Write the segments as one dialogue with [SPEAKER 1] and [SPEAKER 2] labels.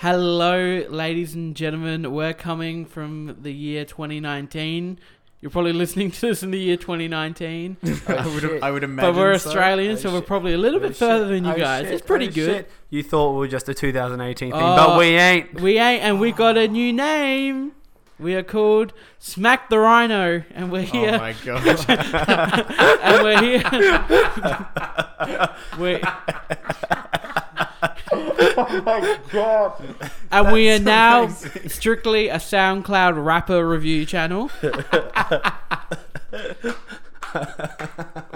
[SPEAKER 1] Hello, ladies and gentlemen. We're coming from the year 2019. You're probably listening to this in the year 2019,
[SPEAKER 2] I would, I would imagine.
[SPEAKER 1] but we're
[SPEAKER 2] so.
[SPEAKER 1] Australian,
[SPEAKER 3] Oh,
[SPEAKER 1] so we're
[SPEAKER 3] shit.
[SPEAKER 1] probably a little
[SPEAKER 3] Oh,
[SPEAKER 1] bit further
[SPEAKER 3] shit.
[SPEAKER 1] than you
[SPEAKER 3] Oh,
[SPEAKER 1] guys.
[SPEAKER 3] shit.
[SPEAKER 1] It's pretty
[SPEAKER 3] Oh,
[SPEAKER 1] good.
[SPEAKER 3] shit. You thought we were just a 2018 thing,
[SPEAKER 1] Oh.
[SPEAKER 3] but we ain't.
[SPEAKER 1] We ain't, and we got a new name. We are called Smack the Rhino, and we're
[SPEAKER 2] Oh
[SPEAKER 1] here.
[SPEAKER 2] my god!
[SPEAKER 1] and we're here. we
[SPEAKER 4] oh my god.
[SPEAKER 1] and we are
[SPEAKER 2] That's
[SPEAKER 1] now
[SPEAKER 2] amazing.
[SPEAKER 1] strictly a SoundCloud rapper review channel.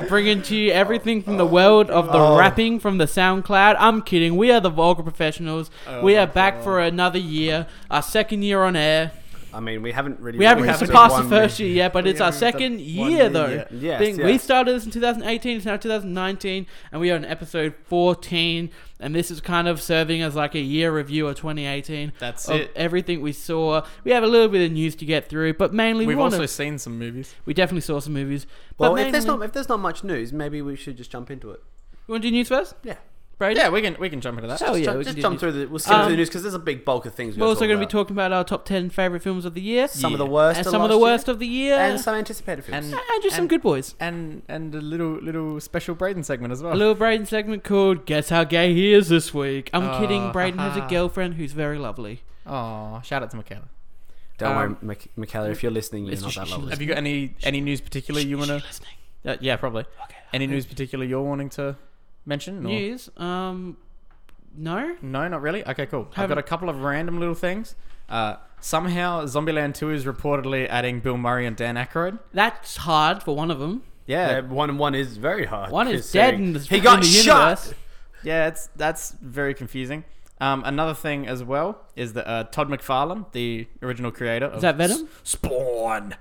[SPEAKER 1] Bringing to you everything from the world of the
[SPEAKER 4] Oh.
[SPEAKER 1] rapping from the SoundCloud. I'm kidding. We are the vulgar professionals.
[SPEAKER 2] Oh
[SPEAKER 1] we
[SPEAKER 2] my
[SPEAKER 1] are back
[SPEAKER 2] God.
[SPEAKER 1] for another year, our second year on air.
[SPEAKER 3] I mean, we haven't really.
[SPEAKER 1] We haven't,
[SPEAKER 3] we
[SPEAKER 2] haven't
[SPEAKER 1] passed the
[SPEAKER 3] won
[SPEAKER 1] first
[SPEAKER 3] with-
[SPEAKER 1] year yet, but
[SPEAKER 2] We
[SPEAKER 1] it's our
[SPEAKER 2] haven't done
[SPEAKER 1] second
[SPEAKER 2] one
[SPEAKER 1] year,
[SPEAKER 2] year
[SPEAKER 1] though.
[SPEAKER 2] yet.
[SPEAKER 3] Yes,
[SPEAKER 1] Thing-
[SPEAKER 3] yes.
[SPEAKER 1] We started this in 2018, it's now 2019, and we are on episode 14. And this is kind of serving as like a year review of 2018.
[SPEAKER 2] That's
[SPEAKER 1] of
[SPEAKER 2] it.
[SPEAKER 1] Everything we saw. We have a little bit of news to get through, but mainly we
[SPEAKER 2] We've
[SPEAKER 1] want
[SPEAKER 2] also seen some movies.
[SPEAKER 1] We definitely saw some movies.
[SPEAKER 3] Well,
[SPEAKER 1] but
[SPEAKER 3] if there's
[SPEAKER 1] mainly-
[SPEAKER 3] not if there's not much news, maybe we should just jump into it.
[SPEAKER 1] you want to do news first,
[SPEAKER 3] Yeah.
[SPEAKER 1] Brady?
[SPEAKER 2] Yeah, we can we can jump into that.
[SPEAKER 1] Oh,
[SPEAKER 3] Just
[SPEAKER 1] yeah,
[SPEAKER 3] ju-
[SPEAKER 1] we can
[SPEAKER 3] just
[SPEAKER 1] do
[SPEAKER 3] jump
[SPEAKER 1] news.
[SPEAKER 3] through the. We'll skip through
[SPEAKER 1] Um,
[SPEAKER 3] the news because there's a big bulk of things.
[SPEAKER 1] We're also going
[SPEAKER 3] going
[SPEAKER 1] to be talking about our top 10 favorite films of the year,
[SPEAKER 3] some of
[SPEAKER 2] Yeah.
[SPEAKER 3] the worst,
[SPEAKER 1] and
[SPEAKER 3] of
[SPEAKER 1] some of the
[SPEAKER 3] last year,
[SPEAKER 1] worst of the year,
[SPEAKER 3] and some anticipated films.
[SPEAKER 2] And-
[SPEAKER 1] and just some good boys.
[SPEAKER 2] And and a little little special Braden segment as well.
[SPEAKER 1] A little Braden segment called "Guess How Gay He Is This Week." I'm
[SPEAKER 2] Oh,
[SPEAKER 1] kidding. Braden has a
[SPEAKER 2] haha.
[SPEAKER 1] girlfriend who's very lovely.
[SPEAKER 2] Oh, shout out to Michaela.
[SPEAKER 3] Don't
[SPEAKER 1] um,
[SPEAKER 3] worry, Mc- Michaela, if you're listening, you're
[SPEAKER 1] it's
[SPEAKER 3] not
[SPEAKER 1] just-
[SPEAKER 3] that lovely.
[SPEAKER 2] Have you got any any news particular you want
[SPEAKER 1] Is
[SPEAKER 2] to?
[SPEAKER 1] she listening?
[SPEAKER 2] Uh, yeah, probably.
[SPEAKER 1] Okay.
[SPEAKER 2] Any news particular you're wanting to mention? or-
[SPEAKER 1] News? Um, no.
[SPEAKER 2] No, not really. Okay, cool. I've
[SPEAKER 1] Haven't-
[SPEAKER 2] got a couple of random little things. Uh, somehow, Zombieland Two is reportedly adding Bill Murray and Dan Aykroyd.
[SPEAKER 1] That's hard for one of them.
[SPEAKER 2] Yeah,
[SPEAKER 3] Yeah,
[SPEAKER 2] yeah,
[SPEAKER 3] one one is very hard.
[SPEAKER 1] One is dead
[SPEAKER 3] considering-
[SPEAKER 1] in the,
[SPEAKER 3] He
[SPEAKER 1] in
[SPEAKER 3] got
[SPEAKER 1] the
[SPEAKER 3] shot.
[SPEAKER 1] universe.
[SPEAKER 2] it's that's very confusing. Um, another thing as well is that uh, Todd McFarlane, the original creator, of
[SPEAKER 1] Is that Venom?
[SPEAKER 2] S- Spawn.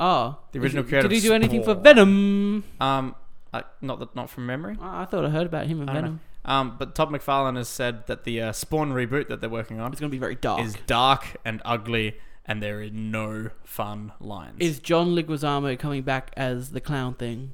[SPEAKER 1] Oh,
[SPEAKER 2] The
[SPEAKER 1] Is
[SPEAKER 2] original
[SPEAKER 1] he-
[SPEAKER 2] creator
[SPEAKER 1] Did he
[SPEAKER 2] of
[SPEAKER 1] do anything for
[SPEAKER 2] Spawn.
[SPEAKER 1] Venom?
[SPEAKER 2] Um, I, not that not from memory.
[SPEAKER 1] Oh, I thought I heard about him in
[SPEAKER 2] I don't know.
[SPEAKER 1] Venom.
[SPEAKER 2] Um, but Todd McFarlane has said that the uh, Spawn reboot that they're working on
[SPEAKER 1] It's gonna be very dark.
[SPEAKER 2] is
[SPEAKER 1] Is,
[SPEAKER 2] dark and ugly, and there are no fun lines.
[SPEAKER 1] John Leguizamo coming back as the clown thing?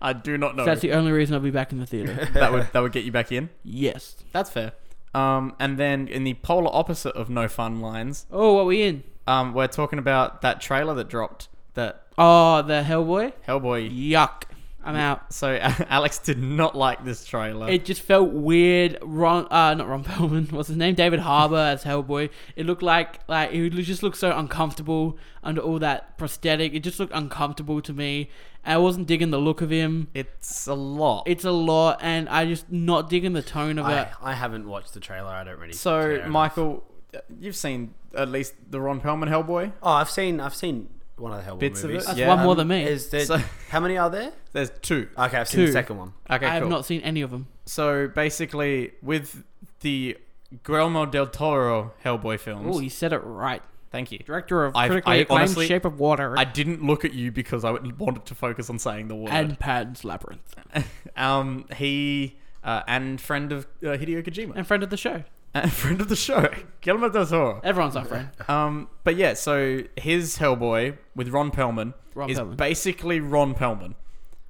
[SPEAKER 2] I do not know.
[SPEAKER 1] That's the only reason I'll be back in the theater.
[SPEAKER 2] that would that would get you back in.
[SPEAKER 1] yes.
[SPEAKER 2] That's fair. Um, and then in the polar opposite of no fun lines,
[SPEAKER 1] Oh, what are we in?
[SPEAKER 2] um, we're talking about that trailer that dropped that
[SPEAKER 1] Oh, the Hellboy.
[SPEAKER 2] Hellboy.
[SPEAKER 1] Yuck. I'm out.
[SPEAKER 2] So Alex did not like this trailer.
[SPEAKER 1] It just felt weird. Ron, uh, not Ron Perlman. What's his name? David Harbour as Hellboy. It looked like like it would just looked so uncomfortable under all that prosthetic. It just looked uncomfortable to me. I wasn't digging the look of him.
[SPEAKER 2] it's a lot.
[SPEAKER 1] It's a lot, and I just not digging the tone of it.
[SPEAKER 3] I, I haven't watched the trailer. I don't really. care
[SPEAKER 2] so
[SPEAKER 3] enough.
[SPEAKER 2] Michael, you've seen at least the Ron Perlman Hellboy
[SPEAKER 3] Oh, I've seen I've seen one of the Hellboy
[SPEAKER 2] bits
[SPEAKER 3] movies.
[SPEAKER 2] of it.
[SPEAKER 1] That's one more
[SPEAKER 2] um,
[SPEAKER 1] than me.
[SPEAKER 3] Is there,
[SPEAKER 2] So-
[SPEAKER 3] how many are there?
[SPEAKER 2] There's two.
[SPEAKER 3] Okay, I've seen
[SPEAKER 1] Two.
[SPEAKER 3] the second one.
[SPEAKER 2] Okay,
[SPEAKER 1] I have
[SPEAKER 2] cool.
[SPEAKER 1] not seen any of them.
[SPEAKER 2] So basically, with the Guillermo del Toro Hellboy films.
[SPEAKER 1] Oh, you said it right.
[SPEAKER 2] Thank you.
[SPEAKER 1] Director of
[SPEAKER 2] I've-
[SPEAKER 1] critically
[SPEAKER 2] I
[SPEAKER 1] acclaimed
[SPEAKER 2] honestly-
[SPEAKER 1] Shape of Water
[SPEAKER 2] I didn't look at you because I wanted to focus on saying the word.
[SPEAKER 1] and Pan's Labyrinth
[SPEAKER 2] um, he uh, and friend of uh, Hideo Kojima
[SPEAKER 1] and friend of the show.
[SPEAKER 2] and friend of the show, Guillermo del Toro.
[SPEAKER 1] Everyone's our friend.
[SPEAKER 2] Um, but yeah, so his Hellboy with Ron Perlman
[SPEAKER 1] Ron
[SPEAKER 2] is
[SPEAKER 1] Perlman.
[SPEAKER 2] basically Ron Perlman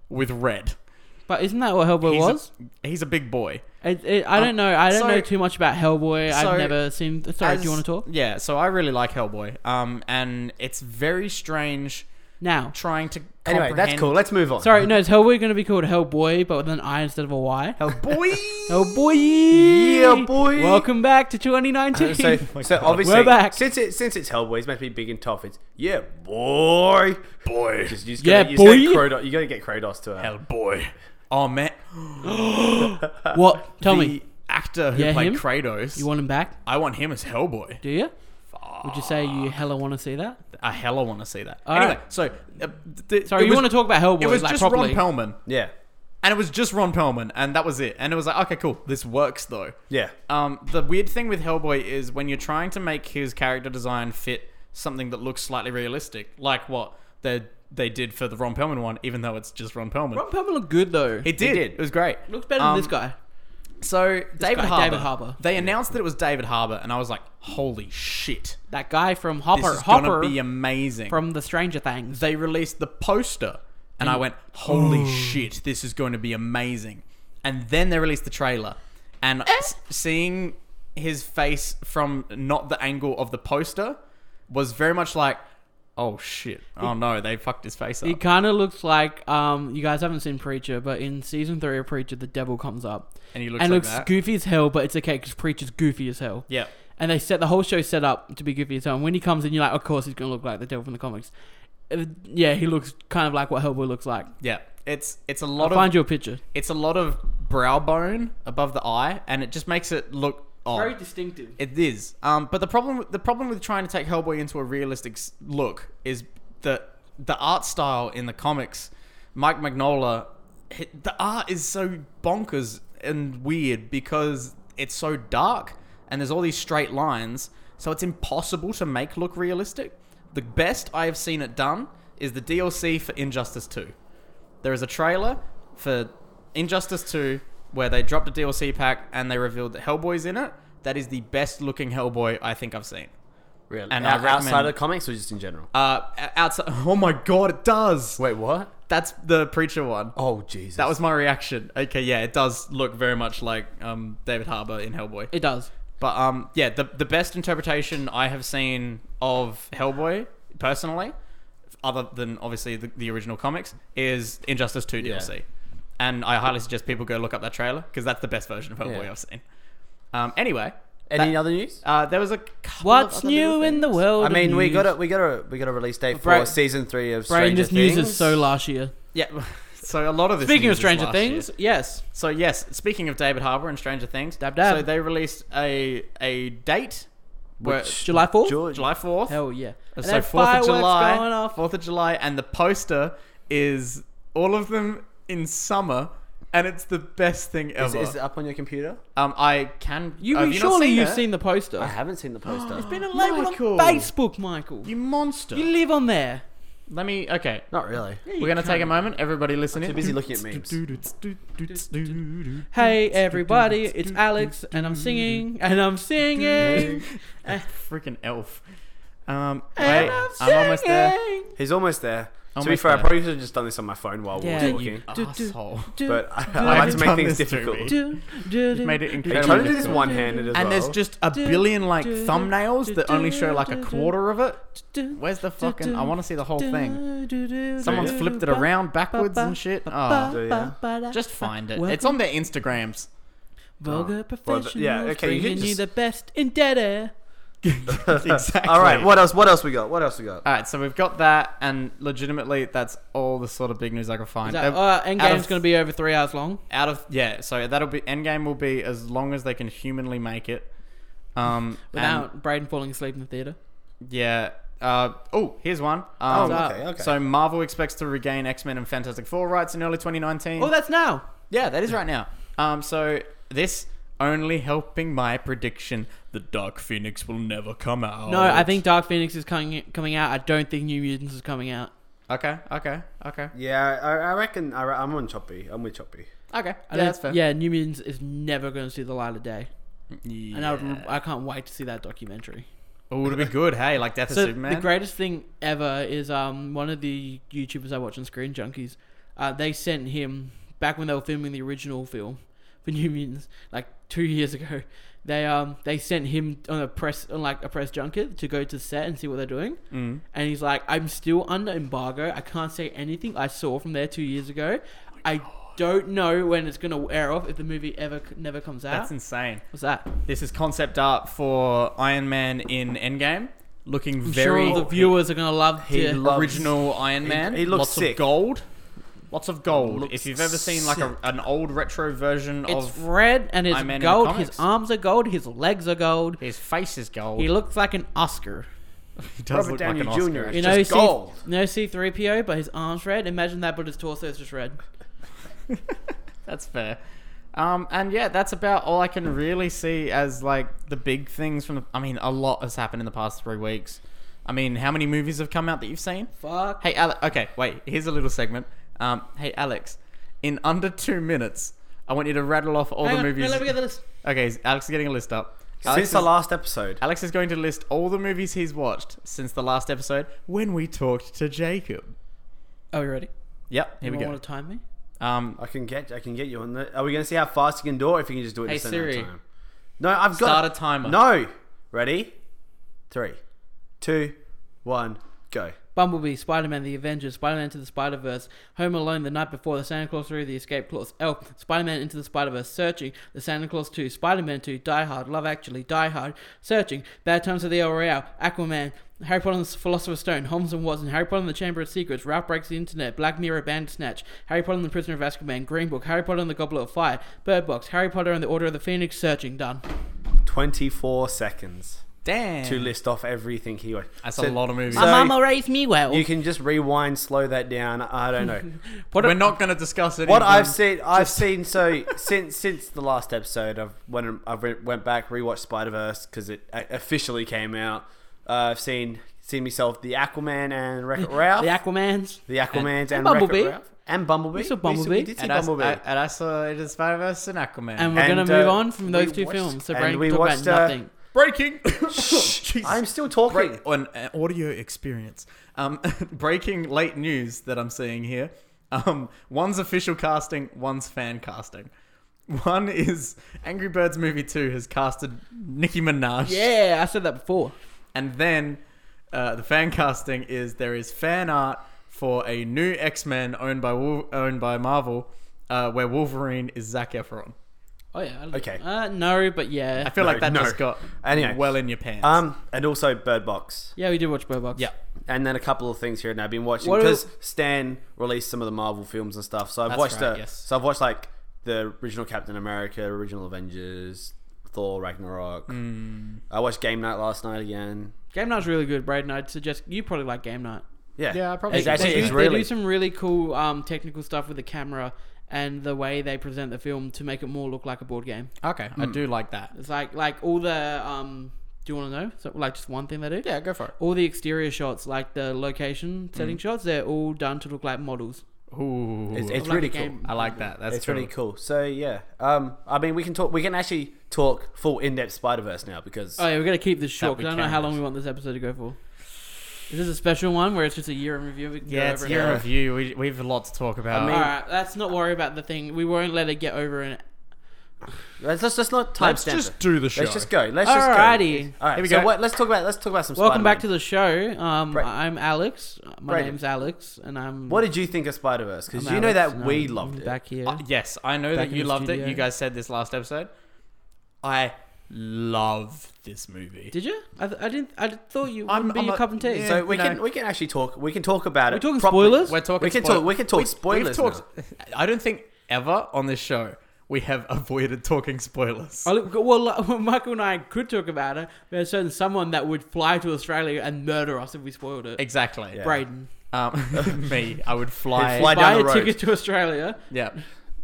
[SPEAKER 2] with red.
[SPEAKER 1] But isn't that what Hellboy
[SPEAKER 2] he's
[SPEAKER 1] was?
[SPEAKER 2] A, he's a big boy.
[SPEAKER 1] It, it, I don't
[SPEAKER 2] Um,
[SPEAKER 1] know. I don't
[SPEAKER 2] so-
[SPEAKER 1] know too much about Hellboy.
[SPEAKER 2] so
[SPEAKER 1] I've never seen. Sorry, do
[SPEAKER 2] As-
[SPEAKER 1] you want to talk
[SPEAKER 2] Yeah, so I really like Hellboy. Um, and it's very strange
[SPEAKER 1] now?
[SPEAKER 2] trying to.
[SPEAKER 3] Anyway, that's
[SPEAKER 2] comprehend-
[SPEAKER 3] cool. Let's move on.
[SPEAKER 1] Sorry, no. Is Hellboy going to be called Hellboy, but with an I instead of a Y?
[SPEAKER 2] Hellboy.
[SPEAKER 1] Hellboy.
[SPEAKER 3] Yeah, boy.
[SPEAKER 1] Welcome back to
[SPEAKER 3] So,
[SPEAKER 1] 2019.
[SPEAKER 3] so obviously,
[SPEAKER 1] We're back.
[SPEAKER 3] since it since it's Hellboy, it's meant to be big and tough. It's yeah, boy, boy. Just, you just
[SPEAKER 1] Yeah,
[SPEAKER 3] gotta, you just gotta
[SPEAKER 1] boy.
[SPEAKER 3] Kratos- you gotta get Kratos to uh, it.
[SPEAKER 2] Hellboy. Oh man,
[SPEAKER 1] what? Tell
[SPEAKER 2] the
[SPEAKER 1] me.
[SPEAKER 2] actor who
[SPEAKER 1] Yeah,
[SPEAKER 2] played
[SPEAKER 1] him?
[SPEAKER 2] Kratos.
[SPEAKER 1] You want him back?
[SPEAKER 2] I want him as Hellboy.
[SPEAKER 1] Do you? Would you say you hella want to see that?
[SPEAKER 2] I hella want to see that.
[SPEAKER 1] All
[SPEAKER 2] anyway,
[SPEAKER 1] right.
[SPEAKER 2] so uh, th-
[SPEAKER 1] Sorry,
[SPEAKER 2] it
[SPEAKER 1] you
[SPEAKER 2] was-
[SPEAKER 1] want to talk about Hellboy?
[SPEAKER 2] It was
[SPEAKER 1] like,
[SPEAKER 2] just
[SPEAKER 1] properly.
[SPEAKER 2] Ron Perlman,
[SPEAKER 3] Yeah,
[SPEAKER 2] and it was just Ron Perlman, and that was it. And it was like, okay, cool, this works though.
[SPEAKER 3] yeah.
[SPEAKER 2] Um, the weird thing with Hellboy is when you're trying to make his character design fit something that looks slightly realistic, like what they they did for the Ron Perlman one, even though it's just Ron Perlman.
[SPEAKER 1] Ron Perlman looked good though.
[SPEAKER 2] it did.
[SPEAKER 3] did.
[SPEAKER 2] It was great.
[SPEAKER 1] Looks better
[SPEAKER 2] Um,
[SPEAKER 1] than this guy.
[SPEAKER 2] So David
[SPEAKER 1] guy,
[SPEAKER 2] Harbour.
[SPEAKER 1] David Harbour.
[SPEAKER 2] They announced that it was David Harbour, and I was like, holy shit,
[SPEAKER 1] That guy from
[SPEAKER 2] this
[SPEAKER 1] Hopper.
[SPEAKER 2] is
[SPEAKER 1] Hopper
[SPEAKER 2] gonna be amazing.
[SPEAKER 1] from the Stranger Things.
[SPEAKER 2] they released the poster and
[SPEAKER 1] Mm.
[SPEAKER 2] I went,
[SPEAKER 1] Oh.
[SPEAKER 2] holy shit, this is going to be amazing. And then they released the trailer and s- seeing his face from not the angle of the poster was very much like, oh shit, oh no, they fucked his face
[SPEAKER 1] It
[SPEAKER 2] up.
[SPEAKER 1] kind of looks like um, you guys haven't seen Preacher, but in season three of Preacher, the devil comes up
[SPEAKER 2] And he looks
[SPEAKER 1] and
[SPEAKER 2] like
[SPEAKER 1] looks
[SPEAKER 2] that.
[SPEAKER 1] goofy as hell. But it's okay because Preacher's goofy as hell.
[SPEAKER 2] Yeah.
[SPEAKER 1] And they set the whole show set up to be goofy as hell. And when he comes in, you're like, of course he's gonna look like the devil from the comics. Uh, yeah, he looks kind of like what Hellboy looks like.
[SPEAKER 2] Yeah. It's it's a
[SPEAKER 1] I'll
[SPEAKER 2] lot
[SPEAKER 1] find
[SPEAKER 2] of
[SPEAKER 1] you a picture.
[SPEAKER 2] it's a lot of brow bone above the eye, and it just makes it look odd.
[SPEAKER 1] Very distinctive.
[SPEAKER 2] It is. Um, but the problem the problem with trying to take Hellboy into a realistic s- look is that the art style in the comics, Mike Magnola, hi- the art is so bonkers and weird because it's so dark and there's all these straight lines, so it's impossible to make look realistic. The best I have seen it done is the DLC for Injustice 2 there is a trailer for Injustice 2 where they dropped a DLC pack and they revealed that Hellboy's in it. That is the best looking Hellboy I think I've seen.
[SPEAKER 3] Really?
[SPEAKER 2] And
[SPEAKER 3] And
[SPEAKER 2] I
[SPEAKER 3] outside
[SPEAKER 2] recommend-
[SPEAKER 3] of the comics or just in general?
[SPEAKER 2] Uh, o- outside. Oh my god, it does.
[SPEAKER 3] Wait, what?
[SPEAKER 2] That's the preacher one.
[SPEAKER 3] Oh Jesus!
[SPEAKER 2] That was my reaction. Okay, yeah, it does look very much like um, David Harbour in Hellboy.
[SPEAKER 1] It does.
[SPEAKER 2] But um, yeah, the the best interpretation I have seen of Hellboy personally, other than obviously the, the original comics, is Injustice Two DLC, and I highly suggest people go look up that trailer because that's the best version of Hellboy
[SPEAKER 3] Yeah.
[SPEAKER 2] I've seen. Um, anyway,
[SPEAKER 3] Any
[SPEAKER 2] that-
[SPEAKER 3] other news?
[SPEAKER 2] uh, there was a couple
[SPEAKER 1] What's
[SPEAKER 2] of other little
[SPEAKER 1] new in the
[SPEAKER 2] things.
[SPEAKER 1] world?
[SPEAKER 3] I
[SPEAKER 1] of
[SPEAKER 3] mean, we
[SPEAKER 1] news?
[SPEAKER 3] got a we got a we got a release date for
[SPEAKER 1] Brain-
[SPEAKER 3] season three of
[SPEAKER 1] Brain,
[SPEAKER 3] Stranger
[SPEAKER 1] this news
[SPEAKER 3] Things.
[SPEAKER 1] is so last year.
[SPEAKER 2] Yeah, so a lot of this
[SPEAKER 1] Speaking of
[SPEAKER 2] news was
[SPEAKER 1] Stranger
[SPEAKER 2] last year.
[SPEAKER 1] Things, yes.
[SPEAKER 2] So yes, speaking of David Harbour and Stranger Things,
[SPEAKER 1] Dab dab.
[SPEAKER 2] so they released a a date, where,
[SPEAKER 3] Which-
[SPEAKER 1] July 4th?
[SPEAKER 3] George-
[SPEAKER 2] July fourth.
[SPEAKER 1] Hell yeah. And
[SPEAKER 2] so
[SPEAKER 1] then
[SPEAKER 2] Fourth of
[SPEAKER 1] fireworks going
[SPEAKER 2] July,
[SPEAKER 1] off.
[SPEAKER 2] Fourth of July, and the poster is all of them in summer, and it's the best thing
[SPEAKER 3] Is,
[SPEAKER 2] ever.
[SPEAKER 3] is it up on your computer?
[SPEAKER 2] um, I can.
[SPEAKER 1] You,
[SPEAKER 2] have
[SPEAKER 1] you
[SPEAKER 2] not
[SPEAKER 1] surely
[SPEAKER 2] seen
[SPEAKER 1] you've
[SPEAKER 2] it?
[SPEAKER 1] seen the poster.
[SPEAKER 3] I haven't seen the poster. it's
[SPEAKER 1] been a label
[SPEAKER 2] Michael.
[SPEAKER 1] on Facebook, Michael. You,
[SPEAKER 2] You monster.
[SPEAKER 1] live on there.
[SPEAKER 2] Let me. Okay,
[SPEAKER 3] not really.
[SPEAKER 2] we're gonna take a moment. Everybody, listen in.
[SPEAKER 3] Too busy looking at memes.
[SPEAKER 1] Hey everybody, it's Alex, and I'm singing, and I'm singing,
[SPEAKER 2] Freaking elf. Um,
[SPEAKER 1] and
[SPEAKER 2] wait,
[SPEAKER 1] I'm singing.
[SPEAKER 2] I'm almost there.
[SPEAKER 3] He's almost there. to be
[SPEAKER 2] Almost
[SPEAKER 3] fair, I
[SPEAKER 2] there.
[SPEAKER 3] probably should have just done this on my phone while
[SPEAKER 1] Yeah,
[SPEAKER 3] we were
[SPEAKER 1] you- Do,
[SPEAKER 3] talking.
[SPEAKER 1] do,
[SPEAKER 2] Asshole.
[SPEAKER 1] do,
[SPEAKER 3] But I,
[SPEAKER 1] do,
[SPEAKER 3] I like to
[SPEAKER 2] You've
[SPEAKER 3] make
[SPEAKER 2] done
[SPEAKER 3] things
[SPEAKER 2] this to
[SPEAKER 3] difficult.
[SPEAKER 2] me.
[SPEAKER 1] do, do, do,
[SPEAKER 2] You've made it
[SPEAKER 1] do,
[SPEAKER 3] Are you
[SPEAKER 2] incredibly
[SPEAKER 3] trying to do this
[SPEAKER 2] difficult.
[SPEAKER 3] one-handed as
[SPEAKER 2] And
[SPEAKER 3] well?
[SPEAKER 2] there's just a billion like thumbnails that only show like a quarter of it.
[SPEAKER 1] do,
[SPEAKER 2] Where's the fucking? I want to see the whole
[SPEAKER 1] do,
[SPEAKER 2] thing.
[SPEAKER 1] do, do,
[SPEAKER 2] Someone's
[SPEAKER 1] do,
[SPEAKER 2] flipped it
[SPEAKER 1] ba-
[SPEAKER 2] around backwards
[SPEAKER 1] ba-
[SPEAKER 2] and shit.
[SPEAKER 1] ba-
[SPEAKER 2] Oh,
[SPEAKER 3] Do
[SPEAKER 1] ba- ba- da-
[SPEAKER 2] just find it.
[SPEAKER 1] Welcome
[SPEAKER 2] It's on their Instagrams.
[SPEAKER 1] Vulgar
[SPEAKER 2] Oh.
[SPEAKER 3] Well,
[SPEAKER 1] professionals
[SPEAKER 3] th- yeah, okay, you
[SPEAKER 1] bringing
[SPEAKER 3] could
[SPEAKER 1] you
[SPEAKER 3] just-
[SPEAKER 1] the best in dead air.
[SPEAKER 2] exactly.
[SPEAKER 3] All right, what else? What else we got? What else we got?
[SPEAKER 2] All right, so we've got that, and legitimately, that's all the sort of big news I could
[SPEAKER 1] Is
[SPEAKER 2] find.
[SPEAKER 1] that,
[SPEAKER 2] They've-
[SPEAKER 1] uh, Endgame's
[SPEAKER 2] of-
[SPEAKER 1] going to be over three hours long.
[SPEAKER 2] out of yeah, so that'll be Endgame will be as long as they can humanly make it. Um, and-
[SPEAKER 1] Without Braden falling asleep in the theater.
[SPEAKER 2] yeah. Uh, oh, here's one. Um,
[SPEAKER 1] What's up?
[SPEAKER 2] So Marvel expects to regain X Men and Fantastic Four rights in early 2019.
[SPEAKER 1] Oh, that's now.
[SPEAKER 2] Yeah, that is right now. Um, so this only helping my prediction: the Dark Phoenix will never come out.
[SPEAKER 1] No, I think Dark Phoenix is coming coming out. I don't think New Mutants is coming out.
[SPEAKER 2] Okay, okay, okay,
[SPEAKER 3] yeah, I, I reckon I, I'm on Choppy. I'm with Choppy.
[SPEAKER 2] okay.
[SPEAKER 1] I
[SPEAKER 2] yeah,
[SPEAKER 1] don't-
[SPEAKER 2] that's fair.
[SPEAKER 1] Yeah, New Mutants is never going to see the light of day,
[SPEAKER 2] Yeah.
[SPEAKER 1] and I, would, I can't wait to see that documentary.
[SPEAKER 2] oh, it'll be good. Hey, like Death
[SPEAKER 1] So
[SPEAKER 2] of Superman.
[SPEAKER 1] the greatest thing ever is um one of the YouTubers I watch on Screen Junkies, uh, they sent him back when they were filming the original film for New Mutants, like two years ago. They um they sent him on a press on like a press junket to go to set and see what they're doing,
[SPEAKER 2] Mm.
[SPEAKER 1] and he's like, I'm still under embargo. I can't say anything I saw from there two years ago.
[SPEAKER 2] Oh
[SPEAKER 1] I don't know when it's gonna wear off if the movie ever never comes out.
[SPEAKER 2] That's insane.
[SPEAKER 1] What's that?
[SPEAKER 2] This is concept art for Iron Man in Endgame, looking
[SPEAKER 1] I'm
[SPEAKER 2] very
[SPEAKER 1] sure the viewers are gonna love
[SPEAKER 3] he
[SPEAKER 1] to.
[SPEAKER 3] lo- loves-
[SPEAKER 2] original Iron Man.
[SPEAKER 3] he looks
[SPEAKER 2] lots
[SPEAKER 3] sick.
[SPEAKER 2] of gold. Lots of gold.
[SPEAKER 3] Looks
[SPEAKER 2] If you've ever seen like a,
[SPEAKER 3] sick.
[SPEAKER 2] an old retro version
[SPEAKER 1] it's
[SPEAKER 2] of
[SPEAKER 1] red and it's
[SPEAKER 2] Iron Man in the
[SPEAKER 1] gold. His
[SPEAKER 2] comics.
[SPEAKER 1] arms are gold. His legs are gold.
[SPEAKER 2] his face is gold.
[SPEAKER 1] He looks like an Oscar.
[SPEAKER 2] He does
[SPEAKER 3] Robert
[SPEAKER 2] look
[SPEAKER 3] Downey
[SPEAKER 2] like an
[SPEAKER 3] Jr.
[SPEAKER 2] Oscar.
[SPEAKER 3] is
[SPEAKER 1] You know,
[SPEAKER 3] just
[SPEAKER 1] C-
[SPEAKER 3] gold.
[SPEAKER 1] no C3PO, but his arms red. Imagine that, but his torso is just red.
[SPEAKER 2] That's fair. Um, and yeah, that's about all I can really see as like the big things from. The, I mean, a lot has happened in the past three weeks. I mean, how many movies have come out that you've seen?
[SPEAKER 1] Fuck.
[SPEAKER 2] Hey, Alex. Okay, wait. Here's a little segment. Um, hey, Alex. In under two minutes, I want you to rattle off all
[SPEAKER 1] Hang
[SPEAKER 2] the
[SPEAKER 1] on,
[SPEAKER 2] movies.
[SPEAKER 1] no, let me get the list.
[SPEAKER 2] Okay, Alex is getting a list up. Alex
[SPEAKER 3] Since the
[SPEAKER 2] is-
[SPEAKER 3] last episode,
[SPEAKER 2] Alex is going to list all the movies he's watched since the last episode when we talked to Jacob.
[SPEAKER 1] Are we Oh, ready?
[SPEAKER 2] Yep, here we
[SPEAKER 1] Anyone
[SPEAKER 2] go.
[SPEAKER 1] Want to time me?
[SPEAKER 2] Um,
[SPEAKER 3] I can get I can get you on the. Are we gonna see how fast you can do, it, or if you can just do it
[SPEAKER 1] Hey,
[SPEAKER 3] the same amount of
[SPEAKER 1] Siri.
[SPEAKER 3] time? No, I've got.
[SPEAKER 2] Start a timer.
[SPEAKER 3] No. Ready? Three, two, one, go.
[SPEAKER 1] Bumblebee, Spider Man, The Avengers, Spider Man Into the Spider Verse, Home Alone, The Night Before, The Santa Claus 3, The Escape Clause, Elf, Spider Man Into the Spider Verse, Searching, The Santa Claus 2, Spider Man 2, Die Hard, Love Actually, Die Hard, Searching, Bad Times at the El Royale, Aquaman, Harry Potter and the Philosopher's Stone, Holmes and Watson, Harry Potter and the Chamber of Secrets, Ralph Breaks the Internet, Black Mirror, Bandersnatch, Harry Potter and the Prisoner of Azkaban, Green Book, Harry Potter and the Goblet of Fire, Bird Box, Harry Potter and the Order of the Phoenix, Searching, done.
[SPEAKER 3] 24 seconds
[SPEAKER 2] Damn.
[SPEAKER 3] to list off everything he watched.
[SPEAKER 2] That's a lot of movies.
[SPEAKER 3] so-
[SPEAKER 1] My mama raised me well.
[SPEAKER 3] You can just rewind, slow that down. I don't know.
[SPEAKER 1] What a-
[SPEAKER 2] We're not going to discuss it.
[SPEAKER 3] what I've seen, I've seen. So since since the last episode, I've when I re- went back rewatched Spider Verse because it a- officially came out. Uh, I've seen seen myself the Aquaman and Wreck-It Ralph,
[SPEAKER 1] the
[SPEAKER 3] the,
[SPEAKER 1] Aquamans.
[SPEAKER 3] Aquamans and,
[SPEAKER 1] and
[SPEAKER 3] Wreck-It
[SPEAKER 1] Bumblebee.
[SPEAKER 3] Ralph. and Bumblebee.
[SPEAKER 1] We saw
[SPEAKER 3] We we
[SPEAKER 1] Bumblebee.
[SPEAKER 3] did see
[SPEAKER 2] And I,
[SPEAKER 3] Bumblebee.
[SPEAKER 2] I- and I saw it is Spider Verse and Aquaman.
[SPEAKER 1] And we're
[SPEAKER 3] And,
[SPEAKER 1] going to move
[SPEAKER 3] uh,
[SPEAKER 1] on from
[SPEAKER 3] we
[SPEAKER 1] those two
[SPEAKER 3] watched-
[SPEAKER 1] films. So
[SPEAKER 3] and
[SPEAKER 1] Brandon
[SPEAKER 3] we
[SPEAKER 1] talk
[SPEAKER 3] watched, uh,
[SPEAKER 1] about nothing.
[SPEAKER 2] breaking.
[SPEAKER 3] I'm still talking.
[SPEAKER 2] Break- an, an audio experience. Um, breaking late news that I'm seeing here. Um, one's official casting, one's fan casting. One is Angry Birds Movie 2 has casted Nicki Minaj.
[SPEAKER 1] Yeah, I said that before.
[SPEAKER 2] And then uh, the fan casting is there is fan art for a new X Men owned by Wol- owned by Marvel, uh, where Wolverine is Zac Efron.
[SPEAKER 1] Oh yeah. I-
[SPEAKER 3] Okay.
[SPEAKER 1] Uh, no, but
[SPEAKER 2] I
[SPEAKER 1] yeah.
[SPEAKER 2] feel
[SPEAKER 3] No,
[SPEAKER 2] like that
[SPEAKER 3] no.
[SPEAKER 2] just got
[SPEAKER 3] Anyway.
[SPEAKER 2] well in your pants.
[SPEAKER 3] Um, and also Bird Box,
[SPEAKER 1] Yeah, we did watch Bird Box.
[SPEAKER 2] yeah,
[SPEAKER 3] and then a couple of things here and there. I've been watching
[SPEAKER 1] What are-
[SPEAKER 3] because Stan released some of the Marvel films and stuff. So I've
[SPEAKER 2] That's
[SPEAKER 3] watched.
[SPEAKER 2] right,
[SPEAKER 3] a,
[SPEAKER 2] yes.
[SPEAKER 3] So I've watched like the original Captain America, original Avengers, Thor, Ragnarok. I watched Game Night last night again.
[SPEAKER 1] Game Night's really good, Braden. I'd suggest you probably like Game Night.
[SPEAKER 3] Yeah,
[SPEAKER 2] Yeah, I probably-
[SPEAKER 3] It's actually
[SPEAKER 1] they, do,
[SPEAKER 3] it's
[SPEAKER 1] they
[SPEAKER 3] really
[SPEAKER 1] do some really cool um, technical stuff with the camera and the way they present the film to make it more look like a board game.
[SPEAKER 2] okay, I
[SPEAKER 3] hmm.
[SPEAKER 2] do like that.
[SPEAKER 1] It's like like all the um, do you want to know? So, like just one thing they do.
[SPEAKER 2] Yeah, go for it.
[SPEAKER 1] All the exterior shots, like the location
[SPEAKER 3] Mm.
[SPEAKER 1] setting shots, they're all done to look like models.
[SPEAKER 2] Ooh,
[SPEAKER 3] it's, it's
[SPEAKER 1] like
[SPEAKER 3] really
[SPEAKER 1] a
[SPEAKER 3] cool.
[SPEAKER 1] game.
[SPEAKER 2] I like that. That's
[SPEAKER 3] It's really cool. So yeah, um, I mean, we can talk. We can actually talk full in-depth Spider Verse now because
[SPEAKER 1] Oh yeah, we're gonna keep this short
[SPEAKER 2] we
[SPEAKER 1] because I don't know how
[SPEAKER 2] can.
[SPEAKER 1] long we want this episode to go for. Is this a special one where it's just a year in review? We can go
[SPEAKER 2] Yeah, it's
[SPEAKER 1] over it?
[SPEAKER 2] year review. We we've a lot to talk about.
[SPEAKER 3] I mean-
[SPEAKER 1] All right, let's not worry about the thing. We won't let it get over in.
[SPEAKER 3] let's, let's, let's not time stamp it.
[SPEAKER 2] do the
[SPEAKER 3] Let's just go. Let's just
[SPEAKER 1] Alrighty.
[SPEAKER 3] go. All right.
[SPEAKER 2] Here we
[SPEAKER 3] so
[SPEAKER 2] go.
[SPEAKER 3] What, let's talk about let's talk about some.
[SPEAKER 1] Welcome
[SPEAKER 3] Spider-Man.
[SPEAKER 1] back to the show. Um,
[SPEAKER 3] Bra-
[SPEAKER 1] I'm Alex. My
[SPEAKER 3] Brandon.
[SPEAKER 1] name's Alex, and I'm.
[SPEAKER 3] What did you think of Spider Verse? Because
[SPEAKER 1] I'm Mm.
[SPEAKER 3] you know
[SPEAKER 1] Alex,
[SPEAKER 3] that
[SPEAKER 1] and
[SPEAKER 3] we
[SPEAKER 1] I'm
[SPEAKER 3] loved it.
[SPEAKER 1] Back here.
[SPEAKER 2] Uh, yes, I know
[SPEAKER 1] Back
[SPEAKER 2] that
[SPEAKER 1] in
[SPEAKER 2] you
[SPEAKER 1] the
[SPEAKER 2] loved
[SPEAKER 1] studio.
[SPEAKER 2] it. You guys said this last episode. I love this movie.
[SPEAKER 1] did you? I, th- I didn't. I d- thought you
[SPEAKER 2] I'm-
[SPEAKER 1] would be
[SPEAKER 2] I'm
[SPEAKER 1] a
[SPEAKER 2] a-
[SPEAKER 1] cup and tea.
[SPEAKER 2] yeah.
[SPEAKER 3] so we
[SPEAKER 2] you
[SPEAKER 3] can
[SPEAKER 2] know.
[SPEAKER 3] we can actually talk. We can talk about
[SPEAKER 1] We're
[SPEAKER 3] it.
[SPEAKER 1] talking
[SPEAKER 3] properly.
[SPEAKER 1] spoilers?
[SPEAKER 2] We're talking.
[SPEAKER 3] We can
[SPEAKER 2] spoil-
[SPEAKER 3] talk- we can talk
[SPEAKER 2] we've
[SPEAKER 3] spoilers
[SPEAKER 2] talked- I don't think ever on this show we have avoided talking spoilers.
[SPEAKER 1] Oh, look, well, like, well, Michael and I could talk about it. There's certain someone that would fly to Australia and murder us if we spoiled it.
[SPEAKER 2] Exactly.
[SPEAKER 3] Yeah.
[SPEAKER 1] Braden,
[SPEAKER 2] Um, me, I would fly.
[SPEAKER 3] He'd fly-
[SPEAKER 1] buy
[SPEAKER 3] down
[SPEAKER 1] a
[SPEAKER 3] the road.
[SPEAKER 1] ticket to Australia.
[SPEAKER 2] Yeah.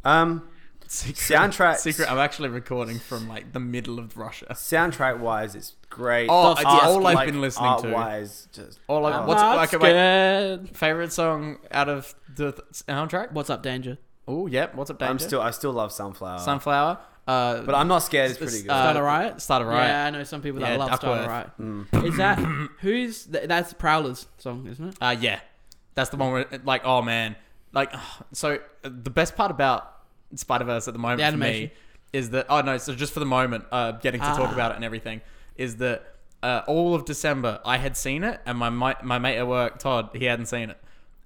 [SPEAKER 3] Um,
[SPEAKER 2] Secret,
[SPEAKER 3] Soundtracks.
[SPEAKER 2] Secret. I'm actually recording from like the middle of Russia.
[SPEAKER 3] soundtrack wise, it's great.
[SPEAKER 2] Oh, it's
[SPEAKER 3] Art-
[SPEAKER 2] all I've
[SPEAKER 3] like,
[SPEAKER 2] been listening to.
[SPEAKER 3] Art-wise, just
[SPEAKER 2] Or like,
[SPEAKER 1] I'm
[SPEAKER 2] what's
[SPEAKER 1] not
[SPEAKER 2] like my
[SPEAKER 1] scared.
[SPEAKER 2] favorite song out of the th- soundtrack?
[SPEAKER 1] What's up, danger?
[SPEAKER 2] Oh, yep. What's up, Danger?
[SPEAKER 3] I'm still I still love Sunflower.
[SPEAKER 2] Sunflower. Uh,
[SPEAKER 3] but I'm not scared. It's pretty good.
[SPEAKER 2] uh,
[SPEAKER 1] Start a riot?
[SPEAKER 2] Start a riot.
[SPEAKER 1] Yeah, I know some people that
[SPEAKER 2] Yeah, Mm.
[SPEAKER 1] love Star Right. Is that who's th- that's Prowler's song, isn't it?
[SPEAKER 2] Uh, yeah, that's the one where it- like, oh man, like, so uh, the best part about Spider Verse at the moment
[SPEAKER 1] The
[SPEAKER 2] for
[SPEAKER 1] animation.
[SPEAKER 2] me is that oh no, so just for the moment, uh, getting to
[SPEAKER 1] Ah.
[SPEAKER 2] talk about it and everything is that uh, all of December I had seen it, and my my, my mate at work Todd he hadn't seen it,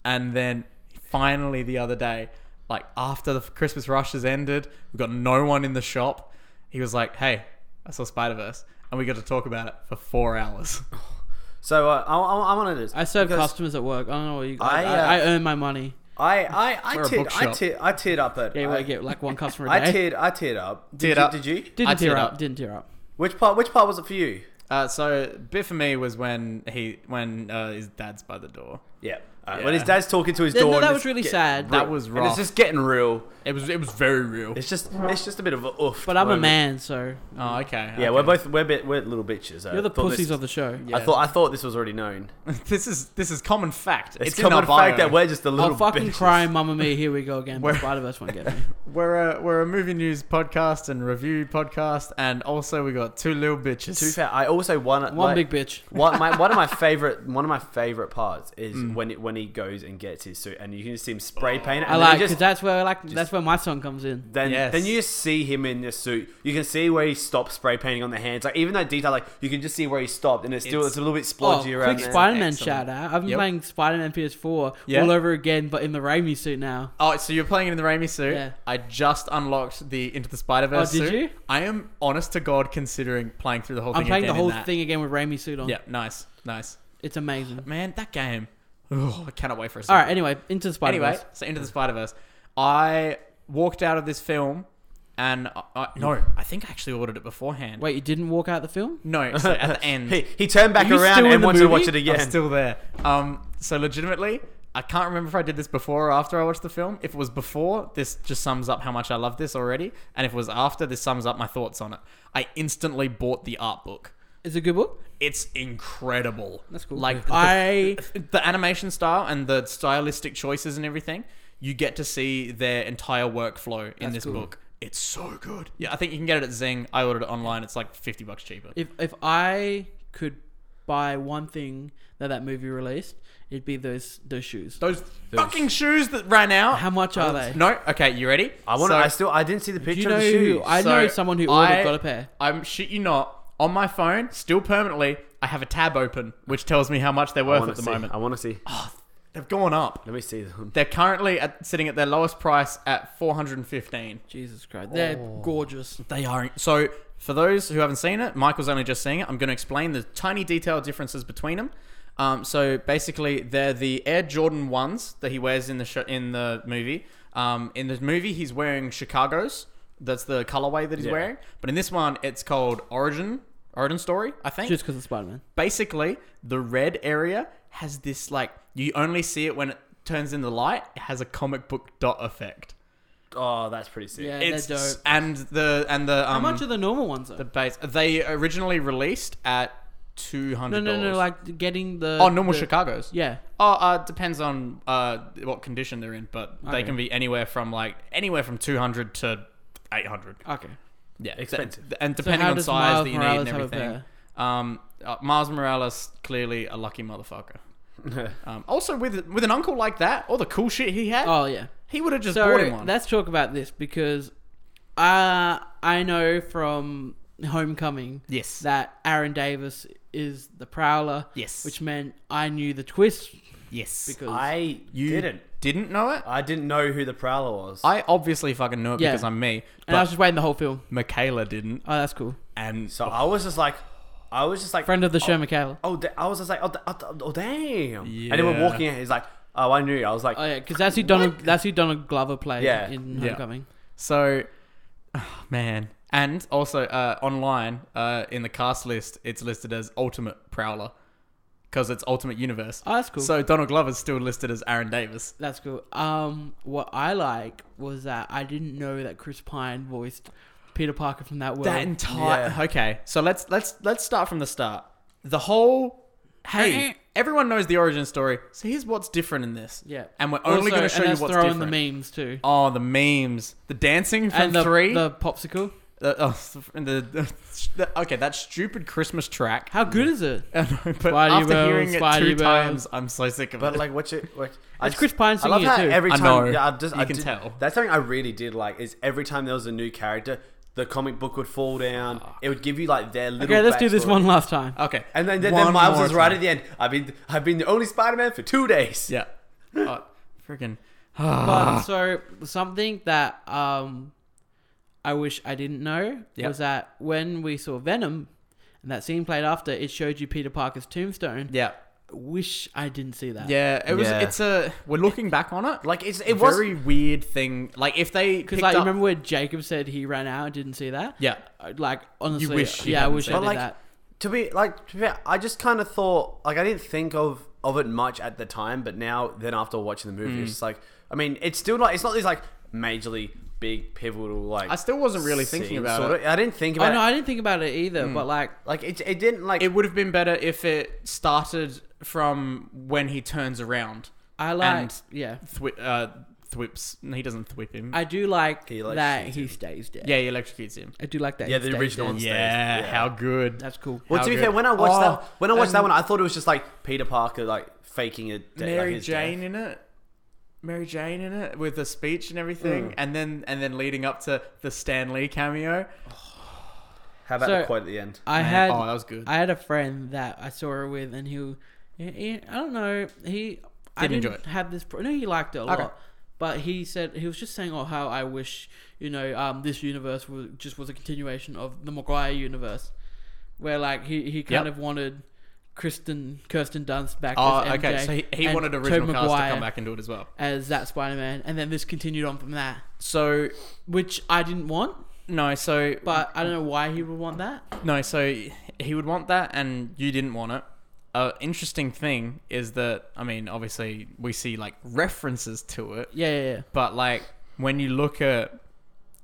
[SPEAKER 2] and then finally the other day. Like after the Christmas rush has ended, we've got no one in the shop. He was like, "Hey, I saw Spider Verse," and we got to talk about it for four hours.
[SPEAKER 3] so uh, I, I, I wanted to.
[SPEAKER 1] I serve
[SPEAKER 3] because
[SPEAKER 1] customers at work. I don't know what you. I, I,
[SPEAKER 3] I, uh,
[SPEAKER 1] I earn my money.
[SPEAKER 3] I I I
[SPEAKER 2] We're a
[SPEAKER 3] teared, I,
[SPEAKER 2] bookshop.
[SPEAKER 3] teared, I teared up at.
[SPEAKER 1] Yeah, well, I
[SPEAKER 3] I,
[SPEAKER 1] get like one customer
[SPEAKER 3] I
[SPEAKER 1] a day.
[SPEAKER 3] teared I teared up. Did
[SPEAKER 2] Teared
[SPEAKER 3] you,
[SPEAKER 2] up.
[SPEAKER 3] Did you?
[SPEAKER 1] didn't
[SPEAKER 2] I
[SPEAKER 1] tear
[SPEAKER 2] teared
[SPEAKER 1] up.
[SPEAKER 2] up.
[SPEAKER 1] Didn't tear up.
[SPEAKER 3] Which part Which part was it for you?
[SPEAKER 2] Uh, so bit for me was when he when uh, his dad's by the door.
[SPEAKER 3] Yeah. All right,
[SPEAKER 2] Yeah.
[SPEAKER 3] When his dad's talking to his
[SPEAKER 1] Yeah,
[SPEAKER 3] door.
[SPEAKER 1] no,
[SPEAKER 3] and
[SPEAKER 1] that
[SPEAKER 3] it's
[SPEAKER 1] was really
[SPEAKER 3] get-
[SPEAKER 1] sad.
[SPEAKER 2] That was
[SPEAKER 3] And it's
[SPEAKER 2] rough.
[SPEAKER 3] just getting real.
[SPEAKER 2] It was it was very real.
[SPEAKER 3] It's just it's just a bit of a oof.
[SPEAKER 1] But I'm a
[SPEAKER 3] moment.
[SPEAKER 1] man, so
[SPEAKER 2] Oh okay.
[SPEAKER 3] Yeah, we're both we're bit, we're little bitches. uh,
[SPEAKER 1] you're the pussies of the show.
[SPEAKER 3] I thought I thought this was already known.
[SPEAKER 2] this is this is common fact.
[SPEAKER 3] It's,
[SPEAKER 2] It's, in
[SPEAKER 3] common
[SPEAKER 2] our bio.
[SPEAKER 3] fact that we're just a little
[SPEAKER 1] I'll fucking
[SPEAKER 3] bitches.
[SPEAKER 1] cry, Mamma Mia. Here we go again.
[SPEAKER 2] Where-
[SPEAKER 1] Spider Verse won't get me.
[SPEAKER 2] we're a we're a movie news podcast and review podcast, and also we got two little bitches.
[SPEAKER 3] To be fair, I also want
[SPEAKER 1] One
[SPEAKER 3] like,
[SPEAKER 1] big bitch.
[SPEAKER 3] One, my, one of my favorite one of my favorite parts is when it, when when he goes and gets his suit, and you can just see him spray paint. It,
[SPEAKER 1] Mm. I like
[SPEAKER 3] and then,
[SPEAKER 1] because
[SPEAKER 3] just,
[SPEAKER 1] that's where like that's where my song comes in.
[SPEAKER 3] then,
[SPEAKER 2] Yes.
[SPEAKER 3] then you just see him in the suit. You can see where he stopped spray painting on the hands. Like even that detail, like you can just see where he stopped, and it's still
[SPEAKER 2] It's-
[SPEAKER 3] it's, a little bit
[SPEAKER 1] Oh,
[SPEAKER 3] splodgy around
[SPEAKER 1] quick
[SPEAKER 3] there.
[SPEAKER 1] Spider Man shout
[SPEAKER 2] Excellent.
[SPEAKER 1] out! I've been
[SPEAKER 2] Yep.
[SPEAKER 1] playing Spider Man PS4
[SPEAKER 2] Yeah.
[SPEAKER 1] all over again, but in the Raimi suit now.
[SPEAKER 2] Oh, so you're playing it in the Raimi suit?
[SPEAKER 1] Yeah.
[SPEAKER 2] I just unlocked the Into the Spider Verse.
[SPEAKER 1] Oh, did
[SPEAKER 2] suit.
[SPEAKER 1] you?
[SPEAKER 2] I am honest to God considering playing through the whole
[SPEAKER 1] I'm
[SPEAKER 2] thing.
[SPEAKER 1] playing the
[SPEAKER 2] again
[SPEAKER 1] whole
[SPEAKER 2] in that.
[SPEAKER 1] thing again with Raimi suit on.
[SPEAKER 2] Yeah, nice, nice.
[SPEAKER 1] It's amazing.
[SPEAKER 2] Man, that game. Oh, I cannot wait for a
[SPEAKER 1] All
[SPEAKER 2] sequel.
[SPEAKER 1] right. Anyway, into Spider Man.
[SPEAKER 2] Anyway, so Into the Spider Verse. I walked out of this film, and I, I, no, I think I actually ordered it beforehand.
[SPEAKER 1] Wait, you didn't walk out the film?
[SPEAKER 2] No, so at the end.
[SPEAKER 3] He, he turned back
[SPEAKER 1] Are you
[SPEAKER 3] around
[SPEAKER 1] still in
[SPEAKER 3] and
[SPEAKER 1] the
[SPEAKER 3] wanted to watch it
[SPEAKER 1] movie?
[SPEAKER 3] again.
[SPEAKER 2] I'm still there. Um, so legitimately, I can't remember if I did this before or after I watched the film. If it was before, this just sums up how much I love this already, and if it was after, this sums up my thoughts on it. I instantly bought the art book.
[SPEAKER 1] Is it a good book?
[SPEAKER 2] It's incredible.
[SPEAKER 1] That's cool.
[SPEAKER 2] Like
[SPEAKER 1] I-
[SPEAKER 2] the, the animation style and the stylistic choices and everything, you get to see their entire workflow in
[SPEAKER 1] That's
[SPEAKER 2] this
[SPEAKER 1] cool.
[SPEAKER 2] book. It's so good. Yeah, I think you can get it at Zing. I ordered it online. It's like fifty bucks cheaper.
[SPEAKER 1] If if I could buy one thing that that movie released, it'd be those those shoes.
[SPEAKER 2] those, fucking shoes that ran out.
[SPEAKER 1] How much are they?
[SPEAKER 2] No. Okay, you ready?
[SPEAKER 3] I want.
[SPEAKER 2] So,
[SPEAKER 3] to I still. I didn't see the
[SPEAKER 1] Do you
[SPEAKER 3] picture
[SPEAKER 1] know?
[SPEAKER 3] of the shoes.
[SPEAKER 1] Who, I
[SPEAKER 2] so
[SPEAKER 1] know someone who ordered
[SPEAKER 2] I-
[SPEAKER 1] got a pair.
[SPEAKER 2] I'm shit you not. On my phone, still permanently, I have a tab open which tells me how much they're
[SPEAKER 3] I
[SPEAKER 2] worth
[SPEAKER 3] want
[SPEAKER 2] at
[SPEAKER 3] to
[SPEAKER 2] the
[SPEAKER 3] see.
[SPEAKER 2] moment. Oh,
[SPEAKER 3] I want to see.
[SPEAKER 2] They've gone up.
[SPEAKER 3] Let me see them.
[SPEAKER 2] They're currently at, sitting at their lowest price at 415.
[SPEAKER 1] Jesus Christ, they're
[SPEAKER 2] Oh.
[SPEAKER 1] gorgeous.
[SPEAKER 2] They are so. For those who haven't seen it, Michael's only just seeing it. I'm going to explain the tiny detail differences between them. Um, so basically, they're the Air Jordan ones that he wears in the sh- in the movie. Um, in the movie, he's wearing Chicago's. That's the colorway that he's
[SPEAKER 3] Yeah.
[SPEAKER 2] wearing. But in this one, it's called Origin Origin Story, I think
[SPEAKER 1] Just because of Spider Man.
[SPEAKER 2] basically the red area has this like you only see it when it turns in the light it has a comic book dot effect
[SPEAKER 3] Oh, that's pretty sick.
[SPEAKER 1] Yeah,
[SPEAKER 2] it's
[SPEAKER 1] they're dope.
[SPEAKER 2] and the and the
[SPEAKER 1] How
[SPEAKER 2] um
[SPEAKER 1] much are the normal ones though?
[SPEAKER 2] the base they originally released at $200
[SPEAKER 1] no, no, no. Like getting the
[SPEAKER 2] oh normal
[SPEAKER 1] the-
[SPEAKER 2] chicago's
[SPEAKER 1] Yeah,
[SPEAKER 2] oh uh depends on uh what condition they're in but they
[SPEAKER 1] Okay.
[SPEAKER 2] can be anywhere from like anywhere from 200 to 800
[SPEAKER 1] okay.
[SPEAKER 2] yeah
[SPEAKER 3] Expensive.
[SPEAKER 2] th- and depending on
[SPEAKER 1] does Miles
[SPEAKER 2] size that you
[SPEAKER 1] Morales
[SPEAKER 2] need
[SPEAKER 1] have
[SPEAKER 2] and
[SPEAKER 1] a
[SPEAKER 2] everything
[SPEAKER 1] pair?
[SPEAKER 2] um uh, miles morales clearly a lucky motherfucker Um, also, with with an uncle like that, all the cool shit he had,
[SPEAKER 1] Oh yeah.
[SPEAKER 2] he would have just bought him
[SPEAKER 1] So
[SPEAKER 2] one.
[SPEAKER 1] let's talk about this because uh, I know from Homecoming
[SPEAKER 2] yes,
[SPEAKER 1] that Aaron Davis is the Prowler.
[SPEAKER 2] Yes.
[SPEAKER 1] Which meant I knew the twist
[SPEAKER 2] yes.
[SPEAKER 1] because
[SPEAKER 3] I
[SPEAKER 2] you
[SPEAKER 3] didn't.
[SPEAKER 2] didn't know it.
[SPEAKER 3] I didn't know who the Prowler was.
[SPEAKER 2] I obviously fucking knew it
[SPEAKER 1] Yeah.
[SPEAKER 2] because I'm me,
[SPEAKER 1] and I
[SPEAKER 2] but
[SPEAKER 1] was just waiting the whole film.
[SPEAKER 2] Michaela didn't,
[SPEAKER 1] Oh, that's cool.
[SPEAKER 2] and
[SPEAKER 3] so I was just like, I was just like
[SPEAKER 1] Friend of the show,
[SPEAKER 3] Oh,
[SPEAKER 1] Michaela.
[SPEAKER 3] oh, da- I was just like, oh, da- oh, da- oh damn. And then we're
[SPEAKER 2] Yeah.
[SPEAKER 3] walking in, he's like, oh, I knew. I was like,
[SPEAKER 1] Oh yeah, because that's who Donald. That's who Donald Glover played
[SPEAKER 3] Yeah.
[SPEAKER 1] in
[SPEAKER 2] Yeah.
[SPEAKER 1] Homecoming.
[SPEAKER 2] so oh, man. And also uh, online uh, in the cast list, it's listed as Ultimate Prowler because it's Ultimate Universe.
[SPEAKER 1] Oh, that's cool.
[SPEAKER 2] So Donald Glover's still listed as Aaron Davis.
[SPEAKER 1] That's cool. Um, what I like was that I didn't know that Chris Pine voiced Peter Parker from that world.
[SPEAKER 2] That entire
[SPEAKER 3] Yeah.
[SPEAKER 2] okay. So let's let's let's start from the start. The whole hey, everyone knows the origin story. So here's what's different in this.
[SPEAKER 1] yeah,
[SPEAKER 2] and we're only
[SPEAKER 1] Also-
[SPEAKER 2] going to show
[SPEAKER 1] and
[SPEAKER 2] you
[SPEAKER 1] let's
[SPEAKER 2] what's
[SPEAKER 1] throw
[SPEAKER 2] different.
[SPEAKER 1] in the memes too.
[SPEAKER 2] Oh, the memes, the dancing from
[SPEAKER 1] and the,
[SPEAKER 2] three.
[SPEAKER 1] the popsicle.
[SPEAKER 2] the, oh, and the, the- okay, that stupid Christmas track.
[SPEAKER 1] How good is it?
[SPEAKER 2] I know, but
[SPEAKER 1] Spidey
[SPEAKER 2] after
[SPEAKER 1] Bells,
[SPEAKER 2] hearing it
[SPEAKER 1] Spidey
[SPEAKER 2] two
[SPEAKER 1] Bells.
[SPEAKER 2] times, I'm so sick of
[SPEAKER 3] but
[SPEAKER 2] it.
[SPEAKER 3] like, what's it? Like, I
[SPEAKER 1] It's
[SPEAKER 3] just-
[SPEAKER 1] Chris Pine
[SPEAKER 3] I love
[SPEAKER 1] singing
[SPEAKER 3] how
[SPEAKER 1] it too.
[SPEAKER 3] every
[SPEAKER 2] I
[SPEAKER 3] time.
[SPEAKER 2] know.
[SPEAKER 3] Yeah, I just,
[SPEAKER 2] You
[SPEAKER 3] I
[SPEAKER 2] can
[SPEAKER 3] did-
[SPEAKER 2] tell.
[SPEAKER 3] That's something I really did like. Is every time there was a new character, the comic book would fall down. It would give you like their little.
[SPEAKER 1] Okay, let's do this
[SPEAKER 3] backstory.
[SPEAKER 1] one last time.
[SPEAKER 2] okay,
[SPEAKER 3] And then, then,
[SPEAKER 2] one
[SPEAKER 3] then Miles
[SPEAKER 2] more
[SPEAKER 3] was right
[SPEAKER 2] time.
[SPEAKER 3] at the end. I've been I've been the only Spider-Man for two days.
[SPEAKER 2] Yeah. Oh, freaking.
[SPEAKER 1] But so something that um, I wish I didn't know
[SPEAKER 2] Yep.
[SPEAKER 1] was that when we saw Venom and that scene played after, it showed you Peter Parker's tombstone.
[SPEAKER 2] Yeah.
[SPEAKER 1] Wish I didn't see that.
[SPEAKER 2] Yeah, it was.
[SPEAKER 3] Yeah.
[SPEAKER 2] It's a. We're looking back on it.
[SPEAKER 3] Like, it's- it was-
[SPEAKER 2] very weird thing. Like if they
[SPEAKER 1] Because
[SPEAKER 2] picked
[SPEAKER 1] like,
[SPEAKER 2] up-
[SPEAKER 1] remember where Jacob said he ran out and didn't see that?
[SPEAKER 2] Yeah.
[SPEAKER 1] Uh, Like honestly,
[SPEAKER 2] wish you
[SPEAKER 1] yeah, I
[SPEAKER 2] hadn't
[SPEAKER 1] wish
[SPEAKER 2] seen
[SPEAKER 1] I
[SPEAKER 2] it.
[SPEAKER 1] did
[SPEAKER 3] Like,
[SPEAKER 1] that.
[SPEAKER 3] to be like to be, fair, I just kind of thought like I didn't think of of it much at the time, but now then after watching the movie, it's
[SPEAKER 2] Mm.
[SPEAKER 3] just like I mean, it's still not it's not these like majorly big pivotal like.
[SPEAKER 2] I still wasn't really thinking
[SPEAKER 3] scenes,
[SPEAKER 2] about it.
[SPEAKER 3] sort of. I didn't think
[SPEAKER 1] Oh
[SPEAKER 3] about
[SPEAKER 1] no,
[SPEAKER 3] it.
[SPEAKER 1] I didn't think about it either.
[SPEAKER 2] Hmm.
[SPEAKER 1] But like,
[SPEAKER 3] Like it, it didn't like
[SPEAKER 2] It would have been better if it started from when he turns around.
[SPEAKER 1] I like
[SPEAKER 2] And-
[SPEAKER 1] yeah.
[SPEAKER 2] Thwi uh, thwips. He doesn't thwip him.
[SPEAKER 1] I do like
[SPEAKER 3] He likes
[SPEAKER 1] that
[SPEAKER 3] shooting.
[SPEAKER 1] he stays dead.
[SPEAKER 2] yeah, he electrocutes him.
[SPEAKER 1] I do like that.
[SPEAKER 3] Yeah,
[SPEAKER 1] he
[SPEAKER 3] the
[SPEAKER 1] stays
[SPEAKER 3] original
[SPEAKER 1] dead.
[SPEAKER 3] one.
[SPEAKER 2] Yeah,
[SPEAKER 3] Yeah.
[SPEAKER 2] how good.
[SPEAKER 1] That's cool.
[SPEAKER 3] Well,
[SPEAKER 2] How
[SPEAKER 3] to be
[SPEAKER 2] good.
[SPEAKER 3] fair, when I watched
[SPEAKER 2] Oh,
[SPEAKER 3] that, when I watched that
[SPEAKER 2] and
[SPEAKER 3] one, I thought it was just like Peter Parker, like faking a de- like
[SPEAKER 2] Mary
[SPEAKER 3] his
[SPEAKER 2] Jane
[SPEAKER 3] death.
[SPEAKER 2] in it. Mary Jane in it with the speech and everything, and then and then leading up to the Stan Lee cameo.
[SPEAKER 3] How about
[SPEAKER 1] So-
[SPEAKER 3] the quote at the end?
[SPEAKER 1] I
[SPEAKER 2] Man,
[SPEAKER 1] had
[SPEAKER 2] oh, that was good.
[SPEAKER 1] I had a friend that I saw her with, and he, he, he I don't know, he I
[SPEAKER 2] Didn't enjoy it.
[SPEAKER 1] have this. Pro- no, he liked it a
[SPEAKER 2] Okay.
[SPEAKER 1] lot, but he said he was just saying, "Oh, how I wish you know um, this universe was just was a continuation of the Maguire universe, where like he he kind
[SPEAKER 2] Yep.
[SPEAKER 1] of wanted." Kristen Kirsten Dunst back
[SPEAKER 2] Oh,
[SPEAKER 1] as MJ
[SPEAKER 2] okay. So he, he
[SPEAKER 1] and
[SPEAKER 2] wanted
[SPEAKER 1] Tobey
[SPEAKER 2] original cast to
[SPEAKER 1] Maguire
[SPEAKER 2] come back and do it as well.
[SPEAKER 1] as that Spider Man, and then this continued on from that,
[SPEAKER 2] So
[SPEAKER 1] which I didn't want,
[SPEAKER 2] no, so
[SPEAKER 1] but I don't know why he would want that.
[SPEAKER 2] No, so he would want that, and you didn't want it. Uh, interesting thing is that I mean, obviously we see like references to it,
[SPEAKER 1] Yeah, yeah, yeah.
[SPEAKER 2] but like when you look at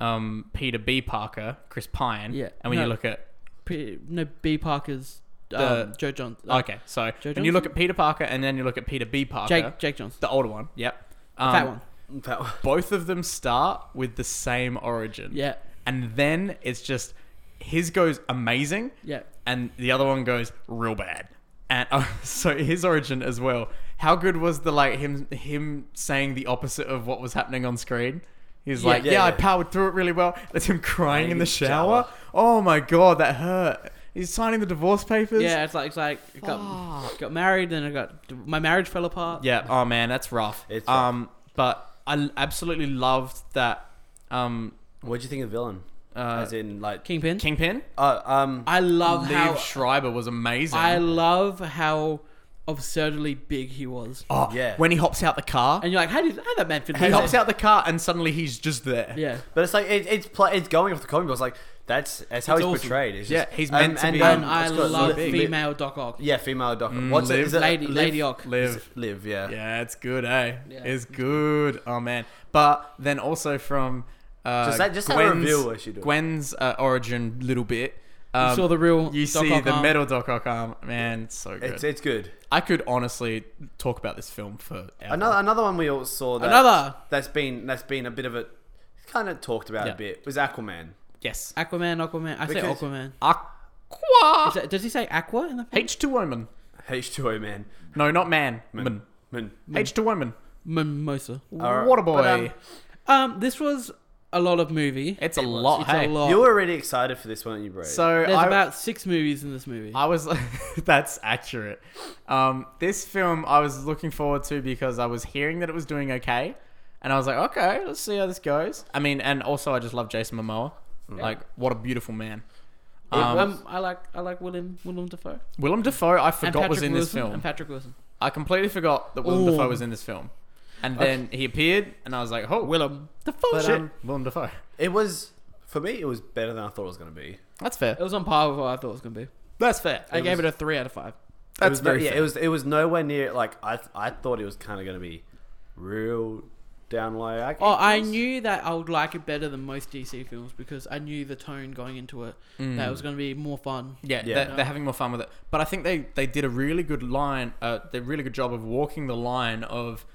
[SPEAKER 2] um, Peter B. Parker, Chris Pine,
[SPEAKER 1] Yeah.
[SPEAKER 2] and when you
[SPEAKER 1] No.
[SPEAKER 2] look at
[SPEAKER 1] P- no B Parker's
[SPEAKER 2] The-
[SPEAKER 1] um, Joe John uh,
[SPEAKER 2] okay, so
[SPEAKER 1] Joe
[SPEAKER 2] when you look at Peter Parker and then you look at Peter B. Parker,
[SPEAKER 1] Jake Jake Johnson
[SPEAKER 2] the older one, yep, um,
[SPEAKER 1] that one
[SPEAKER 3] That one.
[SPEAKER 2] Both of them start with the same origin,
[SPEAKER 1] yeah
[SPEAKER 2] and then it's just his goes amazing,
[SPEAKER 1] yeah
[SPEAKER 2] and the other one goes real bad. And oh, so his origin as well. How good was the like him him saying the opposite of what was happening on screen? He's like, yeah,
[SPEAKER 3] yeah,
[SPEAKER 2] I
[SPEAKER 3] yeah.
[SPEAKER 2] powered through it really well. That's him crying in the
[SPEAKER 3] in the
[SPEAKER 2] shower. Oh my god, that hurt. He's signing the divorce papers.
[SPEAKER 1] yeah it's like it's like I got got married then I got my marriage fell apart
[SPEAKER 2] Yeah. Oh man, that's rough.
[SPEAKER 3] It's rough.
[SPEAKER 2] um, but I l- absolutely loved that. Um,
[SPEAKER 3] What do you think of the villain?
[SPEAKER 2] uh,
[SPEAKER 3] As in, like,
[SPEAKER 1] Kingpin
[SPEAKER 2] Kingpin.
[SPEAKER 3] oh, um,
[SPEAKER 1] I love
[SPEAKER 2] Liev
[SPEAKER 1] how
[SPEAKER 2] Schreiber was amazing.
[SPEAKER 1] I love how absurdly big he was
[SPEAKER 2] oh,
[SPEAKER 3] Yeah.
[SPEAKER 2] When he hops out the car,
[SPEAKER 1] and you're like how did how did that man fit
[SPEAKER 2] he
[SPEAKER 1] in
[SPEAKER 2] hops
[SPEAKER 1] there?
[SPEAKER 2] out the car and suddenly he's just there.
[SPEAKER 1] yeah
[SPEAKER 3] but it's like it, it's pl- it's going off the comic books. Like that's that's how
[SPEAKER 2] It's
[SPEAKER 3] he's
[SPEAKER 2] awesome.
[SPEAKER 3] portrayed. It's
[SPEAKER 2] Yeah,
[SPEAKER 3] just,
[SPEAKER 2] he's meant to be-
[SPEAKER 1] and
[SPEAKER 2] Um,
[SPEAKER 1] I
[SPEAKER 3] it's got
[SPEAKER 1] love
[SPEAKER 3] Liv-
[SPEAKER 1] female Doc Ock
[SPEAKER 3] Yeah, female doctor. What's it?
[SPEAKER 2] Mm. Liv.
[SPEAKER 3] Is it
[SPEAKER 1] lady
[SPEAKER 3] Liv?
[SPEAKER 1] Lady Ock
[SPEAKER 2] Live.
[SPEAKER 3] Liv, yeah.
[SPEAKER 2] Yeah, it's good, eh?
[SPEAKER 1] Yeah.
[SPEAKER 2] It's good. Oh man. But then also from uh,
[SPEAKER 3] Just that- just that
[SPEAKER 2] Gwen's,
[SPEAKER 3] reveal where she do it.
[SPEAKER 2] Gwen's uh, origin little bit.
[SPEAKER 1] you
[SPEAKER 2] Um,
[SPEAKER 1] saw the real
[SPEAKER 2] you
[SPEAKER 1] Doc
[SPEAKER 2] see
[SPEAKER 1] Ock
[SPEAKER 2] the
[SPEAKER 1] arm.
[SPEAKER 2] metal Doc Ock arm. Man, it's so good.
[SPEAKER 3] It's it's good.
[SPEAKER 2] I could honestly talk about this film for hours.
[SPEAKER 3] Another another one we all saw. That,
[SPEAKER 1] another
[SPEAKER 3] that's been that's been a bit of a kind of talked about
[SPEAKER 2] Yeah.
[SPEAKER 3] a bit was Aquaman.
[SPEAKER 2] yes.
[SPEAKER 1] Aquaman Aquaman I say
[SPEAKER 3] Because-
[SPEAKER 1] Aquaman Is
[SPEAKER 2] Aqua
[SPEAKER 1] that- does he say Aqua in the film?
[SPEAKER 2] H two woman.
[SPEAKER 3] H two O man.
[SPEAKER 2] No, not man.
[SPEAKER 3] Man.
[SPEAKER 2] Man.
[SPEAKER 3] Man.
[SPEAKER 2] H two woman.
[SPEAKER 1] Mimosa
[SPEAKER 3] Alright.
[SPEAKER 2] Waterboy.
[SPEAKER 3] But, um,
[SPEAKER 1] Uh, Um, this was a lot of movie.
[SPEAKER 2] it's a lot.
[SPEAKER 1] it's
[SPEAKER 2] hey.
[SPEAKER 1] a lot.
[SPEAKER 3] You were really excited for this one, you bro.
[SPEAKER 2] So
[SPEAKER 1] There's
[SPEAKER 2] I,
[SPEAKER 1] about six movies in this movie.
[SPEAKER 2] I was that's accurate. Um, this film I was looking forward to because I was hearing that it was doing okay, and I was like, okay, let's see how this goes. I mean, and also I just love Jason Momoa. Like, what a beautiful man. Um,
[SPEAKER 1] Mm. Um, I like I like Willem Willem Dafoe.
[SPEAKER 2] Willem Dafoe, I
[SPEAKER 1] And
[SPEAKER 2] forgot was
[SPEAKER 1] Patrick
[SPEAKER 2] in this
[SPEAKER 1] Wilson- And
[SPEAKER 2] film.
[SPEAKER 1] Patrick Wilson.
[SPEAKER 2] I completely forgot that Willem
[SPEAKER 1] Ooh.
[SPEAKER 2] Dafoe was in this film, and then he appeared, and I was like, oh,
[SPEAKER 1] Willem Dafoe.
[SPEAKER 2] but,
[SPEAKER 1] shit.
[SPEAKER 2] um, Willem Dafoe.
[SPEAKER 3] it was for me. It was better than I thought it was going to be.
[SPEAKER 2] That's fair.
[SPEAKER 1] it was on par with what I thought it was gonna be.
[SPEAKER 2] That's fair.
[SPEAKER 1] I gave it a three out of five.
[SPEAKER 3] It
[SPEAKER 2] That's
[SPEAKER 3] was no-
[SPEAKER 2] very
[SPEAKER 3] yeah.
[SPEAKER 2] fair.
[SPEAKER 3] It was it was nowhere near like I I thought it was kind of going to be real downway. I
[SPEAKER 1] Oh, I knew that I would like it better than most DC films because I knew the tone going into it. That
[SPEAKER 2] Mm.
[SPEAKER 1] it was gonna be more fun.
[SPEAKER 2] Yeah,
[SPEAKER 3] Yeah.
[SPEAKER 2] They're, they're having more fun with it. But I think they, they did a really good line, uh, they really good job of walking the line of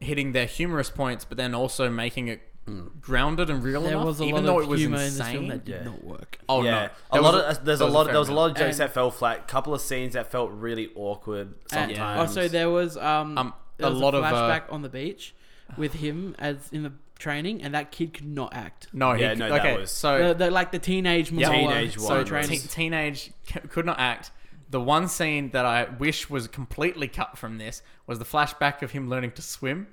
[SPEAKER 2] hitting their humorous points, but then also making it
[SPEAKER 3] Mm.
[SPEAKER 2] grounded and real
[SPEAKER 1] There
[SPEAKER 2] enough,
[SPEAKER 1] was a
[SPEAKER 2] even
[SPEAKER 1] lot
[SPEAKER 2] though
[SPEAKER 1] of
[SPEAKER 2] it was
[SPEAKER 1] humor
[SPEAKER 2] insane.
[SPEAKER 1] in this film that did
[SPEAKER 3] Yeah.
[SPEAKER 1] not work.
[SPEAKER 2] oh
[SPEAKER 3] yeah,
[SPEAKER 2] no,
[SPEAKER 3] a
[SPEAKER 2] There
[SPEAKER 3] lot
[SPEAKER 2] was
[SPEAKER 3] of there's
[SPEAKER 2] there
[SPEAKER 3] a
[SPEAKER 2] was
[SPEAKER 3] lot
[SPEAKER 2] fair
[SPEAKER 3] there was a
[SPEAKER 2] amount.
[SPEAKER 3] lot of jokes
[SPEAKER 1] And-
[SPEAKER 3] that fell flat. Couple of scenes that felt really awkward
[SPEAKER 1] And
[SPEAKER 3] sometimes.
[SPEAKER 1] also, there was um
[SPEAKER 2] Um,
[SPEAKER 1] there
[SPEAKER 2] a
[SPEAKER 1] was
[SPEAKER 2] lot
[SPEAKER 1] a
[SPEAKER 2] of, uh,
[SPEAKER 1] flashback on the beach with him as in the training, and that kid could not act.
[SPEAKER 2] No, he,
[SPEAKER 3] Yeah, no, that
[SPEAKER 2] okay,
[SPEAKER 3] was-
[SPEAKER 1] The,
[SPEAKER 2] so
[SPEAKER 1] the, like the teenage Momoa.
[SPEAKER 2] Oh. Yeah.
[SPEAKER 3] Teenage
[SPEAKER 1] so
[SPEAKER 3] one.
[SPEAKER 1] trans-
[SPEAKER 2] te- teenage c- could not act. The one scene that I wish was completely cut from this was the flashback of him learning to swim.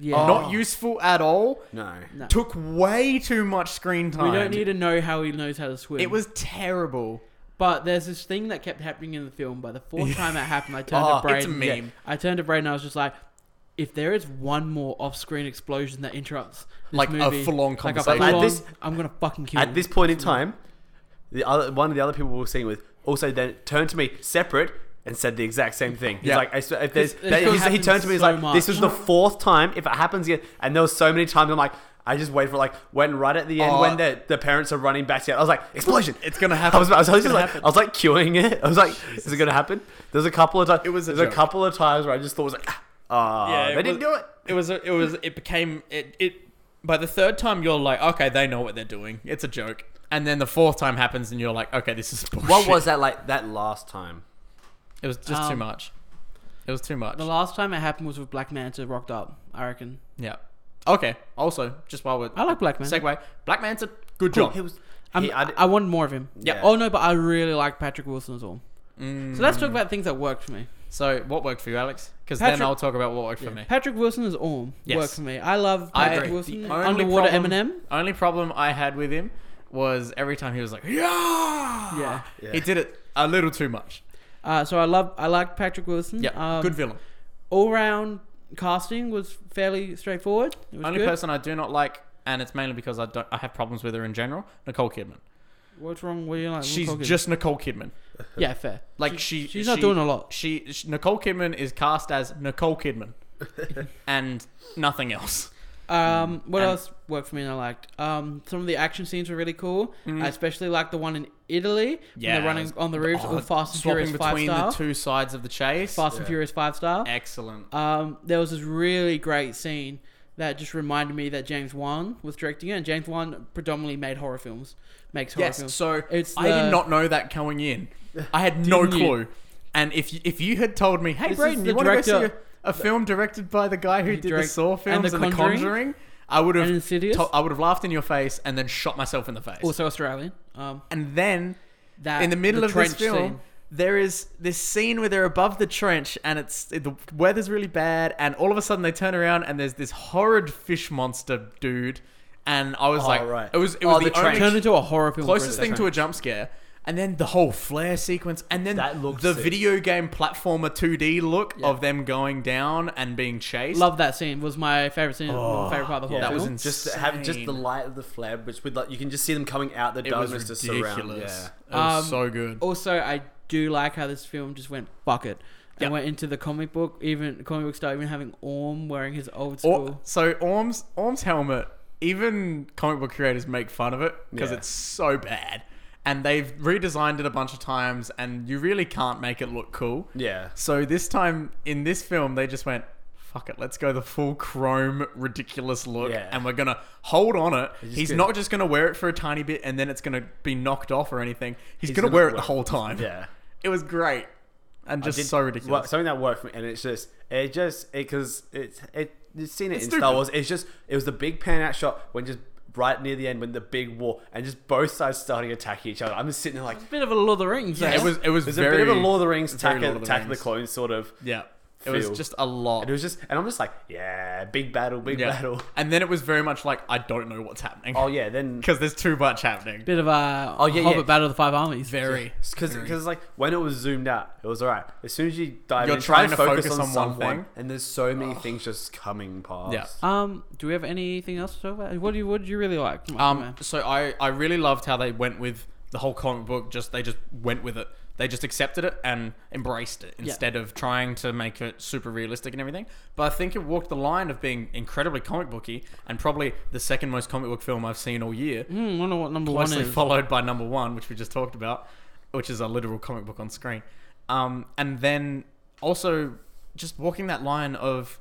[SPEAKER 1] yeah.
[SPEAKER 2] Oh. Not useful at all.
[SPEAKER 3] no.
[SPEAKER 1] No.
[SPEAKER 2] Took way too much screen time.
[SPEAKER 1] we don't need to know how he knows how to swim.
[SPEAKER 2] It was terrible.
[SPEAKER 1] but there's this thing that kept happening in the film. By the fourth time it happened, I turned
[SPEAKER 2] Oh,
[SPEAKER 1] to Braden.
[SPEAKER 2] it's a meme.
[SPEAKER 1] yeah, I turned to Braden. and I was just like, if there is one more off-screen explosion that interrupts this
[SPEAKER 2] Like a
[SPEAKER 1] movie,
[SPEAKER 2] full-on
[SPEAKER 1] like a
[SPEAKER 2] conversation.
[SPEAKER 1] full-on,
[SPEAKER 3] At this-
[SPEAKER 1] I'm gonna fucking kill
[SPEAKER 3] At
[SPEAKER 1] him.
[SPEAKER 3] this point in time, the other one of the other people we were seeing with also then turned to me separate and said the exact same thing. He's
[SPEAKER 2] Yeah.
[SPEAKER 3] like, I swear, if there's,
[SPEAKER 1] This- this
[SPEAKER 3] that-
[SPEAKER 1] still
[SPEAKER 3] he's- he
[SPEAKER 1] happens
[SPEAKER 3] turned to me, he's
[SPEAKER 1] so
[SPEAKER 3] like,
[SPEAKER 1] much.
[SPEAKER 3] this is the fourth time. If it happens again, and there was so many times, I'm like, I just wait for like when right at the end
[SPEAKER 2] Oh.
[SPEAKER 3] when the, the parents are running back together. I was like, explosion!
[SPEAKER 2] It's gonna happen.
[SPEAKER 3] I was, I was, I was
[SPEAKER 2] It's
[SPEAKER 3] just
[SPEAKER 2] gonna
[SPEAKER 3] like,
[SPEAKER 2] happen.
[SPEAKER 3] I was like queuing it. I was like, is it gonna happen? There's a couple of times.
[SPEAKER 2] It was a
[SPEAKER 3] there's a
[SPEAKER 2] joke.
[SPEAKER 3] couple of times where I just thought it was like, ah,
[SPEAKER 2] Yeah,
[SPEAKER 3] ah,
[SPEAKER 2] it
[SPEAKER 3] they didn't do it.
[SPEAKER 2] It was. A, it was. It became. It. It. By the third time, you're like, okay, they know what they're doing. It's a joke. And then the fourth time happens, and you're like, okay, this is bullshit.
[SPEAKER 3] What was that like that last time?
[SPEAKER 2] It was just too
[SPEAKER 1] Um,
[SPEAKER 2] much. It was too much.
[SPEAKER 1] The last time it happened was with Black Manta rocked up. I reckon.
[SPEAKER 2] yeah. Okay. Also, just while we're
[SPEAKER 1] I like Black Manta.
[SPEAKER 2] segue, Black Manta, good
[SPEAKER 3] Cool.
[SPEAKER 2] job.
[SPEAKER 3] He was.
[SPEAKER 1] I'm,
[SPEAKER 3] he- I
[SPEAKER 1] I,
[SPEAKER 3] did-
[SPEAKER 1] wanted more of him.
[SPEAKER 3] Yeah.
[SPEAKER 1] Oh no, but I really like Patrick Wilson as well. So let's talk about things that worked for me.
[SPEAKER 2] Mm. So, what worked for you, Alex? Because then
[SPEAKER 1] Patrick-
[SPEAKER 2] I'll talk about what worked for me.
[SPEAKER 1] Patrick Wilson as Orm
[SPEAKER 2] Yes.
[SPEAKER 1] worked for me. I love
[SPEAKER 2] I
[SPEAKER 1] Patrick
[SPEAKER 2] agree.
[SPEAKER 1] Wilson.
[SPEAKER 2] The only
[SPEAKER 1] Underwater
[SPEAKER 2] problem-
[SPEAKER 1] Eminem.
[SPEAKER 2] Only problem I had with him was every time he was like, yeah,
[SPEAKER 1] Yeah.
[SPEAKER 3] Yeah.
[SPEAKER 2] he did it a little too much.
[SPEAKER 1] Uh, so I love I like Patrick Wilson.
[SPEAKER 2] Yeah,
[SPEAKER 1] Um,
[SPEAKER 2] good villain.
[SPEAKER 1] All round casting was fairly straightforward. It was
[SPEAKER 2] Only
[SPEAKER 1] good.
[SPEAKER 2] person I do not like, and it's mainly because I don't, I have problems with her in general. Nicole Kidman.
[SPEAKER 1] What's wrong? What do you like?
[SPEAKER 2] She's
[SPEAKER 1] Uh, Nicole Kidman?
[SPEAKER 2] just Nicole Kidman.
[SPEAKER 1] yeah, fair.
[SPEAKER 2] Like she,
[SPEAKER 1] she's not
[SPEAKER 2] she-
[SPEAKER 1] doing a lot.
[SPEAKER 2] She, she Nicole Kidman is cast as Nicole Kidman, and nothing else.
[SPEAKER 1] Um, what
[SPEAKER 2] Mm. And-
[SPEAKER 1] else worked for me and I liked? Um, some of the action scenes were really cool.
[SPEAKER 2] Mm.
[SPEAKER 1] I especially liked the one in Italy when
[SPEAKER 2] Yeah,
[SPEAKER 1] they're running
[SPEAKER 2] it's-
[SPEAKER 1] on the roofs
[SPEAKER 2] Oh,
[SPEAKER 1] with Fast and
[SPEAKER 2] swapping
[SPEAKER 1] Furious five
[SPEAKER 2] between
[SPEAKER 1] star.
[SPEAKER 2] the two sides of the chase.
[SPEAKER 1] Fast and Furious five star.
[SPEAKER 2] Excellent.
[SPEAKER 1] Um, there was this really great scene that just reminded me that James Wan was directing it. And James Wan predominantly made horror films, makes horror
[SPEAKER 2] Yes,
[SPEAKER 1] films.
[SPEAKER 2] so
[SPEAKER 1] It's
[SPEAKER 2] I
[SPEAKER 1] the-
[SPEAKER 2] did not know that going in. I had no
[SPEAKER 1] Didn't you?
[SPEAKER 2] clue. And if you, if you had told me, hey,
[SPEAKER 1] This
[SPEAKER 2] Brayden,
[SPEAKER 1] is
[SPEAKER 2] you
[SPEAKER 1] the
[SPEAKER 2] want to go see a,
[SPEAKER 1] director-
[SPEAKER 2] a film directed by the guy who
[SPEAKER 1] He
[SPEAKER 2] did
[SPEAKER 1] direct-
[SPEAKER 2] the Saw
[SPEAKER 1] and
[SPEAKER 2] films
[SPEAKER 1] The
[SPEAKER 2] and The Conjuring,
[SPEAKER 1] Conjuring?
[SPEAKER 2] I would have
[SPEAKER 1] And Insidious?
[SPEAKER 2] to- I would have laughed in your face and then shot myself in the face.
[SPEAKER 1] also Australian. Um,
[SPEAKER 2] and then
[SPEAKER 1] that
[SPEAKER 2] in the middle of
[SPEAKER 1] trench
[SPEAKER 2] this film,
[SPEAKER 1] scene.
[SPEAKER 2] there is this scene where they're above the trench and it's the weather's really bad, and all of a sudden they turn around and there's this horrid fish monster dude, and I was
[SPEAKER 3] Oh,
[SPEAKER 2] like,
[SPEAKER 3] right.
[SPEAKER 2] it was it
[SPEAKER 3] Oh,
[SPEAKER 2] was
[SPEAKER 3] the
[SPEAKER 2] the,
[SPEAKER 3] trench.
[SPEAKER 2] only
[SPEAKER 1] turned into a horror film. for
[SPEAKER 2] closest
[SPEAKER 1] a
[SPEAKER 2] thing
[SPEAKER 1] second.
[SPEAKER 2] to a jump scare, and then the whole flare sequence, and then
[SPEAKER 3] That looked
[SPEAKER 2] the
[SPEAKER 3] sick.
[SPEAKER 2] video game platformer 2D look of them going down and being chased.
[SPEAKER 1] Love that scene. Was my favorite scene. favorite part of the whole
[SPEAKER 2] Oh, yeah. That
[SPEAKER 1] film.
[SPEAKER 2] was
[SPEAKER 3] Just- Just to have just the
[SPEAKER 2] insane.
[SPEAKER 3] light of the flare, which with like you can just see them coming out the
[SPEAKER 2] it was
[SPEAKER 3] darkness to
[SPEAKER 2] ridiculous.
[SPEAKER 3] surround. Yeah.
[SPEAKER 2] It was
[SPEAKER 1] Um,
[SPEAKER 2] so good.
[SPEAKER 1] also I do like how this film just went fuck it and
[SPEAKER 2] Yeah.
[SPEAKER 1] went into the comic book even comic book style even having Orm wearing his old
[SPEAKER 2] Or-
[SPEAKER 1] school
[SPEAKER 2] so Orm's Orm's helmet, even comic book creators make fun of it because
[SPEAKER 3] Yeah.
[SPEAKER 2] it's so bad, and they've redesigned it a bunch of times, and you really can't make it look cool.
[SPEAKER 3] Yeah.
[SPEAKER 2] So this time in this film, they just went. Fuck it, let's go the full chrome ridiculous look,
[SPEAKER 3] Yeah.
[SPEAKER 2] and we're gonna hold on it.
[SPEAKER 3] just
[SPEAKER 2] He's
[SPEAKER 3] gonna-
[SPEAKER 2] not just gonna wear it for a tiny bit and then it's gonna be knocked off or anything. He's, gonna,
[SPEAKER 3] gonna
[SPEAKER 2] wear it the
[SPEAKER 3] wear-
[SPEAKER 2] whole time.
[SPEAKER 3] Yeah.
[SPEAKER 2] it was great and just
[SPEAKER 3] did-
[SPEAKER 2] so
[SPEAKER 3] well,
[SPEAKER 2] ridiculous.
[SPEAKER 3] something that worked for me, and it's just it just because it's it you've seen it in
[SPEAKER 2] stupid.
[SPEAKER 3] Star Wars. It's just it was the big pan out shot when just right near the end when the big war and just both sides starting attacking each other. I'm just sitting there like
[SPEAKER 1] bit of a Lord of the Rings eh?
[SPEAKER 2] Yeah,
[SPEAKER 1] there.
[SPEAKER 2] it was it was
[SPEAKER 3] there's
[SPEAKER 2] very
[SPEAKER 3] a bit of a Lord of the Rings
[SPEAKER 2] very
[SPEAKER 3] attack,
[SPEAKER 2] Lord of the
[SPEAKER 3] attack of the
[SPEAKER 2] Rings.
[SPEAKER 3] clones sort of.
[SPEAKER 2] Yeah. It
[SPEAKER 3] feel.
[SPEAKER 2] was just a lot.
[SPEAKER 3] And it was just and I'm just like yeah, big battle, big
[SPEAKER 2] yeah.
[SPEAKER 3] battle.
[SPEAKER 2] And then it was very much like, I don't know what's happening.
[SPEAKER 3] Oh yeah, then
[SPEAKER 2] Because there's too much happening.
[SPEAKER 1] bit of a
[SPEAKER 3] Oh, yeah,
[SPEAKER 1] Hobbit
[SPEAKER 3] yeah.
[SPEAKER 1] Battle of the Five Armies
[SPEAKER 2] Very.
[SPEAKER 3] Because because like when it was zoomed out, it was alright. As soon as you dive,
[SPEAKER 2] You're
[SPEAKER 3] in,
[SPEAKER 2] trying
[SPEAKER 3] to
[SPEAKER 2] to
[SPEAKER 3] focus,
[SPEAKER 2] focus
[SPEAKER 3] on,
[SPEAKER 2] on one
[SPEAKER 3] someone,
[SPEAKER 2] thing.
[SPEAKER 3] and there's so many things just coming past.
[SPEAKER 2] Yeah.
[SPEAKER 1] um do we have anything else to talk about what do you what did you really like
[SPEAKER 2] Um, so I, I really loved how they went with the whole comic book. Just they just went with it. They just accepted it and embraced it instead of trying to make it super realistic and everything. But I think it walked the line of being incredibly comic booky and probably the second most comic book film I've seen all year.
[SPEAKER 1] Hmm, I wonder what number one
[SPEAKER 2] closely
[SPEAKER 1] is
[SPEAKER 2] followed by number one, which we just talked about, which is a literal comic book on screen. Um, and then also just walking that line of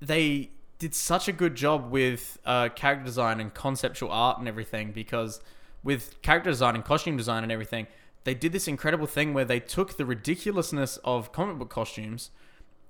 [SPEAKER 2] they did such a good job with uh, character design and conceptual art and everything because with character design and costume design and everything, they did this incredible thing where they took the ridiculousness of comic book costumes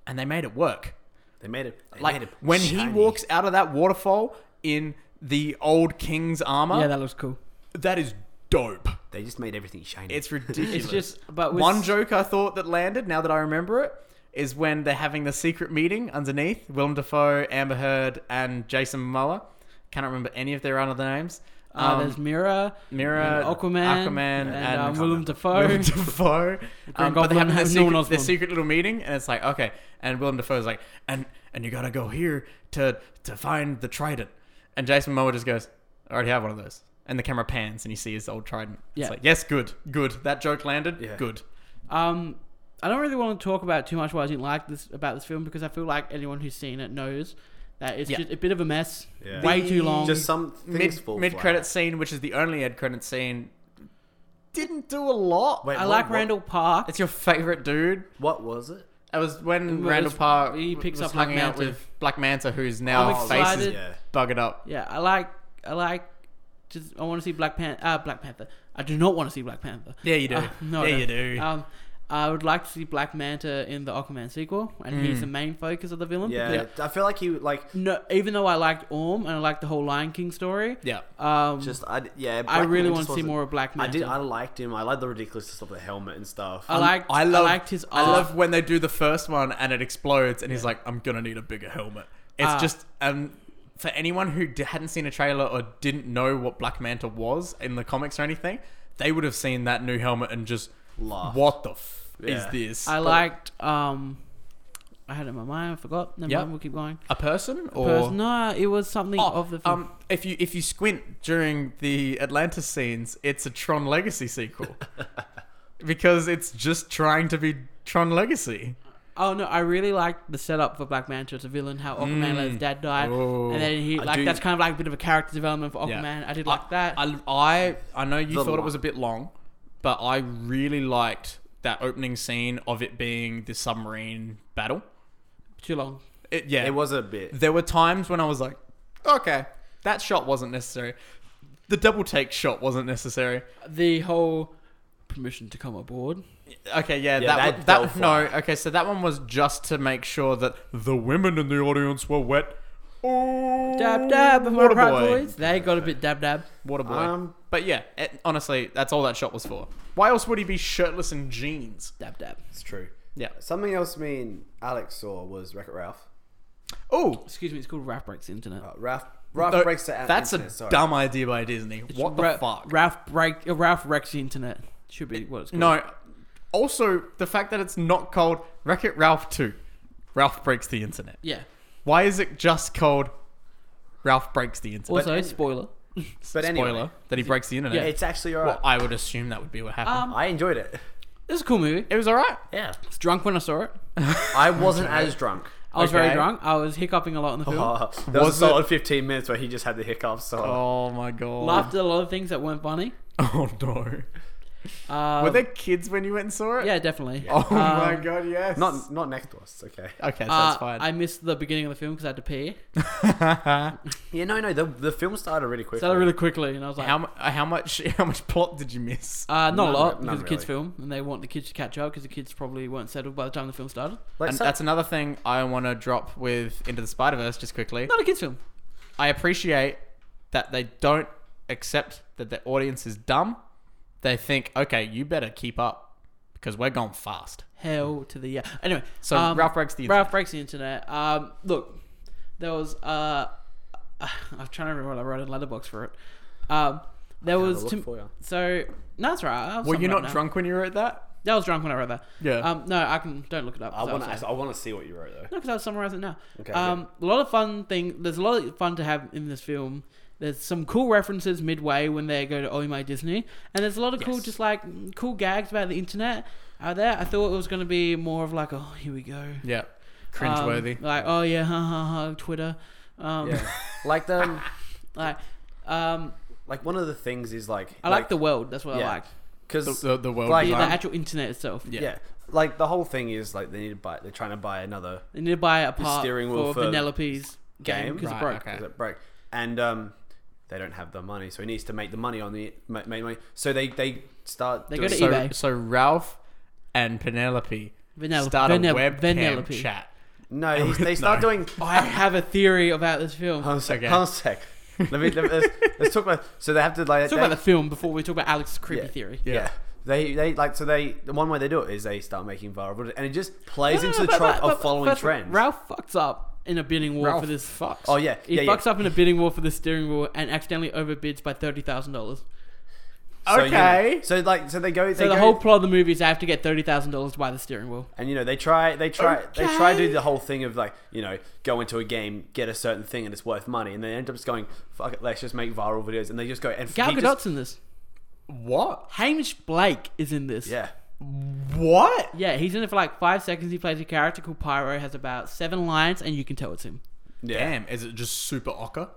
[SPEAKER 2] and they made it work
[SPEAKER 3] They made it. They made
[SPEAKER 2] like
[SPEAKER 3] it
[SPEAKER 2] when he
[SPEAKER 3] shiny.
[SPEAKER 2] walks out of that waterfall in the old king's armor
[SPEAKER 1] yeah that looks cool
[SPEAKER 2] that is dope
[SPEAKER 3] they just made everything shiny.
[SPEAKER 2] it's ridiculous
[SPEAKER 1] it's just but with
[SPEAKER 2] one joke i thought that landed now that i remember it is when they're having the secret meeting underneath willem dafoe amber heard and jason momoa cannot remember any of their other names
[SPEAKER 1] uh,
[SPEAKER 2] um,
[SPEAKER 1] there's Mira
[SPEAKER 2] Mira,
[SPEAKER 1] and Aquaman,
[SPEAKER 2] Aquaman,
[SPEAKER 1] and,
[SPEAKER 2] and-
[SPEAKER 1] um, Willem Dafoe
[SPEAKER 2] Willem Dafoe. Um, but
[SPEAKER 1] Goblin
[SPEAKER 2] they're having their
[SPEAKER 1] has no one
[SPEAKER 2] secret,
[SPEAKER 1] else
[SPEAKER 2] their
[SPEAKER 1] won.
[SPEAKER 2] secret little meeting, and it's like, okay. And Willem Dafoe's like, and and you gotta go here to to find the trident. And Jason Momoa just goes, I already have one of those. And the camera pans, and you see his old trident.
[SPEAKER 1] Yeah.
[SPEAKER 2] It's like, yes, good, good. That joke landed.
[SPEAKER 3] Yeah.
[SPEAKER 2] Good.
[SPEAKER 1] Um, I don't really want to talk about too much what I didn't like this about this film because I feel like anyone who's seen it knows that it's
[SPEAKER 2] Yeah.
[SPEAKER 1] just a bit of a mess,
[SPEAKER 3] Yeah.
[SPEAKER 1] way too long.
[SPEAKER 3] just some things
[SPEAKER 2] Mid
[SPEAKER 3] fall
[SPEAKER 2] mid credit scene, which is the only end credit scene, didn't do a lot.
[SPEAKER 3] Wait,
[SPEAKER 1] I
[SPEAKER 3] what-
[SPEAKER 1] like
[SPEAKER 3] what-
[SPEAKER 1] Randall Park.
[SPEAKER 2] It's your favorite dude.
[SPEAKER 3] What was it?
[SPEAKER 2] It was when
[SPEAKER 1] was-
[SPEAKER 2] Randall Park
[SPEAKER 1] he picks
[SPEAKER 2] was
[SPEAKER 1] up Black
[SPEAKER 2] hanging out
[SPEAKER 1] Manta.
[SPEAKER 2] with Black Manta, whose
[SPEAKER 1] I'm
[SPEAKER 2] now face
[SPEAKER 1] excited.
[SPEAKER 2] is
[SPEAKER 3] yeah.
[SPEAKER 2] buggered up.
[SPEAKER 1] Yeah, I like I like just I want to see Black Pan uh, Black Panther. I do not want to see Black Panther.
[SPEAKER 2] Yeah, you do.
[SPEAKER 1] Uh, no, I
[SPEAKER 2] yeah, you
[SPEAKER 1] don't.
[SPEAKER 2] do.
[SPEAKER 1] Um, I would like to see Black Manta in the Aquaman sequel, and
[SPEAKER 2] Hmm.
[SPEAKER 1] he's the main focus of the villain.
[SPEAKER 3] yeah,
[SPEAKER 1] because-
[SPEAKER 3] I feel like he like
[SPEAKER 1] No, even though I liked Orm and I liked the whole Lion King story.
[SPEAKER 2] yeah.
[SPEAKER 1] Um,
[SPEAKER 3] just I yeah.
[SPEAKER 1] I
[SPEAKER 3] Black
[SPEAKER 1] really
[SPEAKER 3] Manta
[SPEAKER 1] want to see
[SPEAKER 3] wasn't-
[SPEAKER 1] more of Black
[SPEAKER 3] I
[SPEAKER 1] Manta.
[SPEAKER 3] did. I liked him. I liked the ridiculousness of the helmet and stuff.
[SPEAKER 1] I liked. I, liked his.
[SPEAKER 2] um, I
[SPEAKER 1] art.
[SPEAKER 2] love when they do the first one and it explodes, and he's like, "I'm gonna need a bigger helmet." It's
[SPEAKER 1] Ah.
[SPEAKER 2] just um for anyone who d- hadn't seen a trailer or didn't know what Black Manta was in the comics or anything, they would have seen that new helmet and just
[SPEAKER 3] Laughed.
[SPEAKER 2] "What the f is
[SPEAKER 3] Yeah.
[SPEAKER 2] this?"
[SPEAKER 1] I
[SPEAKER 2] But
[SPEAKER 1] liked. Um, I had it in my mind. I forgot. Never
[SPEAKER 2] Yep.
[SPEAKER 1] mind. We'll keep going.
[SPEAKER 2] a person or
[SPEAKER 1] Pers- no, it was something
[SPEAKER 2] Oh,
[SPEAKER 1] of the. Film.
[SPEAKER 2] um, if you if you squint during the Atlantis scenes, it's a Tron Legacy sequel because it's just trying to be Tron Legacy.
[SPEAKER 1] Oh no, I really liked the setup for Black Manta as a villain, how Aquaman let his dad die.
[SPEAKER 2] Hmm. Oh.
[SPEAKER 1] And then he
[SPEAKER 3] I
[SPEAKER 1] like
[SPEAKER 3] do-
[SPEAKER 1] that's kind of like a bit of a character development for
[SPEAKER 2] Yeah.
[SPEAKER 1] Aquaman. Oh, I did like that.
[SPEAKER 2] I, I, I know you
[SPEAKER 3] The
[SPEAKER 2] thought it
[SPEAKER 3] li-
[SPEAKER 2] was a bit long, but I really liked that opening scene of it being the submarine battle.
[SPEAKER 1] Too long.
[SPEAKER 2] It, yeah,
[SPEAKER 3] it was a bit.
[SPEAKER 2] There were times when I was like, okay, that shot wasn't necessary. The double take shot wasn't necessary.
[SPEAKER 1] The whole permission to come aboard.
[SPEAKER 2] Okay, yeah,
[SPEAKER 3] Yeah,
[SPEAKER 2] that
[SPEAKER 3] that
[SPEAKER 2] that, that
[SPEAKER 3] fell
[SPEAKER 2] no. Okay, so that one was just to make sure that the women in the audience were wet. Oh,
[SPEAKER 1] Dab dab, my
[SPEAKER 2] water
[SPEAKER 1] proud
[SPEAKER 2] boy.
[SPEAKER 1] boys. They got a bit dab dab.
[SPEAKER 2] Water boy.
[SPEAKER 3] Um,
[SPEAKER 2] but yeah, it, honestly, that's all that shot was for. Why else would he be shirtless and jeans?
[SPEAKER 1] Dab dab.
[SPEAKER 3] It's true.
[SPEAKER 2] Yeah.
[SPEAKER 3] Something else me and Alex saw was Wreck-It Ralph.
[SPEAKER 2] Oh,
[SPEAKER 1] Excuse me, it's called Ralph Breaks the Internet.
[SPEAKER 3] Uh, Ralph. Ralph
[SPEAKER 2] No,
[SPEAKER 3] breaks the
[SPEAKER 2] That's
[SPEAKER 3] internet,
[SPEAKER 2] a
[SPEAKER 3] sorry.
[SPEAKER 2] dumb idea by Disney. what the
[SPEAKER 1] Ra-
[SPEAKER 2] fuck?
[SPEAKER 1] Ralph break uh, Ralph Wrecks the Internet. Should be what it's called.
[SPEAKER 2] no. Also, the fact that it's not called Wreck It Ralph 2, Ralph Breaks the Internet.
[SPEAKER 1] Yeah.
[SPEAKER 2] Why is it just called Ralph Breaks the Internet?
[SPEAKER 1] Also, spoiler.
[SPEAKER 3] But
[SPEAKER 2] Spoiler
[SPEAKER 3] anyway,
[SPEAKER 2] that he breaks the internet.
[SPEAKER 1] Yeah.
[SPEAKER 3] it's actually alright.
[SPEAKER 2] Well, I would assume that would be what happened.
[SPEAKER 1] Um,
[SPEAKER 3] I enjoyed it.
[SPEAKER 1] this is a cool movie.
[SPEAKER 2] it was alright.
[SPEAKER 3] Yeah.
[SPEAKER 1] I was drunk when I saw it.
[SPEAKER 3] I wasn't as drunk.
[SPEAKER 1] I was very
[SPEAKER 2] Okay. Oh.
[SPEAKER 1] drunk. I was hiccuping a lot in the film.
[SPEAKER 3] Uh, there was,
[SPEAKER 2] Was
[SPEAKER 3] a solid 15 minutes where he just had the hiccups. So
[SPEAKER 2] Oh my god.
[SPEAKER 1] Laughed at a lot of things that weren't funny.
[SPEAKER 2] Oh no.
[SPEAKER 1] Um,
[SPEAKER 2] Were there kids when you went and saw it?
[SPEAKER 1] Yeah, definitely.
[SPEAKER 2] Oh my
[SPEAKER 1] Um,
[SPEAKER 2] god, yes.
[SPEAKER 3] not not next to us. Okay.
[SPEAKER 2] Okay, so
[SPEAKER 1] Uh,
[SPEAKER 2] that's fine.
[SPEAKER 1] I missed the beginning of the film because I had to pee.
[SPEAKER 3] Yeah, no, no. The, the film started really quickly.
[SPEAKER 1] So really quickly, and I was like,
[SPEAKER 2] how, mu- uh, how much how much plot did you miss?
[SPEAKER 1] uh, not a
[SPEAKER 3] Not
[SPEAKER 1] lot
[SPEAKER 3] re-
[SPEAKER 1] because
[SPEAKER 3] not
[SPEAKER 1] it's a kids'
[SPEAKER 3] really.
[SPEAKER 1] film, and they want the kids to catch up because the kids probably weren't settled by the time the film started.
[SPEAKER 3] Like,
[SPEAKER 2] and
[SPEAKER 3] some-
[SPEAKER 2] that's another thing I want to drop with Into the Spider Verse just quickly.
[SPEAKER 1] Not a kids' film.
[SPEAKER 2] I appreciate that they don't accept that the audience is dumb. They think, okay, you better keep up because we're going fast.
[SPEAKER 1] Hell to the yeah. Anyway,
[SPEAKER 2] So
[SPEAKER 1] um,
[SPEAKER 2] Ralph breaks the
[SPEAKER 1] Ralph breaks the internet. Um, look, there was uh, I'm trying to remember what I wrote in Letterbox for it. Um, there
[SPEAKER 3] have a
[SPEAKER 1] was
[SPEAKER 3] look
[SPEAKER 1] to-
[SPEAKER 3] for ya.
[SPEAKER 1] so no, that's right. I have
[SPEAKER 2] Were you
[SPEAKER 1] something
[SPEAKER 2] not
[SPEAKER 1] right now.
[SPEAKER 2] drunk when you wrote that?
[SPEAKER 1] That was drunk when I wrote that.
[SPEAKER 2] Yeah.
[SPEAKER 1] Um, no, I can don't look it up.
[SPEAKER 3] I
[SPEAKER 1] 'cause was
[SPEAKER 3] want
[SPEAKER 1] like-
[SPEAKER 3] to. I want to see what you wrote though.
[SPEAKER 1] No, because I'll summarize it now.
[SPEAKER 3] Okay,
[SPEAKER 1] Um, a lot of fun thing. There's a lot of fun to have in this film. There's some cool references midway when they go to Oh My Disney, and there's a lot of cool,
[SPEAKER 2] Yes.
[SPEAKER 1] just like mm, cool gags about the internet out there. I thought it was going to be more of like, oh, here we go,
[SPEAKER 2] Yeah.
[SPEAKER 1] Um,
[SPEAKER 2] Cringeworthy.
[SPEAKER 1] like, oh yeah, ha ha ha, Twitter. Um,
[SPEAKER 3] Yeah. like the
[SPEAKER 1] like, um,
[SPEAKER 3] like one of the things is like
[SPEAKER 1] I like, the world. That's what I
[SPEAKER 3] yeah.
[SPEAKER 1] like.
[SPEAKER 2] the,
[SPEAKER 3] because
[SPEAKER 2] the, the world.
[SPEAKER 1] The,
[SPEAKER 3] Like-
[SPEAKER 1] the
[SPEAKER 2] design.
[SPEAKER 1] actual internet itself.
[SPEAKER 2] yeah.
[SPEAKER 3] yeah. like the whole thing is like they need to buy. They're trying to buy another
[SPEAKER 1] They need to buy a part
[SPEAKER 3] steering
[SPEAKER 1] for,
[SPEAKER 3] wheel for
[SPEAKER 1] Penelope's game
[SPEAKER 3] game?
[SPEAKER 1] because
[SPEAKER 2] Right,
[SPEAKER 1] it broke.
[SPEAKER 2] okay.
[SPEAKER 3] because it broke, and um, they don't have the money, so he needs to make the money on the ma- make money. So they they start.
[SPEAKER 1] They
[SPEAKER 3] doing,
[SPEAKER 1] go to
[SPEAKER 2] so,
[SPEAKER 1] eBay.
[SPEAKER 2] so Ralph and Penelope
[SPEAKER 1] Vanell-
[SPEAKER 2] start a
[SPEAKER 1] Vanell-
[SPEAKER 2] webcam
[SPEAKER 1] Vanellope.
[SPEAKER 2] chat.
[SPEAKER 3] no, they, they start doing.
[SPEAKER 1] I have a theory about this film.
[SPEAKER 3] Hold on a sec.
[SPEAKER 2] Okay.
[SPEAKER 3] Hold on a sec. Let me, let me- let's, let's talk about. So they have to like
[SPEAKER 1] Let's talk
[SPEAKER 3] they-
[SPEAKER 1] about the film before we talk about Alex's creepy
[SPEAKER 3] Yeah.
[SPEAKER 1] theory.
[SPEAKER 3] Yeah. They, they like so they the one way they do it is they start making viral videos, and it just plays
[SPEAKER 1] No, no,
[SPEAKER 3] into
[SPEAKER 1] no,
[SPEAKER 3] the
[SPEAKER 1] but-
[SPEAKER 3] trope
[SPEAKER 1] but-
[SPEAKER 3] of
[SPEAKER 1] but
[SPEAKER 3] following
[SPEAKER 1] first,
[SPEAKER 3] trends.
[SPEAKER 1] Ralph fucks up in a bidding war
[SPEAKER 2] Ralph
[SPEAKER 1] for this.
[SPEAKER 2] fucks.
[SPEAKER 3] oh yeah,
[SPEAKER 1] He
[SPEAKER 3] yeah, yeah.
[SPEAKER 1] fucks up in a bidding war for the steering wheel and accidentally overbids by thirty thousand dollars.
[SPEAKER 3] So, you know,
[SPEAKER 2] Okay.
[SPEAKER 3] so like so they go they
[SPEAKER 1] So the
[SPEAKER 3] go,
[SPEAKER 1] whole plot of the movie is they have to get thirty thousand dollars to buy the steering wheel.
[SPEAKER 3] and you know they try they try they try to
[SPEAKER 1] Okay.
[SPEAKER 3] do the whole thing of like you know go into a game get a certain thing and it's worth money, and they end up just going fuck it, let's just make viral videos, and they just go and
[SPEAKER 1] Gal
[SPEAKER 3] he
[SPEAKER 1] Gadot's
[SPEAKER 3] just,
[SPEAKER 1] in this.
[SPEAKER 2] What?
[SPEAKER 1] Hamish Blake is in this.
[SPEAKER 3] yeah.
[SPEAKER 2] What?
[SPEAKER 1] Yeah, he's in it for like five seconds. He plays a character called Pyro, has about seven lines, and you can tell it's him.
[SPEAKER 3] yeah.
[SPEAKER 2] Damn, is it just super ochre?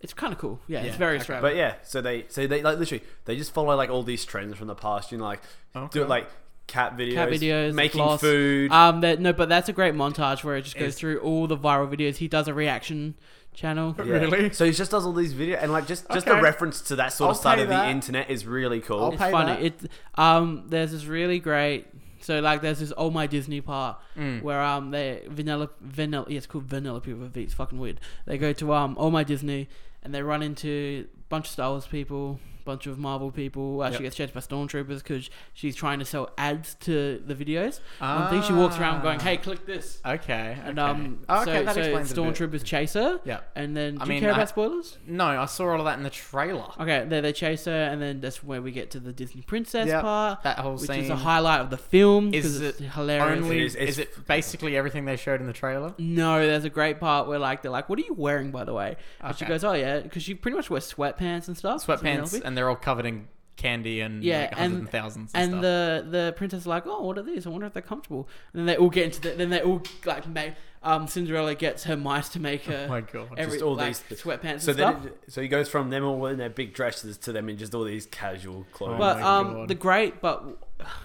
[SPEAKER 1] It's kind of cool. Yeah, it's
[SPEAKER 2] Yeah,
[SPEAKER 1] very
[SPEAKER 2] okay.
[SPEAKER 1] Australian.
[SPEAKER 3] But yeah, so they so they like literally they just follow like all these trends from the past, you know, like
[SPEAKER 2] Okay.
[SPEAKER 3] do it like cat videos,
[SPEAKER 1] cat videos,
[SPEAKER 3] making
[SPEAKER 1] floss.
[SPEAKER 3] food.
[SPEAKER 1] Um, that no, but that's a great montage where it just goes
[SPEAKER 3] It's-
[SPEAKER 1] through all the viral videos. He does a reaction channel.
[SPEAKER 3] Yeah.
[SPEAKER 2] Really?
[SPEAKER 3] So he just does all these videos, and like just just
[SPEAKER 2] Okay.
[SPEAKER 3] the reference to that sort of
[SPEAKER 2] I'll
[SPEAKER 3] side
[SPEAKER 2] pay
[SPEAKER 3] of
[SPEAKER 2] that.
[SPEAKER 3] the internet is really cool.
[SPEAKER 2] I'll
[SPEAKER 1] It's
[SPEAKER 2] pay
[SPEAKER 1] funny.
[SPEAKER 2] that.
[SPEAKER 1] It's um, there's this really great. So like, there's this Oh My Disney part
[SPEAKER 2] Hmm. Mm.
[SPEAKER 1] where um, they vanilla vanilla. Yeah, it's called vanilla people with a V. It's fucking weird. They go to um, Oh My Disney and they run into a bunch of Star Wars people, bunch of Marvel people. Uh, She gets chased by stormtroopers because she's trying to sell ads to the videos. And I think she walks around going,
[SPEAKER 2] Ah.
[SPEAKER 1] "Hey, click this."
[SPEAKER 2] Okay.
[SPEAKER 1] And
[SPEAKER 2] okay.
[SPEAKER 1] um,
[SPEAKER 2] Oh, okay,
[SPEAKER 1] so,
[SPEAKER 2] that
[SPEAKER 1] so
[SPEAKER 2] explains it a bit.
[SPEAKER 1] stormtroopers chase her.
[SPEAKER 2] Yeah.
[SPEAKER 1] And then, do
[SPEAKER 2] I
[SPEAKER 1] you
[SPEAKER 2] mean,
[SPEAKER 1] care
[SPEAKER 2] I-
[SPEAKER 1] about spoilers?
[SPEAKER 2] No, I saw all of that in the trailer.
[SPEAKER 1] Okay, they they chase her, and then that's where we get to the Disney princess
[SPEAKER 2] Yep,
[SPEAKER 1] part.
[SPEAKER 2] that whole
[SPEAKER 1] which
[SPEAKER 2] scene.
[SPEAKER 1] is a highlight of the film because
[SPEAKER 2] Is
[SPEAKER 1] it's
[SPEAKER 2] it
[SPEAKER 1] hilarious.
[SPEAKER 2] Only
[SPEAKER 3] It is- it's-
[SPEAKER 2] is it basically everything they showed in the trailer?
[SPEAKER 1] no, there's a great part where like they're like, "What are you wearing, by the way?" And she
[SPEAKER 2] Okay.
[SPEAKER 1] goes, "Oh yeah," because she pretty much wears sweatpants and stuff. It's an
[SPEAKER 2] Sweatpants,
[SPEAKER 1] outfit.
[SPEAKER 2] and they're all covered in candy and
[SPEAKER 1] Yeah,
[SPEAKER 2] like, hundreds
[SPEAKER 1] and-
[SPEAKER 2] and, thousands and,
[SPEAKER 1] And
[SPEAKER 2] stuff.
[SPEAKER 1] the the princess is like, "Oh, what are these? I wonder if they're comfortable." And then they all get into the. Then they all like make. Um, Cinderella gets her mice to make her.
[SPEAKER 2] Oh my God.
[SPEAKER 1] every,
[SPEAKER 3] Just all
[SPEAKER 1] like,
[SPEAKER 3] these-
[SPEAKER 1] sweatpants
[SPEAKER 3] so
[SPEAKER 1] and stuff.
[SPEAKER 3] then, it- so he goes from them all in their big dresses to them in just all these casual clothes.
[SPEAKER 1] But
[SPEAKER 2] oh my
[SPEAKER 1] um,
[SPEAKER 2] God.
[SPEAKER 1] the great, but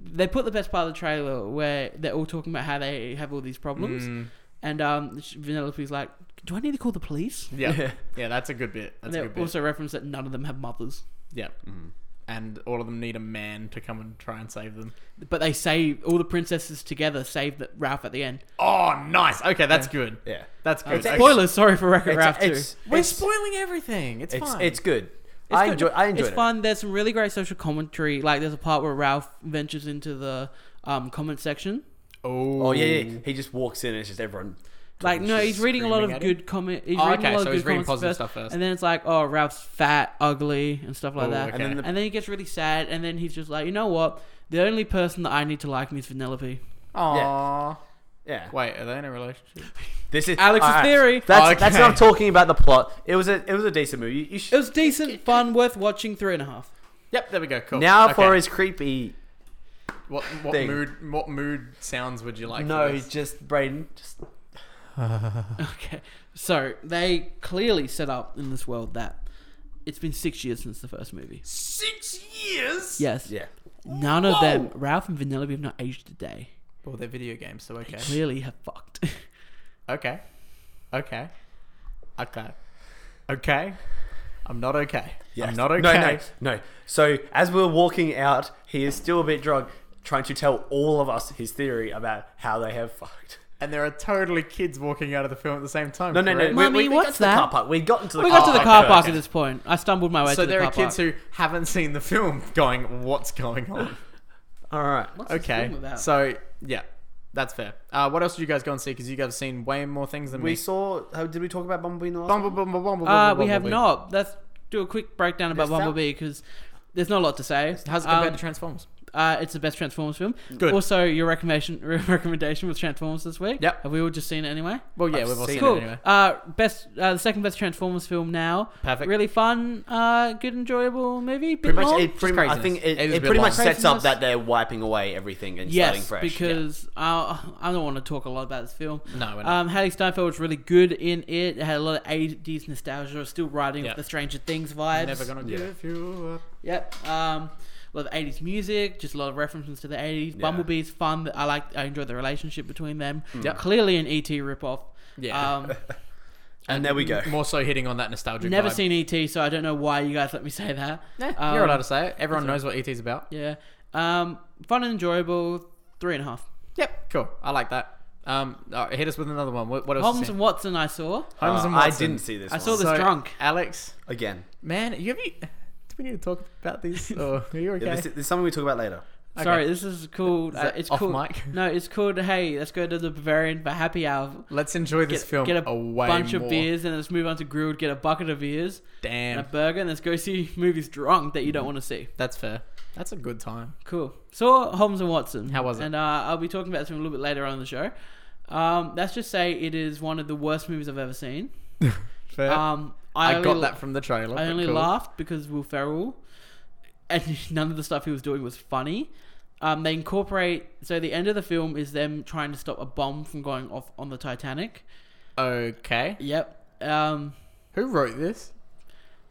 [SPEAKER 1] they put the best part of the trailer where they're all talking about how they have all these problems,
[SPEAKER 2] Mm.
[SPEAKER 1] and um, sh- Vanellope's like, "Do I need to call the police?"
[SPEAKER 2] yeah. yeah,
[SPEAKER 3] Yeah.
[SPEAKER 2] that's a good bit.
[SPEAKER 1] And
[SPEAKER 2] That's a
[SPEAKER 1] they
[SPEAKER 2] good bit.
[SPEAKER 1] also reference that none of them have mothers,
[SPEAKER 2] yeah, and all of them need a man to come and try and save them.
[SPEAKER 1] but they save all the princesses together save the, Ralph at the end.
[SPEAKER 2] Oh, nice. Okay, that's good.
[SPEAKER 3] yeah,
[SPEAKER 2] That's good.
[SPEAKER 3] It's-
[SPEAKER 1] Spoilers, sorry for Wreck-It
[SPEAKER 3] it's
[SPEAKER 1] Ralph
[SPEAKER 3] it's,
[SPEAKER 1] too.
[SPEAKER 3] it's,
[SPEAKER 2] We're
[SPEAKER 3] it's,
[SPEAKER 2] spoiling everything. It's,
[SPEAKER 3] it's,
[SPEAKER 2] fine.
[SPEAKER 3] it's good.
[SPEAKER 1] It's
[SPEAKER 3] I
[SPEAKER 1] good.
[SPEAKER 3] enjoy. I enjoyed
[SPEAKER 1] It's
[SPEAKER 3] it.
[SPEAKER 1] fun. There's some really great social commentary. Like there's a part where Ralph ventures into the um, comment section.
[SPEAKER 3] Oh yeah, yeah, he just walks in and it's just everyone.
[SPEAKER 1] Like no,
[SPEAKER 2] She's
[SPEAKER 1] he's reading a lot of
[SPEAKER 2] screaming at
[SPEAKER 1] good comment. He's
[SPEAKER 2] Oh,
[SPEAKER 1] reading
[SPEAKER 2] okay,
[SPEAKER 1] a lot
[SPEAKER 2] so
[SPEAKER 1] of
[SPEAKER 2] he's
[SPEAKER 1] good
[SPEAKER 2] reading
[SPEAKER 1] comments
[SPEAKER 2] positive
[SPEAKER 1] first,
[SPEAKER 2] stuff first.
[SPEAKER 1] and then it's like, oh, Ralph's fat, ugly, and stuff like
[SPEAKER 2] Oh,
[SPEAKER 1] that.
[SPEAKER 2] okay.
[SPEAKER 1] And,
[SPEAKER 3] And
[SPEAKER 1] then
[SPEAKER 3] then the-
[SPEAKER 1] he gets really sad, and then he's just like, you know what? The only person that I need to like me is Vanellope.
[SPEAKER 2] Aww.
[SPEAKER 3] Yeah,
[SPEAKER 2] Wait, are they in a relationship?
[SPEAKER 3] this is
[SPEAKER 1] Alex's
[SPEAKER 3] alright,
[SPEAKER 1] theory.
[SPEAKER 3] That's
[SPEAKER 2] Okay.
[SPEAKER 3] that's not talking about the plot. It was a it was a decent movie. You
[SPEAKER 1] It
[SPEAKER 3] should,
[SPEAKER 1] was decent, fun, worth watching. Three and a half.
[SPEAKER 2] Yep, there we go. Cool.
[SPEAKER 3] now
[SPEAKER 2] Okay.
[SPEAKER 3] for his creepy.
[SPEAKER 2] what, what
[SPEAKER 3] thing.
[SPEAKER 2] mood? What mood sounds would you like?
[SPEAKER 3] no,
[SPEAKER 2] for
[SPEAKER 3] he's
[SPEAKER 2] this?
[SPEAKER 3] just Braden. Just
[SPEAKER 1] Okay, so they clearly set up in this world that it's been six years since the first movie.
[SPEAKER 2] six years.
[SPEAKER 1] Yes.
[SPEAKER 3] yeah.
[SPEAKER 1] None of them, Ralph and Vanellope, have not aged a day.
[SPEAKER 2] Well, they're video games, so okay.
[SPEAKER 1] Clearly, have fucked.
[SPEAKER 2] Okay. Okay. Okay. Okay. I'm not okay. I'm not okay.
[SPEAKER 3] No, no, no. So as we we're walking out, he is still a bit drunk, trying to tell all of us his theory about how they have fucked.
[SPEAKER 2] And there are totally kids walking out of the film at the same time.
[SPEAKER 3] No, no, no.
[SPEAKER 2] correct?
[SPEAKER 3] we-
[SPEAKER 1] Mummy,
[SPEAKER 3] we, we
[SPEAKER 1] what's
[SPEAKER 3] got to
[SPEAKER 1] that?
[SPEAKER 3] The car park. We got into the
[SPEAKER 1] we
[SPEAKER 3] car
[SPEAKER 1] got to the
[SPEAKER 3] park.
[SPEAKER 1] car park
[SPEAKER 3] Okay.
[SPEAKER 1] at this point. I stumbled my way
[SPEAKER 2] oh, So
[SPEAKER 1] to the
[SPEAKER 2] there
[SPEAKER 1] car
[SPEAKER 2] are kids
[SPEAKER 1] park.
[SPEAKER 2] who haven't seen the film going, what's going on?
[SPEAKER 3] All right.
[SPEAKER 1] What's this
[SPEAKER 2] Okay.
[SPEAKER 1] film about?
[SPEAKER 2] So, yeah, that's fair. Uh, what else did you guys go and see? Because you guys have seen way more things than
[SPEAKER 3] We
[SPEAKER 2] me.
[SPEAKER 3] saw. How did we talk about Bumblebee? in the last
[SPEAKER 2] Bumble, bumble, bumble,
[SPEAKER 1] Uh,
[SPEAKER 2] bumble,
[SPEAKER 1] we have
[SPEAKER 2] bumble.
[SPEAKER 1] not. Let's do a quick breakdown about
[SPEAKER 3] There's that-
[SPEAKER 1] Bumblebee because there's not a lot to say.
[SPEAKER 2] How's it
[SPEAKER 1] Um,
[SPEAKER 2] compared to Transformers?
[SPEAKER 1] uh, it's the best Transformers film.
[SPEAKER 2] Good.
[SPEAKER 1] Also, your recommendation recommendation was Transformers this week.
[SPEAKER 2] Yep.
[SPEAKER 1] Have we all just seen it anyway?
[SPEAKER 2] Well, yeah,
[SPEAKER 3] I've
[SPEAKER 2] we've all
[SPEAKER 3] seen
[SPEAKER 2] seen
[SPEAKER 3] it.
[SPEAKER 1] Cool.
[SPEAKER 2] it anyway.
[SPEAKER 1] Uh, best uh, the second best Transformers film now.
[SPEAKER 2] Perfect.
[SPEAKER 1] Really fun. Uh, good, enjoyable movie. Bit
[SPEAKER 3] Pretty much,
[SPEAKER 1] long.
[SPEAKER 3] it pretty,
[SPEAKER 2] craziness.
[SPEAKER 3] I think it,
[SPEAKER 2] It
[SPEAKER 3] it,
[SPEAKER 2] was a bit
[SPEAKER 3] pretty much
[SPEAKER 2] long.
[SPEAKER 3] sets up
[SPEAKER 1] Craziness.
[SPEAKER 3] that they're wiping away everything and starting
[SPEAKER 1] Yes,
[SPEAKER 3] fresh.
[SPEAKER 1] because uh, I don't want to talk a lot about this film.
[SPEAKER 2] No, we're not.
[SPEAKER 1] um, Haley Steinfeld was really good in it. It had a lot of '80s nostalgia. Still riding
[SPEAKER 2] Yep.
[SPEAKER 1] with the Stranger Things vibes.
[SPEAKER 2] Never gonna give you up.
[SPEAKER 1] Yep. Um, a lot of eighties music, just a lot of references to the eighties. Bumblebee's fun. I like. I enjoy the relationship between them. Clearly an ET ripoff.
[SPEAKER 2] Hmm. Yeah.
[SPEAKER 1] Um,
[SPEAKER 3] Yeah. and there we go.
[SPEAKER 2] More so hitting on that nostalgic
[SPEAKER 1] never
[SPEAKER 2] vibe.
[SPEAKER 1] seen ET, so I don't know why you guys let me say that.
[SPEAKER 2] Eh,
[SPEAKER 1] Um,
[SPEAKER 2] you're allowed to say it. Everyone knows what ET's about.
[SPEAKER 1] Yeah. Um, fun and enjoyable. Three and a half.
[SPEAKER 2] Yep, cool. I like that. Um, all right, hit us with another one. What, what else? you
[SPEAKER 1] Holmes
[SPEAKER 2] seen?
[SPEAKER 1] and Watson. I saw.
[SPEAKER 2] Holmes and
[SPEAKER 3] Uh, I
[SPEAKER 2] Watson.
[SPEAKER 3] didn't see this.
[SPEAKER 1] I
[SPEAKER 3] one.
[SPEAKER 1] saw this
[SPEAKER 2] So,
[SPEAKER 1] drunk.
[SPEAKER 2] Alex,
[SPEAKER 3] again.
[SPEAKER 2] man, you have you? Do we need to talk about these? Or are you okay?
[SPEAKER 3] Yeah, this, is- this is something we talk about later.
[SPEAKER 2] Okay.
[SPEAKER 1] Sorry, this is called. uh,
[SPEAKER 2] that
[SPEAKER 1] it's
[SPEAKER 2] off
[SPEAKER 1] called.
[SPEAKER 2] mic?
[SPEAKER 1] No, it's called. Hey, let's go to the Bavarian for happy hour.
[SPEAKER 2] Let's enjoy this
[SPEAKER 1] Get,
[SPEAKER 2] film
[SPEAKER 1] get a
[SPEAKER 2] away
[SPEAKER 1] bunch
[SPEAKER 2] more.
[SPEAKER 1] of beers and let's move on to grilled. Get a bucket of beers.
[SPEAKER 2] Damn, Mm-hmm.
[SPEAKER 1] and a burger and let's go see movies drunk that you don't want to see.
[SPEAKER 2] that's fair. That's a good time.
[SPEAKER 1] Cool. Saw Holmes and Watson.
[SPEAKER 2] How was it?
[SPEAKER 1] And uh, I'll be talking about this a little bit later on in the show. Um, let's just say it is one of the worst movies I've ever seen.
[SPEAKER 2] Fair.
[SPEAKER 1] Um,
[SPEAKER 2] I,
[SPEAKER 1] only,
[SPEAKER 2] got that from the trailer.
[SPEAKER 1] I
[SPEAKER 2] but
[SPEAKER 1] only
[SPEAKER 2] cool.
[SPEAKER 1] laughed because Will Ferrell and none of the stuff he was doing was funny. Um, they incorporate so the end of the film is them trying to stop a bomb from going off on the Titanic.
[SPEAKER 2] Okay,
[SPEAKER 1] Yep. Um,
[SPEAKER 2] who wrote this?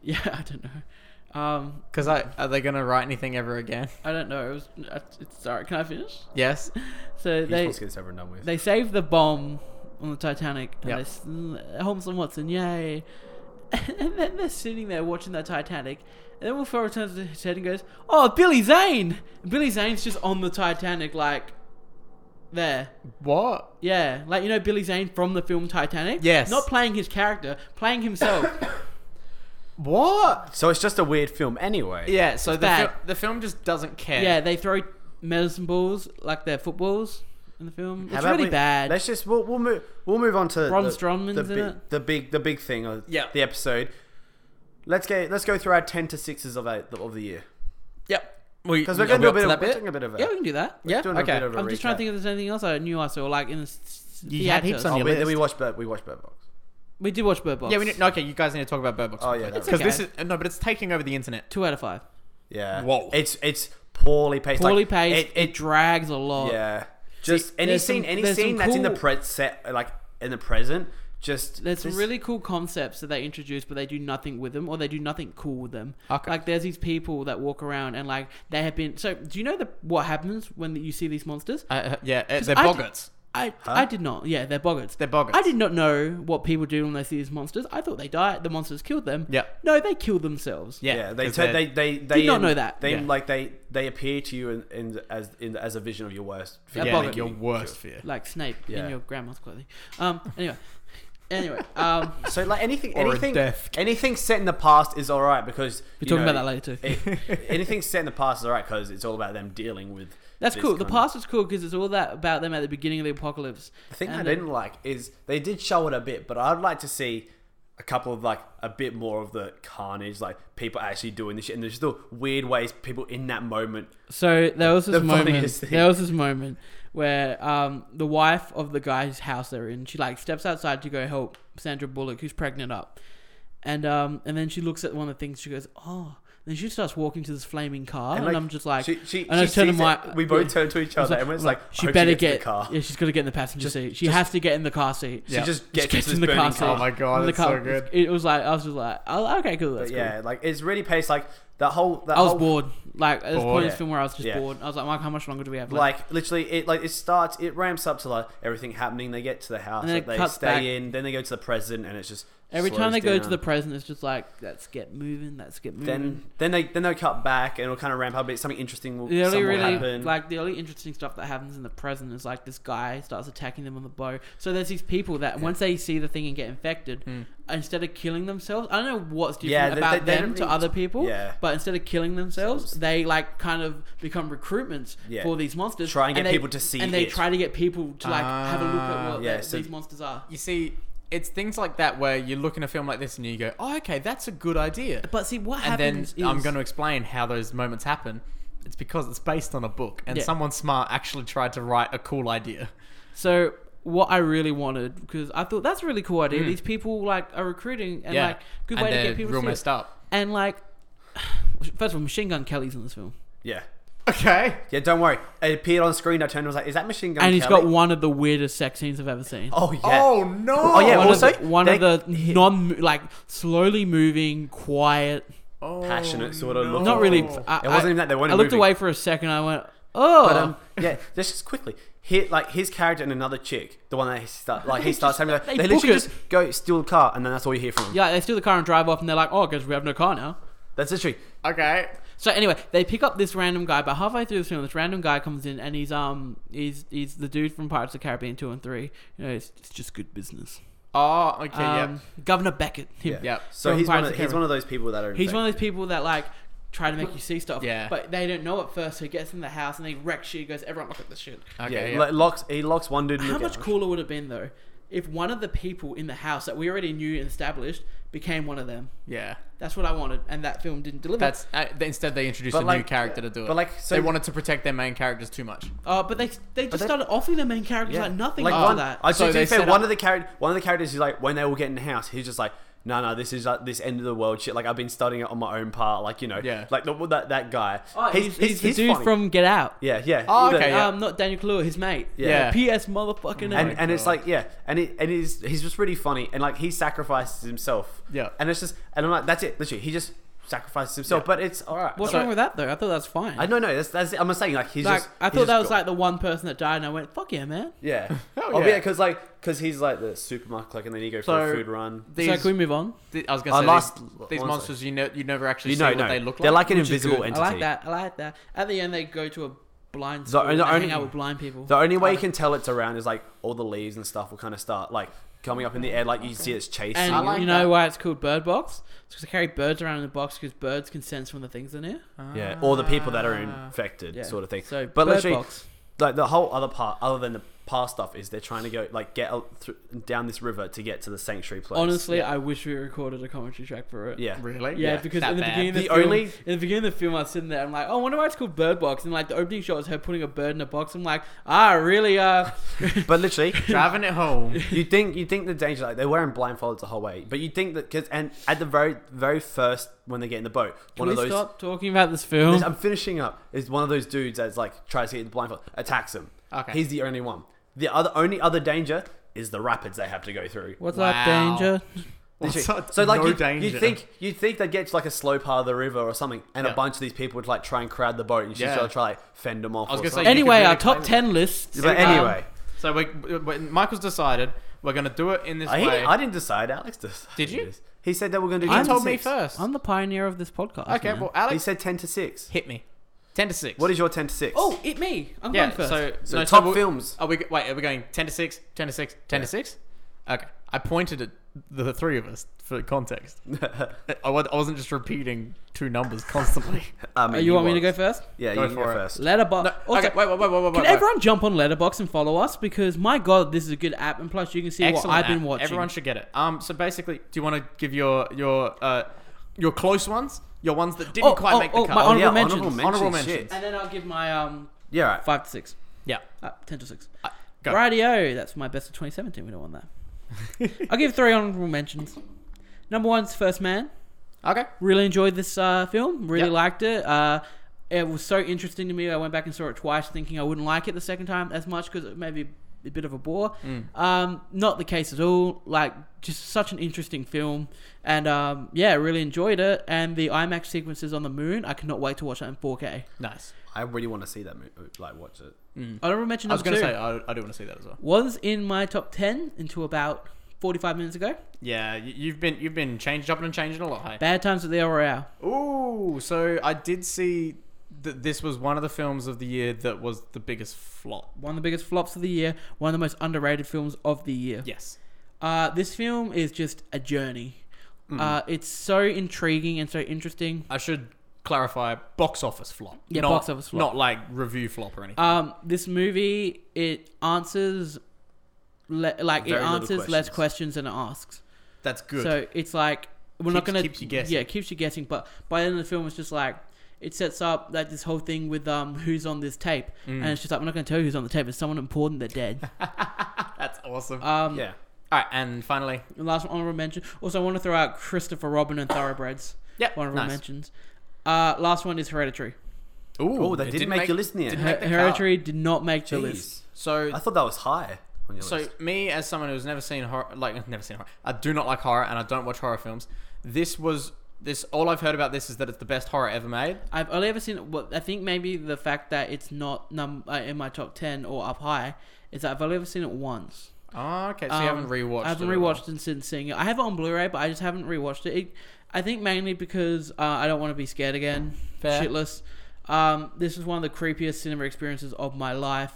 [SPEAKER 1] yeah, I don't know. Um,
[SPEAKER 2] Because I are they gonna write anything ever again?
[SPEAKER 1] I don't know. It was. It's, sorry, can I finish?
[SPEAKER 2] Yes.
[SPEAKER 1] So
[SPEAKER 3] They,
[SPEAKER 1] they
[SPEAKER 3] supposed to get this over and done with.
[SPEAKER 1] they saved the bomb on the Titanic. And
[SPEAKER 2] Yep.
[SPEAKER 1] they s- mm, Holmes and Watson, yay! And then they're sitting there watching the Titanic. And then Will Ferrell turns his head and goes, "Oh, Billy Zane!" Billy Zane's just on the Titanic, like there.
[SPEAKER 2] What?
[SPEAKER 1] Yeah, like you know Billy Zane from the film Titanic.
[SPEAKER 2] Yes.
[SPEAKER 1] not playing his character, playing himself.
[SPEAKER 2] What?
[SPEAKER 3] so it's just a weird film anyway.
[SPEAKER 2] Yeah. So the
[SPEAKER 1] bad.
[SPEAKER 2] fil- the film just doesn't care.
[SPEAKER 1] yeah, they throw medicine balls like they're footballs in the film.
[SPEAKER 3] How
[SPEAKER 1] it's
[SPEAKER 3] about
[SPEAKER 1] really
[SPEAKER 3] we-
[SPEAKER 1] bad.
[SPEAKER 3] Let's just we'll, we'll move we'll move on to
[SPEAKER 1] Ron
[SPEAKER 3] the,
[SPEAKER 1] Stromman's
[SPEAKER 3] the
[SPEAKER 1] in
[SPEAKER 3] big,
[SPEAKER 1] it.
[SPEAKER 3] the big the big thing of
[SPEAKER 2] Yeah.
[SPEAKER 3] the episode. Let's go let's go through our ten to sixes of our, of the year
[SPEAKER 2] Yep. We
[SPEAKER 3] because we're
[SPEAKER 2] we-
[SPEAKER 3] going to do
[SPEAKER 2] are
[SPEAKER 3] a
[SPEAKER 2] we
[SPEAKER 3] bit of
[SPEAKER 2] up to
[SPEAKER 3] we're
[SPEAKER 2] that
[SPEAKER 3] doing a bit of it.
[SPEAKER 1] yeah, we can do that.
[SPEAKER 2] Yeah.
[SPEAKER 3] doing
[SPEAKER 2] okay.
[SPEAKER 3] a bit of a
[SPEAKER 1] I'm just trying to think if there's anything else I knew I saw like in the s-
[SPEAKER 2] You had heaps
[SPEAKER 1] theaters.
[SPEAKER 2] on
[SPEAKER 3] Oh,
[SPEAKER 2] your
[SPEAKER 3] we,
[SPEAKER 2] list.
[SPEAKER 3] we watched Bird, we watched Bird Box.
[SPEAKER 1] We did watch Bird Box.
[SPEAKER 2] yeah. We need, no, okay. You guys need to talk about Bird Box.
[SPEAKER 3] Oh, yeah,
[SPEAKER 2] Because
[SPEAKER 3] that's
[SPEAKER 1] okay.
[SPEAKER 2] this is no, but it's taking over the internet.
[SPEAKER 1] two out of five.
[SPEAKER 3] Yeah.
[SPEAKER 2] Whoa.
[SPEAKER 3] It's it's poorly paced.
[SPEAKER 1] Poorly
[SPEAKER 3] like,
[SPEAKER 1] paced. It,
[SPEAKER 3] It, it,
[SPEAKER 1] drags a lot.
[SPEAKER 3] yeah. Just any
[SPEAKER 1] there's some-
[SPEAKER 3] scene any
[SPEAKER 1] there's some
[SPEAKER 3] scene that's in the
[SPEAKER 1] cool-
[SPEAKER 3] pre- set like in the present just
[SPEAKER 1] There's some
[SPEAKER 3] this-
[SPEAKER 1] really cool concepts that they introduce, but they do nothing with them, or they do nothing cool with them.
[SPEAKER 2] Okay.
[SPEAKER 1] Like there's these people that walk around and like they have been. So do you know the what happens when you see these monsters?
[SPEAKER 2] Uh, Uh, yeah. uh, they're
[SPEAKER 1] I d-
[SPEAKER 2] boggarts.
[SPEAKER 1] I I did not. Yeah, they're boggarts.
[SPEAKER 2] They're boggarts.
[SPEAKER 1] I did not know what people do when they see these monsters. I thought they die. The monsters killed them.
[SPEAKER 2] Yeah.
[SPEAKER 1] No, they kill themselves.
[SPEAKER 2] Yeah.
[SPEAKER 3] Yeah, they
[SPEAKER 2] 'cause
[SPEAKER 3] turn,
[SPEAKER 2] they're-
[SPEAKER 3] they they they
[SPEAKER 1] not
[SPEAKER 3] in-
[SPEAKER 1] know that.
[SPEAKER 3] They
[SPEAKER 2] Yeah.
[SPEAKER 3] like they they appear to you in, in as in as a vision of your worst. fear.
[SPEAKER 1] Yeah,
[SPEAKER 2] yeah, like
[SPEAKER 1] boggarts.
[SPEAKER 2] your worst fear.
[SPEAKER 1] Like Snape
[SPEAKER 3] Yeah.
[SPEAKER 1] in your grandma's clothing. Um. Anyway. anyway. Um.
[SPEAKER 3] So like anything
[SPEAKER 2] Or a
[SPEAKER 3] anything
[SPEAKER 2] death.
[SPEAKER 3] anything set in the past is all right because
[SPEAKER 1] We're
[SPEAKER 3] you
[SPEAKER 1] talking
[SPEAKER 3] know,
[SPEAKER 1] about that later too.
[SPEAKER 3] it- anything set in the past is all right because it's all about them dealing with.
[SPEAKER 1] That's
[SPEAKER 3] this
[SPEAKER 1] cool. The
[SPEAKER 3] kind of-
[SPEAKER 1] past is cool because it's all that about them at the beginning of the apocalypse.
[SPEAKER 3] The thing I
[SPEAKER 1] And then-
[SPEAKER 3] didn't like is they did show it a bit, but I'd like to see a couple of like a bit more of the carnage, like people actually doing this shit, and there's the weird ways people in that moment.
[SPEAKER 1] So there was this
[SPEAKER 3] The
[SPEAKER 1] moment.
[SPEAKER 3] funniest thing.
[SPEAKER 1] There was this moment where um, the wife of the guy's house they're in, she like steps outside to go help Sandra Bullock, who's pregnant up, and um, and then she looks at one of the things. She goes, "Oh." Then she starts walking to this flaming car, and,
[SPEAKER 3] like,
[SPEAKER 1] I'm just like,
[SPEAKER 3] she, she,
[SPEAKER 1] and I
[SPEAKER 3] she
[SPEAKER 1] turn to
[SPEAKER 3] sees
[SPEAKER 1] my,
[SPEAKER 3] it, we both turn to each
[SPEAKER 1] I was
[SPEAKER 3] other, and it's
[SPEAKER 1] I'm
[SPEAKER 3] like, I
[SPEAKER 1] she
[SPEAKER 3] hope
[SPEAKER 1] better
[SPEAKER 3] gets to the
[SPEAKER 1] get,
[SPEAKER 3] car.
[SPEAKER 1] yeah, she's got to get in the passenger seat. She has to get in the car seat.
[SPEAKER 3] She
[SPEAKER 1] Just
[SPEAKER 3] just gets into
[SPEAKER 1] gets
[SPEAKER 3] this
[SPEAKER 1] in the
[SPEAKER 3] burning
[SPEAKER 1] car seat.
[SPEAKER 3] car.
[SPEAKER 2] Oh my God,
[SPEAKER 1] And the
[SPEAKER 2] it's so
[SPEAKER 1] car-
[SPEAKER 2] good.
[SPEAKER 1] It was like I was just like, oh, okay, cool, that's
[SPEAKER 3] But
[SPEAKER 1] cool.
[SPEAKER 3] yeah, like it's really paced. Like the whole, the
[SPEAKER 1] I was
[SPEAKER 3] whole,
[SPEAKER 1] bored. Like at this
[SPEAKER 2] Bored.
[SPEAKER 1] point in this
[SPEAKER 3] Yeah.
[SPEAKER 1] film where I was just
[SPEAKER 3] Oh. Yeah.
[SPEAKER 1] bored. I was like, Mike, how much longer do we have? left?
[SPEAKER 3] like literally, it like it starts, it ramps up to like everything happening. They get to the house,
[SPEAKER 1] And then it
[SPEAKER 3] they
[SPEAKER 1] cuts
[SPEAKER 3] stay
[SPEAKER 1] back.
[SPEAKER 3] in, then they go to the present, and it's just
[SPEAKER 1] every
[SPEAKER 3] slows
[SPEAKER 1] time they go
[SPEAKER 3] down.
[SPEAKER 1] to the present, it's just like, let's get moving, let's get moving.
[SPEAKER 3] then then they then they cut back, and it'll kind of ramp up. a bit. something interesting will
[SPEAKER 1] the only
[SPEAKER 3] something will
[SPEAKER 1] really
[SPEAKER 3] happen.
[SPEAKER 1] like the only interesting stuff that happens in the present is like this guy starts attacking them on the boat. So there's these people that once they see the thing and get infected, instead of killing themselves, I don't know what's different
[SPEAKER 3] Hmm. Yeah, they-
[SPEAKER 1] about
[SPEAKER 3] they- they
[SPEAKER 1] them
[SPEAKER 3] don't
[SPEAKER 1] to
[SPEAKER 3] really-
[SPEAKER 1] other people.
[SPEAKER 3] Yeah.
[SPEAKER 1] But instead of killing themselves, they like kind of become recruitments
[SPEAKER 3] Yeah.
[SPEAKER 1] for these monsters.
[SPEAKER 3] Try and get
[SPEAKER 1] they-
[SPEAKER 3] people to see
[SPEAKER 1] and they
[SPEAKER 3] it.
[SPEAKER 1] try to get people to like have a look at
[SPEAKER 2] Ah.
[SPEAKER 1] what
[SPEAKER 3] Yeah,
[SPEAKER 1] the-
[SPEAKER 3] so-
[SPEAKER 1] these monsters are.
[SPEAKER 2] You see, it's things like that where you look in a film like this and you go, "Oh, okay, that's a good idea."
[SPEAKER 1] But see, what
[SPEAKER 2] and then
[SPEAKER 1] happens
[SPEAKER 2] I'm
[SPEAKER 1] is-
[SPEAKER 2] going to explain how those moments happen. It's because it's based on a book, and
[SPEAKER 1] Yeah.
[SPEAKER 2] someone smart actually tried to write a cool idea.
[SPEAKER 1] So what I really wanted because I thought that's a really cool
[SPEAKER 3] Hmm.
[SPEAKER 1] idea. These people like are recruiting and
[SPEAKER 2] yeah,
[SPEAKER 1] like good
[SPEAKER 2] and
[SPEAKER 1] way to
[SPEAKER 2] they're
[SPEAKER 1] get people
[SPEAKER 2] real
[SPEAKER 1] to see
[SPEAKER 2] messed
[SPEAKER 1] it.
[SPEAKER 2] up.
[SPEAKER 1] And like, first of all, Machine Gun Kelly's in this film,
[SPEAKER 3] yeah,
[SPEAKER 2] Okay,
[SPEAKER 3] yeah. Don't worry. It appeared on screen. I turned. and was like, is that machine gun?
[SPEAKER 1] and he's
[SPEAKER 3] Kelly?
[SPEAKER 1] got one of the weirdest sex scenes I've ever seen.
[SPEAKER 3] Oh yeah.
[SPEAKER 2] Oh no!
[SPEAKER 3] Oh, yeah,
[SPEAKER 1] One
[SPEAKER 3] also-
[SPEAKER 1] of the, one
[SPEAKER 3] they-
[SPEAKER 1] of the non like slowly moving, quiet,
[SPEAKER 3] passionate sort of look.
[SPEAKER 1] not really.
[SPEAKER 2] Oh.
[SPEAKER 1] I,
[SPEAKER 3] It wasn't
[SPEAKER 1] I-
[SPEAKER 3] even that, they weren't
[SPEAKER 1] I looked
[SPEAKER 3] moving.
[SPEAKER 1] away for a second. I went, oh,
[SPEAKER 3] But um, yeah, let's just quickly hit like his character and another chick, the one that he start like he starts having. Like,
[SPEAKER 1] they
[SPEAKER 3] they
[SPEAKER 1] book
[SPEAKER 3] literally
[SPEAKER 1] it.
[SPEAKER 3] just go steal a car, and then that's all you hear from him.
[SPEAKER 1] yeah, they steal the car and drive off, and they're like, oh, because we have no car now.
[SPEAKER 3] That's the trick.
[SPEAKER 2] Okay,
[SPEAKER 1] So anyway, they pick up this random guy, but halfway through the film, this random guy comes in and he's um he's he's the dude from Pirates of the Caribbean two and three. You know, it's, it's just good business.
[SPEAKER 2] oh okay,
[SPEAKER 1] Um, Governor Beckett, him.
[SPEAKER 2] yep, yep.
[SPEAKER 3] So
[SPEAKER 1] From
[SPEAKER 3] he's one,
[SPEAKER 1] Pirates
[SPEAKER 3] of,
[SPEAKER 1] of
[SPEAKER 3] he's one of those people that are.
[SPEAKER 1] He's one of those people that like try to make you see stuff,
[SPEAKER 2] Yeah.
[SPEAKER 1] but they don't know at first. So he gets in the house and they wreck shit. He goes, everyone look at this shit.
[SPEAKER 2] Okay,
[SPEAKER 3] yeah,
[SPEAKER 2] yeah.
[SPEAKER 3] lo- locks. He locks one dude. in
[SPEAKER 1] How
[SPEAKER 3] the
[SPEAKER 1] much
[SPEAKER 3] garage.
[SPEAKER 1] cooler would it have been though if one of the people in the house that we already knew and established became one of them?
[SPEAKER 2] yeah.
[SPEAKER 1] That's what I wanted, and that film didn't deliver.
[SPEAKER 2] That's uh, th- instead they introduced
[SPEAKER 3] But
[SPEAKER 2] a new
[SPEAKER 3] like-
[SPEAKER 2] character to do it.
[SPEAKER 3] but like, so-
[SPEAKER 2] they wanted to protect their main characters too much.
[SPEAKER 1] uh, but they they just
[SPEAKER 3] they-
[SPEAKER 1] started offering their main characters like nothing
[SPEAKER 3] Like
[SPEAKER 1] after
[SPEAKER 3] one,
[SPEAKER 1] that.
[SPEAKER 3] I
[SPEAKER 2] So
[SPEAKER 3] so to
[SPEAKER 2] they
[SPEAKER 3] be fair,
[SPEAKER 2] set
[SPEAKER 3] one
[SPEAKER 2] up-
[SPEAKER 3] of the character, one of the characters is like when they all get in the house, he's just like, no, no, this is like this end of the world shit. Like I've been studying it on my own part. Like you know,
[SPEAKER 2] Yeah.
[SPEAKER 3] like the, that that guy.
[SPEAKER 1] Oh, he's, he's, the dude
[SPEAKER 3] funny.
[SPEAKER 1] from Get Out.
[SPEAKER 3] Yeah, yeah.
[SPEAKER 2] Oh,
[SPEAKER 3] The-
[SPEAKER 2] okay, yeah.
[SPEAKER 1] Um, not Daniel Kaluuya, his mate.
[SPEAKER 2] Yeah.
[SPEAKER 1] P.S. Motherfucking.
[SPEAKER 3] and
[SPEAKER 1] A.
[SPEAKER 3] and it's
[SPEAKER 2] God.
[SPEAKER 3] like yeah, and it and he's he's just really funny, and like he sacrifices himself.
[SPEAKER 2] Yeah.
[SPEAKER 3] and it's just and I'm like that's it. Literally, he just sacrifices himself. But it's all right.
[SPEAKER 1] What's
[SPEAKER 3] So-
[SPEAKER 1] wrong with that though? I thought that's fine.
[SPEAKER 3] I no no. That's, that's it. I'm just saying like he's
[SPEAKER 1] like
[SPEAKER 3] just.
[SPEAKER 1] I
[SPEAKER 3] he's
[SPEAKER 1] thought that
[SPEAKER 3] just
[SPEAKER 1] was
[SPEAKER 3] gone.
[SPEAKER 1] like the one person that died, and I went, "Fuck yeah, man."
[SPEAKER 3] Yeah.
[SPEAKER 2] Hell
[SPEAKER 3] oh
[SPEAKER 2] yeah.
[SPEAKER 3] yeah, because like because he's like the supermarket like, and then you go for
[SPEAKER 2] So-
[SPEAKER 3] a food run.
[SPEAKER 2] These,
[SPEAKER 1] so can we move on?
[SPEAKER 2] th- I was
[SPEAKER 3] Uh,
[SPEAKER 2] gonna say
[SPEAKER 3] last-
[SPEAKER 2] these,
[SPEAKER 3] last
[SPEAKER 2] these
[SPEAKER 3] thing.
[SPEAKER 2] monsters you know you never actually
[SPEAKER 3] You
[SPEAKER 2] see
[SPEAKER 3] know,
[SPEAKER 2] what
[SPEAKER 3] no.
[SPEAKER 2] they look like.
[SPEAKER 3] They're like an
[SPEAKER 2] which is
[SPEAKER 3] invisible
[SPEAKER 2] good.
[SPEAKER 3] entity.
[SPEAKER 1] I like that. I like that. At the end, they go to a blind
[SPEAKER 3] The
[SPEAKER 1] school and they
[SPEAKER 3] only-
[SPEAKER 1] hang
[SPEAKER 3] only-
[SPEAKER 1] out with blind people.
[SPEAKER 3] The only
[SPEAKER 1] uh,
[SPEAKER 3] way you can tell it's around is like all the leaves and stuff will kind of start like coming up in the air, like you see it's chasing.
[SPEAKER 1] and
[SPEAKER 2] I like
[SPEAKER 1] you know
[SPEAKER 2] that.
[SPEAKER 1] why it's called Bird Box? It's because they carry birds around in a box because birds can sense when the things in here.
[SPEAKER 3] yeah, or the people that are
[SPEAKER 2] Ah.
[SPEAKER 3] infected,
[SPEAKER 1] Yeah.
[SPEAKER 3] sort of thing.
[SPEAKER 1] So,
[SPEAKER 3] but
[SPEAKER 1] Bird
[SPEAKER 3] literally,
[SPEAKER 1] Box.
[SPEAKER 3] like the whole other part, other than the past stuff, is they're trying to go like get out through, down this river to get to the sanctuary place.
[SPEAKER 1] Honestly, I wish we recorded a commentary track for it.
[SPEAKER 3] yeah,
[SPEAKER 2] Really?
[SPEAKER 1] Yeah,
[SPEAKER 3] Yeah.
[SPEAKER 1] because
[SPEAKER 2] That
[SPEAKER 1] in the
[SPEAKER 2] bad.
[SPEAKER 1] beginning of the,
[SPEAKER 3] The
[SPEAKER 1] film,
[SPEAKER 3] only-
[SPEAKER 1] in the beginning of the film, I was sitting there. I'm like, oh, I wonder why it's called Bird Box. And like the opening shot is her putting a bird in a box. I'm like, ah, really? Uh,
[SPEAKER 3] but literally,
[SPEAKER 2] Driving it home.
[SPEAKER 3] you think you think the danger like they're wearing blindfolds the whole way, but you think that because and at the very very first when they get in the boat,
[SPEAKER 1] can
[SPEAKER 3] one
[SPEAKER 1] we
[SPEAKER 3] of those
[SPEAKER 1] stop talking about this film?
[SPEAKER 3] This- I'm finishing up. Is one of those dudes that's like tries to get the blindfold, attacks him.
[SPEAKER 2] Okay.
[SPEAKER 3] He's the only one. The other only other danger is the rapids they have to go through.
[SPEAKER 1] What's
[SPEAKER 2] Wow.
[SPEAKER 1] up, danger?
[SPEAKER 2] What's
[SPEAKER 3] Literally.
[SPEAKER 2] that?
[SPEAKER 3] So like
[SPEAKER 2] No
[SPEAKER 3] you,
[SPEAKER 2] danger.
[SPEAKER 3] you think you think they get to like a slow part of the river or something, and
[SPEAKER 2] Yeah.
[SPEAKER 3] a bunch of these people would like try and crowd the boat, and she's
[SPEAKER 2] Yeah.
[SPEAKER 3] yeah. trying to try like fend them off.
[SPEAKER 2] I was
[SPEAKER 3] or
[SPEAKER 2] gonna say,
[SPEAKER 3] something.
[SPEAKER 2] you
[SPEAKER 1] Anyway,
[SPEAKER 2] could
[SPEAKER 1] our
[SPEAKER 2] really
[SPEAKER 1] top
[SPEAKER 2] explain
[SPEAKER 1] ten lists. um,
[SPEAKER 3] but anyway,
[SPEAKER 2] So we, we, Michael's decided we're gonna do it in this
[SPEAKER 3] I,
[SPEAKER 2] way.
[SPEAKER 3] I didn't decide. Alex decided.
[SPEAKER 2] Did you?
[SPEAKER 3] this. He said that we're going to do.
[SPEAKER 2] you
[SPEAKER 3] 10 to
[SPEAKER 2] told me
[SPEAKER 3] six.
[SPEAKER 2] first.
[SPEAKER 1] I'm the pioneer of this podcast.
[SPEAKER 2] okay,
[SPEAKER 1] man.
[SPEAKER 2] well,
[SPEAKER 3] He
[SPEAKER 2] Alex,
[SPEAKER 3] said ten to six.
[SPEAKER 2] hit me. Ten to six.
[SPEAKER 3] What is your ten to six?
[SPEAKER 1] Oh, it me. I'm
[SPEAKER 2] yeah?
[SPEAKER 1] going first. Uh,
[SPEAKER 2] So,
[SPEAKER 3] so
[SPEAKER 2] no,
[SPEAKER 3] top
[SPEAKER 2] we'll-
[SPEAKER 3] films.
[SPEAKER 2] Are we wait? Are we going ten to six? Ten to six? Ten to six? Okay. I pointed at the, the three of us for context. I, wa- I wasn't just repeating two numbers constantly.
[SPEAKER 3] I mean,
[SPEAKER 1] Uh, you want me to
[SPEAKER 3] was.
[SPEAKER 1] go first?
[SPEAKER 3] Yeah,
[SPEAKER 2] Go
[SPEAKER 3] you can go
[SPEAKER 2] for it.
[SPEAKER 3] first.
[SPEAKER 1] Letterbox.
[SPEAKER 2] No,
[SPEAKER 1] also,
[SPEAKER 2] okay. Wait, wait, wait, wait, wait.
[SPEAKER 1] Can
[SPEAKER 2] wait.
[SPEAKER 1] everyone jump on Letterbox and follow us? Because my god, this is a good app, and plus you can see
[SPEAKER 2] Excellent.
[SPEAKER 1] what I've been
[SPEAKER 2] app.
[SPEAKER 1] watching.
[SPEAKER 2] Everyone should get it. Um. So basically, do you want to give your your uh your close ones, your ones that didn't
[SPEAKER 1] Oh,
[SPEAKER 2] quite
[SPEAKER 1] oh,
[SPEAKER 2] make
[SPEAKER 1] oh,
[SPEAKER 2] the cut?
[SPEAKER 1] my honorable
[SPEAKER 3] yeah,
[SPEAKER 1] mentions.
[SPEAKER 2] Honorable
[SPEAKER 3] Honorable mentions.
[SPEAKER 2] mentions.
[SPEAKER 1] and then I'll give my um
[SPEAKER 3] Yeah, right.
[SPEAKER 1] five to six,
[SPEAKER 2] yeah.
[SPEAKER 1] uh, ten to six.
[SPEAKER 2] Uh, go.
[SPEAKER 1] Radio. That's my best of 2017. We don't want that. I'll give three honorable mentions. Number one's First Man.
[SPEAKER 2] Okay.
[SPEAKER 1] Really enjoyed this uh, film. Really
[SPEAKER 2] Yep.
[SPEAKER 1] liked it. Uh, it was so interesting to me. I went back and saw it twice, thinking I wouldn't like it the second time as much because it may be a bit of a bore.
[SPEAKER 2] Mm,
[SPEAKER 1] Um, not the case at all. Like, just such an interesting film. And um, yeah, really enjoyed it. And the IMAX sequences on the moon, I cannot wait to watch that in 4K.
[SPEAKER 2] Nice. Mm.
[SPEAKER 3] I really want to see that movie, like watch it.
[SPEAKER 1] I don't mention
[SPEAKER 2] I was
[SPEAKER 1] number
[SPEAKER 2] gonna
[SPEAKER 1] two.
[SPEAKER 2] say I, I do want to see that as well.
[SPEAKER 1] was in my top 10 until about 45 minutes ago.
[SPEAKER 2] Yeah, you- you've been you've been changed up and changing a lot. Hey?
[SPEAKER 1] Bad Times at the El Royale.
[SPEAKER 2] Ooh, so I did see that this was one of the films of the year that was the biggest flop.
[SPEAKER 1] One of the biggest flops of the year. One of the most underrated films of the year.
[SPEAKER 2] Yes.
[SPEAKER 1] Uh, this film is just a journey. Uh, it's so intriguing and so interesting.
[SPEAKER 2] I should clarify box office flop.
[SPEAKER 1] Yeah,
[SPEAKER 2] not,
[SPEAKER 1] box office flop.
[SPEAKER 2] Not like review flop or anything.
[SPEAKER 1] Um, this movie it answers le- like
[SPEAKER 3] Very
[SPEAKER 1] it
[SPEAKER 3] little
[SPEAKER 1] answers less questions than it asks.
[SPEAKER 2] That's good.
[SPEAKER 1] So it's like we're not
[SPEAKER 2] Keeps-
[SPEAKER 1] gonna
[SPEAKER 2] keeps you guessing.
[SPEAKER 1] Yeah, it keeps you guessing. But by the end of the film, it's just like it sets up like this whole thing with um who's on this tape,
[SPEAKER 2] Mm.
[SPEAKER 1] and it's just like we're not gonna tell you who's on the tape. It's someone important. They're dead.
[SPEAKER 2] That's awesome.
[SPEAKER 1] Um,
[SPEAKER 3] Yeah.
[SPEAKER 2] All right, and finally,
[SPEAKER 1] And Last one honorable mention. Also, I want to throw out Christopher Robin and Thoroughbreds.
[SPEAKER 2] Yep,
[SPEAKER 1] honorable
[SPEAKER 2] nice.
[SPEAKER 1] mentions. Uh, last one is Hereditary.
[SPEAKER 2] ooh,
[SPEAKER 3] Oh, they did make your list in the end.
[SPEAKER 2] didn't
[SPEAKER 1] Her-
[SPEAKER 2] make the cut.
[SPEAKER 1] Hereditary did not make the list.
[SPEAKER 3] Jeez.
[SPEAKER 2] So
[SPEAKER 3] I thought that was high on your
[SPEAKER 2] So
[SPEAKER 3] list.
[SPEAKER 2] me, as someone who's never seen horror, like never seen horror, I do not like horror, and I don't watch horror films. This was this. All I've heard about this is that it's the best horror ever made.
[SPEAKER 1] I've only ever seen. Well, I think maybe the fact that it's not num uh, in my top ten or up high is that I've only ever seen it once.
[SPEAKER 2] Oh, okay. So you haven't
[SPEAKER 1] Um,
[SPEAKER 2] rewatched.
[SPEAKER 1] I haven't
[SPEAKER 2] it at all.
[SPEAKER 1] rewatched it since seeing it. I have it on Blu-ray, but I just haven't rewatched it. it I think mainly because uh, I don't want to be scared again.
[SPEAKER 2] Fair.
[SPEAKER 1] Shitless. Um, this is one of the creepiest cinema experiences of my life.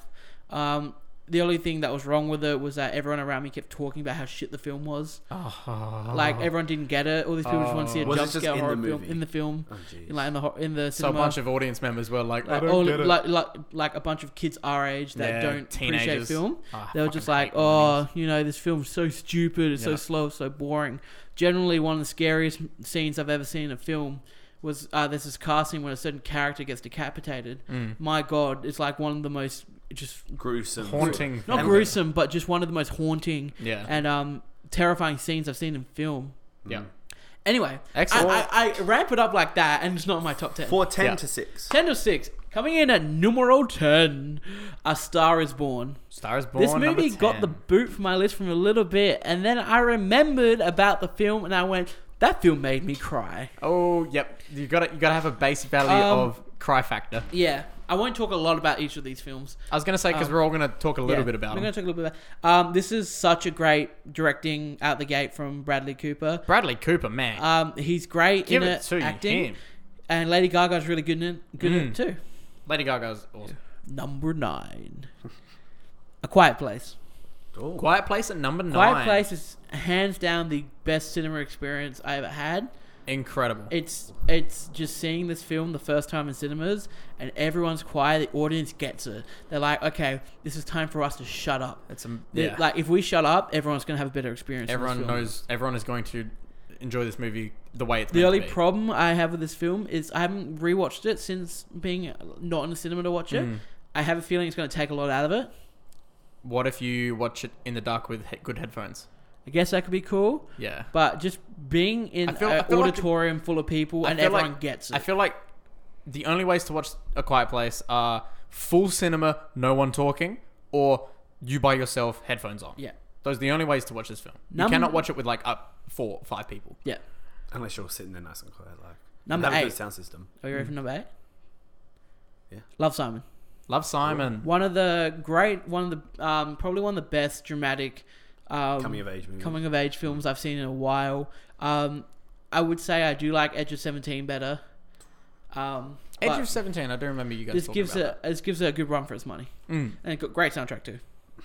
[SPEAKER 1] Um, the only thing that was wrong with it was that everyone around me kept talking about how shit the film was.
[SPEAKER 2] Oh.
[SPEAKER 1] Like everyone didn't get it. All these people just want to see a
[SPEAKER 3] Was it
[SPEAKER 1] jump
[SPEAKER 3] just
[SPEAKER 1] scare
[SPEAKER 3] in the
[SPEAKER 1] horror film
[SPEAKER 3] movie?
[SPEAKER 1] in the film,
[SPEAKER 3] Oh, jeez.
[SPEAKER 1] in, like in the hor- in the
[SPEAKER 2] so a
[SPEAKER 1] cinema.
[SPEAKER 2] bunch of audience members were like,
[SPEAKER 1] like,
[SPEAKER 2] I don't
[SPEAKER 1] all,
[SPEAKER 2] get it.
[SPEAKER 1] like, like like a bunch of kids our age that
[SPEAKER 2] Yeah,
[SPEAKER 1] don't appreciate
[SPEAKER 2] teenagers.
[SPEAKER 1] film.
[SPEAKER 2] Ah,
[SPEAKER 1] they were
[SPEAKER 2] fucking
[SPEAKER 1] just like,
[SPEAKER 2] hate
[SPEAKER 1] oh, you know, this film's so stupid, it's
[SPEAKER 2] Yeah.
[SPEAKER 1] so slow, so boring. Generally, one of the scariest m- scenes I've ever seen in a film was uh, there's this car scene when a certain character gets decapitated.
[SPEAKER 2] Mm.
[SPEAKER 1] My God, it's like one of the most just
[SPEAKER 3] gruesome,
[SPEAKER 2] haunting.
[SPEAKER 1] "Oh, not
[SPEAKER 2] film.
[SPEAKER 1] gruesome, but just one of the most haunting
[SPEAKER 2] Yeah.
[SPEAKER 1] and um, terrifying scenes I've seen in film.
[SPEAKER 2] Yeah.
[SPEAKER 1] Anyway, I,
[SPEAKER 2] Excellent.
[SPEAKER 1] I, I ramp it up like that, and it's not in my top ten.
[SPEAKER 3] For ten
[SPEAKER 2] Yeah.
[SPEAKER 3] to six.
[SPEAKER 1] 10 to 6. Coming in at numero 10, A Star is Born.
[SPEAKER 2] Star is born.
[SPEAKER 1] This
[SPEAKER 2] number
[SPEAKER 1] movie got the
[SPEAKER 2] 10.
[SPEAKER 1] boot for my list from a little bit, and then I remembered about the film and I went, That film made me cry.
[SPEAKER 2] Oh, yep. You got to You got to have a base value
[SPEAKER 1] Um,
[SPEAKER 2] of cry factor.
[SPEAKER 1] Yeah, I won't talk a lot about each of these films.
[SPEAKER 2] I was gonna say because
[SPEAKER 1] um,
[SPEAKER 2] we're all gonna talk a little bit about
[SPEAKER 1] We're
[SPEAKER 2] them.
[SPEAKER 1] going to talk a little bit about. Um, this is such a great directing out the gate from Bradley Cooper.
[SPEAKER 2] Bradley Cooper, man,
[SPEAKER 1] Um, he's great
[SPEAKER 2] give
[SPEAKER 1] in
[SPEAKER 2] it to
[SPEAKER 1] acting,
[SPEAKER 2] him.
[SPEAKER 1] and Lady Gaga's really good in it, good in
[SPEAKER 2] Mm.
[SPEAKER 1] it too.
[SPEAKER 2] Lady Gaga's awesome.
[SPEAKER 1] Number nine, A Quiet Place.
[SPEAKER 2] Quiet Place at number nine.
[SPEAKER 1] Quiet Place is hands down the best cinema experience I ever had.
[SPEAKER 2] incredible.
[SPEAKER 1] It's it's just seeing this film the first time in cinemas, and everyone's quiet. The audience gets it. They're like, okay, this is time for us to shut up.
[SPEAKER 2] It's a,
[SPEAKER 1] They-
[SPEAKER 2] yeah.
[SPEAKER 1] Like if we shut up, everyone's gonna have a better experience. in this
[SPEAKER 2] everyone
[SPEAKER 1] film.
[SPEAKER 2] knows. Everyone is going to enjoy this movie the way it's
[SPEAKER 1] The
[SPEAKER 2] meant
[SPEAKER 1] only
[SPEAKER 2] to be.
[SPEAKER 1] problem I have with this film is I haven't rewatched it since being uh, not in the cinema to watch
[SPEAKER 2] Mm.
[SPEAKER 1] it. I have a feeling it's gonna take a lot out of it.
[SPEAKER 2] What if you watch it in the dark with he- good headphones?
[SPEAKER 1] I guess that could be cool,
[SPEAKER 2] Yeah.
[SPEAKER 1] but just being in
[SPEAKER 2] I feel- I
[SPEAKER 1] an
[SPEAKER 2] feel like-
[SPEAKER 1] auditorium full of people and
[SPEAKER 2] feel
[SPEAKER 1] everyone
[SPEAKER 2] like-
[SPEAKER 1] gets it.
[SPEAKER 2] I feel like the only ways to watch A Quiet Place are full cinema, no one talking, or you by yourself, headphones on.
[SPEAKER 1] yeah,
[SPEAKER 2] Those are the only ways to watch this film.
[SPEAKER 1] Num-
[SPEAKER 2] you cannot watch it with like up four, five people.
[SPEAKER 1] yeah.
[SPEAKER 3] Unless you're sitting there nice and quiet, like
[SPEAKER 1] Number
[SPEAKER 3] have a good
[SPEAKER 1] eight.
[SPEAKER 3] sound system.
[SPEAKER 1] Are you ready for number eight?
[SPEAKER 3] Yeah.
[SPEAKER 1] Love Simon.
[SPEAKER 2] Love Simon.
[SPEAKER 1] One of the great, one of the um, probably one of the best dramatic um,
[SPEAKER 3] Coming of age movie.
[SPEAKER 1] coming of age films I've seen in a while. Um, I would say I do like Edge of Seventeen better. Um,
[SPEAKER 2] Edge
[SPEAKER 1] but
[SPEAKER 2] of Seventeen. I do remember you guys.
[SPEAKER 1] this
[SPEAKER 2] talking
[SPEAKER 1] gives
[SPEAKER 2] about
[SPEAKER 1] a this gives it a good run for its money,
[SPEAKER 2] that. Mm,
[SPEAKER 1] and it got great soundtrack too.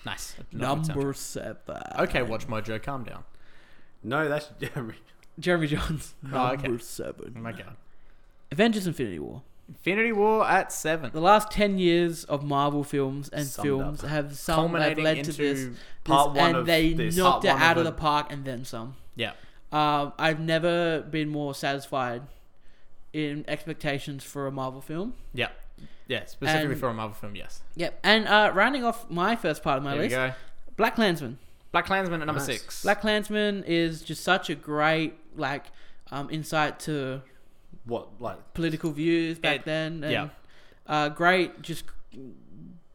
[SPEAKER 2] nice. Not good
[SPEAKER 1] Number seven.
[SPEAKER 2] soundtrack. Okay, Watch Mojo. Calm down.
[SPEAKER 3] No, that's Jeremy.
[SPEAKER 1] Jeremy Johns.
[SPEAKER 2] Oh, okay.
[SPEAKER 1] Number seven.
[SPEAKER 2] Oh my god.
[SPEAKER 1] Avengers: Infinity War.
[SPEAKER 2] Infinity War at seven.
[SPEAKER 1] The last ten years of Marvel films and
[SPEAKER 3] Summed
[SPEAKER 1] films
[SPEAKER 3] up.
[SPEAKER 1] have some have
[SPEAKER 2] Culminating
[SPEAKER 1] led
[SPEAKER 2] into
[SPEAKER 1] to this, this
[SPEAKER 3] Part one
[SPEAKER 1] and
[SPEAKER 3] of
[SPEAKER 1] they
[SPEAKER 3] this.
[SPEAKER 1] knocked
[SPEAKER 3] Part
[SPEAKER 1] it
[SPEAKER 3] one
[SPEAKER 1] out of
[SPEAKER 3] of
[SPEAKER 1] the
[SPEAKER 3] it.
[SPEAKER 1] park and then some.
[SPEAKER 2] yeah.
[SPEAKER 1] Um, I've never been more satisfied in expectations for a Marvel film.
[SPEAKER 2] Yeah. Yeah. Specifically
[SPEAKER 1] And-
[SPEAKER 2] for a Marvel film. Yes.
[SPEAKER 1] Yep. And uh, rounding off my first part of my
[SPEAKER 2] There we
[SPEAKER 1] list,
[SPEAKER 2] go.
[SPEAKER 1] Black Klansman.
[SPEAKER 2] Black Klansman at number
[SPEAKER 3] Nice.
[SPEAKER 2] six.
[SPEAKER 1] Black Klansman is just such a great like um, insight to
[SPEAKER 3] What like
[SPEAKER 1] political views back
[SPEAKER 2] It-
[SPEAKER 1] then. And,
[SPEAKER 2] yeah.
[SPEAKER 1] Uh, great, just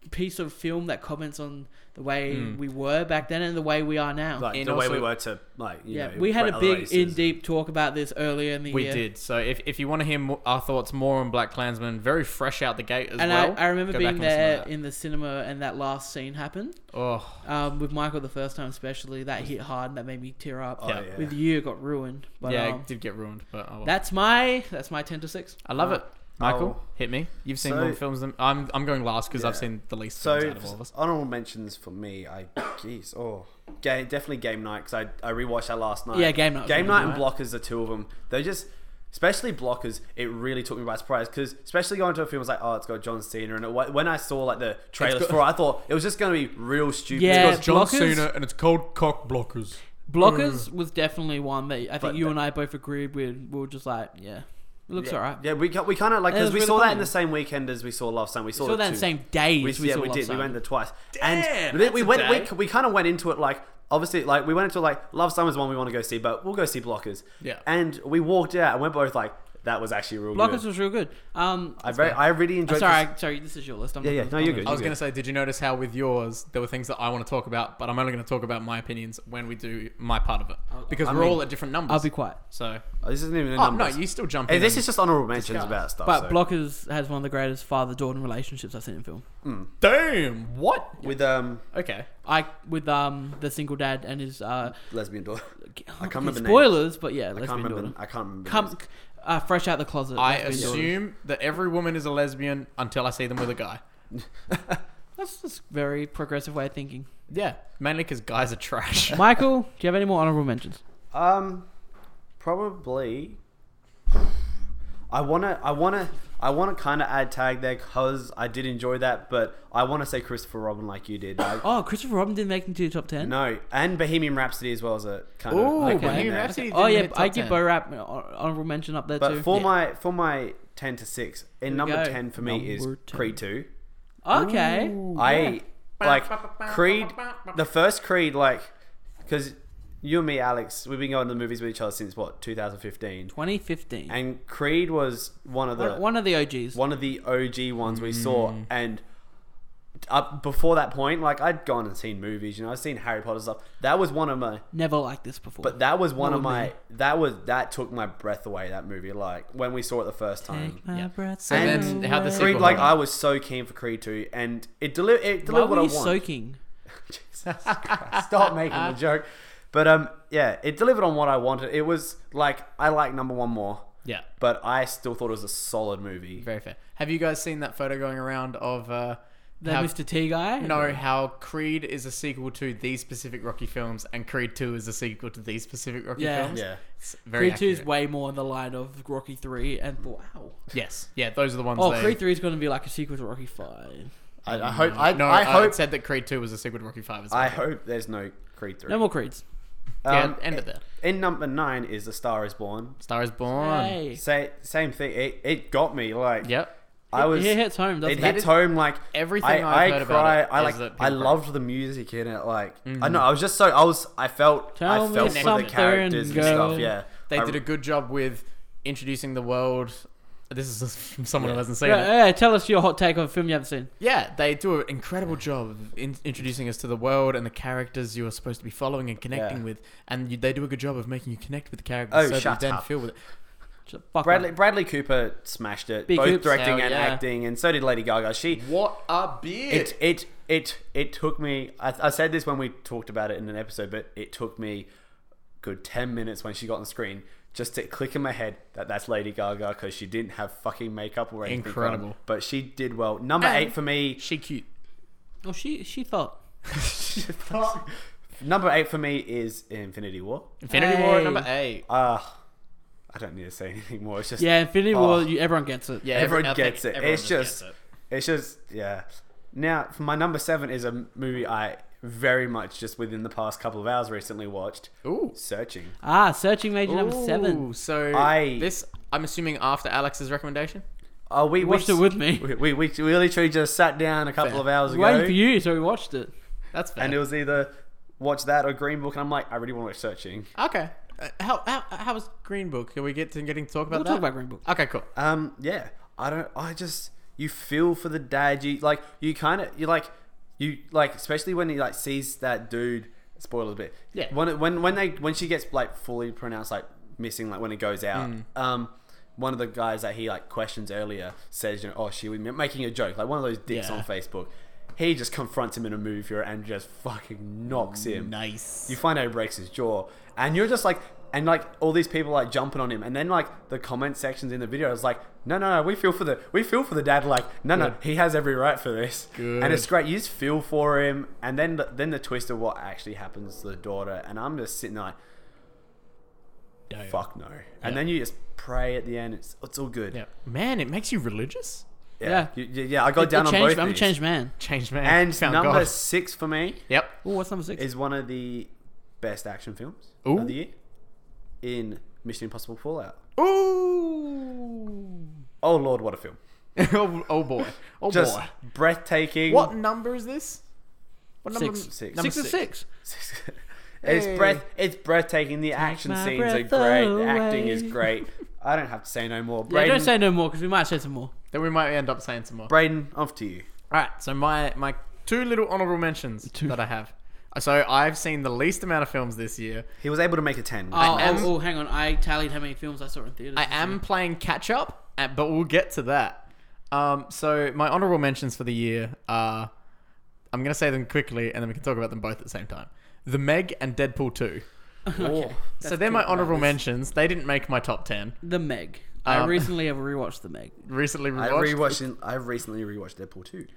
[SPEAKER 1] piece of film that comments on the way
[SPEAKER 2] Mm.
[SPEAKER 1] we were back then and the way we are now.
[SPEAKER 3] like
[SPEAKER 2] And
[SPEAKER 3] the way we
[SPEAKER 2] also-
[SPEAKER 3] were to like you
[SPEAKER 1] yeah,
[SPEAKER 3] know,
[SPEAKER 1] we had
[SPEAKER 3] other
[SPEAKER 1] a big
[SPEAKER 3] races.
[SPEAKER 1] in deep talk about this earlier in the
[SPEAKER 2] We
[SPEAKER 1] year.
[SPEAKER 2] did. So if, if you want to hear mo- our thoughts more on Black Klansman, very fresh out the gate as
[SPEAKER 1] And
[SPEAKER 2] well.
[SPEAKER 1] I, I remember
[SPEAKER 2] go back
[SPEAKER 1] being
[SPEAKER 2] and listen to
[SPEAKER 1] there
[SPEAKER 2] that.
[SPEAKER 1] in the cinema and that last scene happened.
[SPEAKER 2] oh,
[SPEAKER 1] Um, with Michael the first time especially, that hit hard and that made me tear up.
[SPEAKER 3] Oh,
[SPEAKER 2] Yeah.
[SPEAKER 3] yeah.
[SPEAKER 1] With you it got ruined. But
[SPEAKER 2] yeah,
[SPEAKER 1] um,
[SPEAKER 2] it did get ruined, but oh well.
[SPEAKER 1] that's my that's my ten to six.
[SPEAKER 2] I love it. Michael,
[SPEAKER 3] Oh.
[SPEAKER 2] hit me. You've seen
[SPEAKER 3] So-
[SPEAKER 2] more films than I'm. I'm going last because I've
[SPEAKER 3] Yeah.
[SPEAKER 2] seen the least films
[SPEAKER 3] So
[SPEAKER 2] out of all of us.
[SPEAKER 3] honorable mentions for me, I geez, oh, game, definitely game night because I I rewatched that last night.
[SPEAKER 1] Yeah, Game Night was
[SPEAKER 3] game
[SPEAKER 1] really
[SPEAKER 3] night and
[SPEAKER 1] good.
[SPEAKER 3] blockers are two of them. They just. Especially blockers, it really took me by surprise because especially going to a film, I was like, oh, it's got John Cena, and it, wa- when I saw like the trailers
[SPEAKER 2] got-
[SPEAKER 3] for, it, I thought it was just going to be real stupid.
[SPEAKER 1] Yeah, It's got John Blockers- Cena
[SPEAKER 2] and it's called Cock Blockers.
[SPEAKER 1] Blockers was definitely one that I think
[SPEAKER 3] Mm. But
[SPEAKER 1] you
[SPEAKER 3] the-
[SPEAKER 1] and I both agreed with. We were just like, yeah, it looks
[SPEAKER 3] yeah,
[SPEAKER 1] alright.
[SPEAKER 3] Yeah, we ca- we kind of like
[SPEAKER 1] And it
[SPEAKER 3] because we
[SPEAKER 1] was
[SPEAKER 3] saw
[SPEAKER 1] really
[SPEAKER 3] that in
[SPEAKER 1] funny.
[SPEAKER 3] the same weekend as we saw Love Sun. We saw,
[SPEAKER 1] We saw
[SPEAKER 3] the
[SPEAKER 1] that
[SPEAKER 3] two.
[SPEAKER 1] the same day.
[SPEAKER 3] We,
[SPEAKER 1] as we
[SPEAKER 3] yeah,
[SPEAKER 1] saw
[SPEAKER 3] we
[SPEAKER 1] Love
[SPEAKER 3] did. We
[SPEAKER 1] Simon.
[SPEAKER 3] went there twice,
[SPEAKER 2] Damn,
[SPEAKER 3] and we-
[SPEAKER 2] that's
[SPEAKER 3] we
[SPEAKER 2] a
[SPEAKER 3] went.
[SPEAKER 2] day.
[SPEAKER 3] We, we kind of went into it like obviously like we went into it like Love Sun is one we want to go see, but we'll go see Blockers.
[SPEAKER 2] Yeah.
[SPEAKER 3] and we walked out and we're both like that was actually real
[SPEAKER 1] Blockers
[SPEAKER 3] good.
[SPEAKER 1] was real good. Um,
[SPEAKER 3] I very I really enjoyed.
[SPEAKER 1] sorry,
[SPEAKER 3] this-
[SPEAKER 1] I- sorry, this is your list. I'm
[SPEAKER 3] Yeah,
[SPEAKER 1] not
[SPEAKER 3] yeah,
[SPEAKER 1] gonna-
[SPEAKER 3] no,
[SPEAKER 1] I'm
[SPEAKER 3] you're
[SPEAKER 1] not
[SPEAKER 3] good.
[SPEAKER 2] I was going to say, did you notice how with yours there were things that I want to talk about, but I'm only going to talk about my opinions when we do my part of it because
[SPEAKER 3] I
[SPEAKER 2] we're all
[SPEAKER 3] mean-
[SPEAKER 2] at different numbers.
[SPEAKER 1] I'll be quiet.
[SPEAKER 2] so.
[SPEAKER 3] Oh, this isn't even.
[SPEAKER 2] Oh
[SPEAKER 3] A
[SPEAKER 2] no,
[SPEAKER 3] numbers.
[SPEAKER 2] you still jump
[SPEAKER 3] Hey,
[SPEAKER 2] in.
[SPEAKER 3] this
[SPEAKER 2] and-
[SPEAKER 3] is just honorable mentions
[SPEAKER 2] discuss.
[SPEAKER 3] about stuff.
[SPEAKER 1] But
[SPEAKER 3] so.
[SPEAKER 1] Blockers has one of the greatest father-daughter relationships I've seen in film.
[SPEAKER 2] damn what?
[SPEAKER 3] with um
[SPEAKER 2] Okay,
[SPEAKER 1] I with um the single dad and his uh
[SPEAKER 3] lesbian daughter, I can't
[SPEAKER 1] his
[SPEAKER 3] remember names.
[SPEAKER 1] spoilers, but yeah,
[SPEAKER 3] I
[SPEAKER 1] lesbian
[SPEAKER 3] can't remember.
[SPEAKER 1] daughter.
[SPEAKER 3] I can't remember.
[SPEAKER 1] Come
[SPEAKER 3] names.
[SPEAKER 1] uh, fresh out the closet.
[SPEAKER 2] I
[SPEAKER 1] lesbian daughter.
[SPEAKER 2] assume that every woman is a lesbian until I see them with a guy.
[SPEAKER 1] that's just a very progressive way of thinking.
[SPEAKER 2] Yeah, mainly because guys are trash.
[SPEAKER 1] Michael, do you have any more honorable mentions?
[SPEAKER 3] Um, probably. I wanna, I wanna, I wanna kind of add tag there because I did enjoy that, but I wanna say Christopher Robin like you did. I,
[SPEAKER 1] Oh, Christopher Robin didn't make it into the top ten.
[SPEAKER 3] no, and Bohemian Rhapsody as well as a kind of.
[SPEAKER 2] Ooh,
[SPEAKER 3] like,
[SPEAKER 1] Okay.
[SPEAKER 2] Bohemian
[SPEAKER 3] in there.
[SPEAKER 2] Rhapsody.
[SPEAKER 1] Oh
[SPEAKER 2] didn't
[SPEAKER 1] yeah,
[SPEAKER 2] hit
[SPEAKER 1] I
[SPEAKER 2] top
[SPEAKER 1] give
[SPEAKER 2] 10.
[SPEAKER 1] Bo Rap honorable mention up there
[SPEAKER 3] But
[SPEAKER 1] too.
[SPEAKER 3] for
[SPEAKER 1] Yeah.
[SPEAKER 3] my for my ten to six,
[SPEAKER 1] Here
[SPEAKER 3] in
[SPEAKER 1] we go.
[SPEAKER 3] number ten for me
[SPEAKER 1] Number
[SPEAKER 3] is
[SPEAKER 1] 10.
[SPEAKER 3] Creed two.
[SPEAKER 1] okay,
[SPEAKER 3] I like Creed, the first Creed, like because you and me, Alex, we've been going to the movies with each other since what 2015,
[SPEAKER 1] 2015,
[SPEAKER 3] and Creed was one of the
[SPEAKER 1] one, one of the OGs. Mm.
[SPEAKER 3] one of the OG ones we saw, and up before that point, like I'd gone and seen movies, you know, I'd seen Harry Potter stuff. That was one of my
[SPEAKER 1] Never like this before.
[SPEAKER 3] but that was one
[SPEAKER 1] Not
[SPEAKER 3] of
[SPEAKER 1] with
[SPEAKER 3] my
[SPEAKER 1] me.
[SPEAKER 3] that was that took my breath away, that movie, like when we saw it the first time.
[SPEAKER 1] Take my
[SPEAKER 2] yeah.
[SPEAKER 1] breath
[SPEAKER 2] So then
[SPEAKER 1] away.
[SPEAKER 2] how the
[SPEAKER 3] Creed,
[SPEAKER 2] sequel
[SPEAKER 3] like
[SPEAKER 2] hold
[SPEAKER 3] I
[SPEAKER 2] up.
[SPEAKER 3] was so keen for Creed 2 and it delivered it
[SPEAKER 1] Why
[SPEAKER 3] delivered what
[SPEAKER 1] were
[SPEAKER 3] I
[SPEAKER 1] you
[SPEAKER 3] want.
[SPEAKER 1] soaking?
[SPEAKER 3] Jesus Christ, Stop making the joke. But um yeah, it delivered on what I wanted. It was like I like number 1 more,
[SPEAKER 2] yeah.
[SPEAKER 3] but I still thought it was a solid movie.
[SPEAKER 2] Very fair. Have you guys seen that photo going around of uh,
[SPEAKER 1] The
[SPEAKER 2] how-
[SPEAKER 1] Mr. T guy?
[SPEAKER 2] No, how Creed is a sequel to these specific Rocky films, and Creed Two is a sequel to these specific Rocky
[SPEAKER 1] Yeah.
[SPEAKER 2] films.
[SPEAKER 3] Yeah.
[SPEAKER 2] It's very
[SPEAKER 1] Creed 2 is
[SPEAKER 2] accurate.
[SPEAKER 1] way more in the line of Rocky 3 and 4. Wow.
[SPEAKER 2] Yes, yeah, those are the ones.
[SPEAKER 1] Oh,
[SPEAKER 2] they-
[SPEAKER 1] Creed 3 is going to be like a sequel to Rocky 5.
[SPEAKER 3] I, I hope I,
[SPEAKER 2] no,
[SPEAKER 3] I hope
[SPEAKER 2] it said that Creed Two was a sequel to Rocky Five. As well.
[SPEAKER 3] I hope there's no Creed 3.
[SPEAKER 1] No more Creeds.
[SPEAKER 2] yeah,
[SPEAKER 3] Um,
[SPEAKER 2] end it there.
[SPEAKER 3] In number nine is The Star Is Born.
[SPEAKER 2] Star is Born.
[SPEAKER 1] Hey.
[SPEAKER 3] Say, same thing. It, it got me. Like
[SPEAKER 2] Yep.
[SPEAKER 3] I was.
[SPEAKER 1] it hits home, doesn't
[SPEAKER 3] It
[SPEAKER 1] it?
[SPEAKER 3] hits home. Like
[SPEAKER 2] Everything
[SPEAKER 3] I,
[SPEAKER 2] I've heard about
[SPEAKER 3] cry.
[SPEAKER 2] it
[SPEAKER 3] I
[SPEAKER 2] is
[SPEAKER 3] like.
[SPEAKER 2] that people Mm-hmm.
[SPEAKER 3] I
[SPEAKER 2] cry.
[SPEAKER 3] loved the music in it. Like I know. I was just so. I was. I felt.
[SPEAKER 1] Tell
[SPEAKER 3] I
[SPEAKER 1] me
[SPEAKER 3] felt for the
[SPEAKER 1] something,
[SPEAKER 3] characters and
[SPEAKER 1] girl.
[SPEAKER 3] stuff. Yeah.
[SPEAKER 2] They
[SPEAKER 3] I-
[SPEAKER 2] did a good job with introducing the world. This is from someone who hasn't seen it.
[SPEAKER 1] Yeah, yeah, tell us your hot take on a film you haven't seen.
[SPEAKER 2] Yeah, they do an incredible job of in- introducing us to the world and the characters you are supposed to be following and connecting
[SPEAKER 3] Yeah.
[SPEAKER 2] with, and you, they do a good job of making you connect with the characters
[SPEAKER 3] Oh,
[SPEAKER 2] so that you
[SPEAKER 3] shut
[SPEAKER 2] then
[SPEAKER 3] up.
[SPEAKER 2] feel with it.
[SPEAKER 1] Shut the fuck up.
[SPEAKER 3] Bradley Bradley Cooper smashed it.
[SPEAKER 1] Big
[SPEAKER 3] both
[SPEAKER 1] oops.
[SPEAKER 3] directing
[SPEAKER 1] Hell
[SPEAKER 3] and
[SPEAKER 1] yeah.
[SPEAKER 3] acting, and so did Lady Gaga. She.
[SPEAKER 2] What a beard!
[SPEAKER 3] It it it it took me. I, I said this when we talked about it in an episode, but it took me good ten minutes when she got on the screen just to click in my head that that's Lady Gaga because she didn't have fucking makeup or anything. on,
[SPEAKER 2] Incredible.
[SPEAKER 3] but she did well. Number
[SPEAKER 2] And-
[SPEAKER 3] eight for me.
[SPEAKER 2] she cute.
[SPEAKER 1] Oh, she, she thought.
[SPEAKER 3] number eight for me is Infinity War.
[SPEAKER 2] Infinity War
[SPEAKER 1] Hey.
[SPEAKER 2] number eight.
[SPEAKER 3] Uh I don't need to say anything more. It's just
[SPEAKER 1] Yeah, Infinity
[SPEAKER 3] Oh.
[SPEAKER 1] War, you, everyone gets it.
[SPEAKER 2] Yeah,
[SPEAKER 3] everyone
[SPEAKER 2] I think
[SPEAKER 3] gets it.
[SPEAKER 2] everyone
[SPEAKER 3] it's just,
[SPEAKER 2] gets it.
[SPEAKER 3] it's just, yeah. Now, for my number seven is a movie I very much just within the past couple of hours recently watched.
[SPEAKER 2] Ooh.
[SPEAKER 3] Searching.
[SPEAKER 1] Ah, Searching Major number
[SPEAKER 2] Ooh,
[SPEAKER 1] 7.
[SPEAKER 2] So
[SPEAKER 3] I-
[SPEAKER 2] this, I'm assuming, after Alex's recommendation.
[SPEAKER 3] Oh, we
[SPEAKER 1] You watched it with me.
[SPEAKER 3] We, we, we, we literally just sat down a couple
[SPEAKER 2] Fair.
[SPEAKER 3] of hours
[SPEAKER 1] We
[SPEAKER 3] ago,
[SPEAKER 1] were waiting for you, so we watched it.
[SPEAKER 2] That's fair.
[SPEAKER 3] and it was either watch that or Green Book, and I'm like, I really want to watch Searching.
[SPEAKER 2] okay. Uh, how, how how was Green Book? Can we get to getting to talk about
[SPEAKER 1] We'll
[SPEAKER 2] that?
[SPEAKER 1] talk about Green Book.
[SPEAKER 2] Okay, cool.
[SPEAKER 3] Um, yeah, I don't. I just you feel for the dad. You like you kind of you like you like especially when he like sees that dude. Spoilers a bit.
[SPEAKER 2] Yeah.
[SPEAKER 3] When it- when when they when she gets like fully pronounced like missing like when it goes out.
[SPEAKER 2] Mm.
[SPEAKER 3] Um. One of the guys that he like questions earlier says, "You know, oh, she was making a joke, like one of those dicks
[SPEAKER 2] Yeah.
[SPEAKER 3] on Facebook." He just confronts him in a movie and just fucking knocks him.
[SPEAKER 2] Nice.
[SPEAKER 3] You find out he breaks his jaw, and you're just like, and like all these people like jumping on him, and then like the comment sections in the video is like, no, no, no, we feel for the, we feel for the dad, like, no, no, he has every right for this, and it's great. You just feel for him, and then the, then the twist of what actually happens to the daughter, and I'm just sitting there like, fuck no, and then you just pray at the end. It's it's all good.
[SPEAKER 2] Yeah. Man, it makes you religious.
[SPEAKER 3] Yeah,
[SPEAKER 1] Yeah.
[SPEAKER 3] You- you- yeah. I got
[SPEAKER 1] It- it
[SPEAKER 3] down on
[SPEAKER 1] changed-
[SPEAKER 3] both.
[SPEAKER 1] I'm a
[SPEAKER 3] these.
[SPEAKER 1] changed man.
[SPEAKER 2] Change man.
[SPEAKER 3] And
[SPEAKER 2] Found
[SPEAKER 3] number
[SPEAKER 2] God.
[SPEAKER 3] six for me
[SPEAKER 2] Yep.
[SPEAKER 1] Oh, what's number 6?
[SPEAKER 3] is one of the best action films
[SPEAKER 2] Ooh.
[SPEAKER 3] of the year in Mission Impossible Fallout.
[SPEAKER 2] Ooh.
[SPEAKER 3] Oh lord, what a film!
[SPEAKER 2] oh, oh boy. Oh
[SPEAKER 3] Just
[SPEAKER 2] boy.
[SPEAKER 3] breathtaking.
[SPEAKER 2] What number is this? What number?
[SPEAKER 1] Six.
[SPEAKER 3] Six.
[SPEAKER 2] Number
[SPEAKER 1] Six and
[SPEAKER 2] six.
[SPEAKER 1] six.
[SPEAKER 3] it's
[SPEAKER 2] Hey.
[SPEAKER 3] breath. It's breathtaking. The action
[SPEAKER 1] my
[SPEAKER 3] scenes are
[SPEAKER 1] breath
[SPEAKER 3] great. The acting is
[SPEAKER 1] away.
[SPEAKER 3] great. I don't have to say no more.
[SPEAKER 1] Yeah,
[SPEAKER 3] Braden,
[SPEAKER 1] don't say no more, because we might say some more.
[SPEAKER 2] Then we might end up saying some more.
[SPEAKER 3] Braden, off to you.
[SPEAKER 2] All right. So my my two little honorable mentions that I have. So I've seen the least amount of films this year.
[SPEAKER 3] He was able to make a ten. which
[SPEAKER 1] Oh,
[SPEAKER 3] is-
[SPEAKER 2] am-
[SPEAKER 1] oh, oh, hang on. I tallied how many films I saw in theaters.
[SPEAKER 2] I am playing catch up, uh, but we'll get to that. Um, so my honorable mentions for the year are. I'm gonna say them quickly, and then we can talk about them both at the same time. The Meg and Deadpool Two.
[SPEAKER 3] oh.
[SPEAKER 2] so they're my honorable mentions. They didn't make my top ten.
[SPEAKER 1] The Meg. I
[SPEAKER 2] Um,
[SPEAKER 1] recently have rewatched The Meg.
[SPEAKER 2] Recently
[SPEAKER 3] I
[SPEAKER 2] rewatched.
[SPEAKER 3] rewatched. I recently rewatched Deadpool two.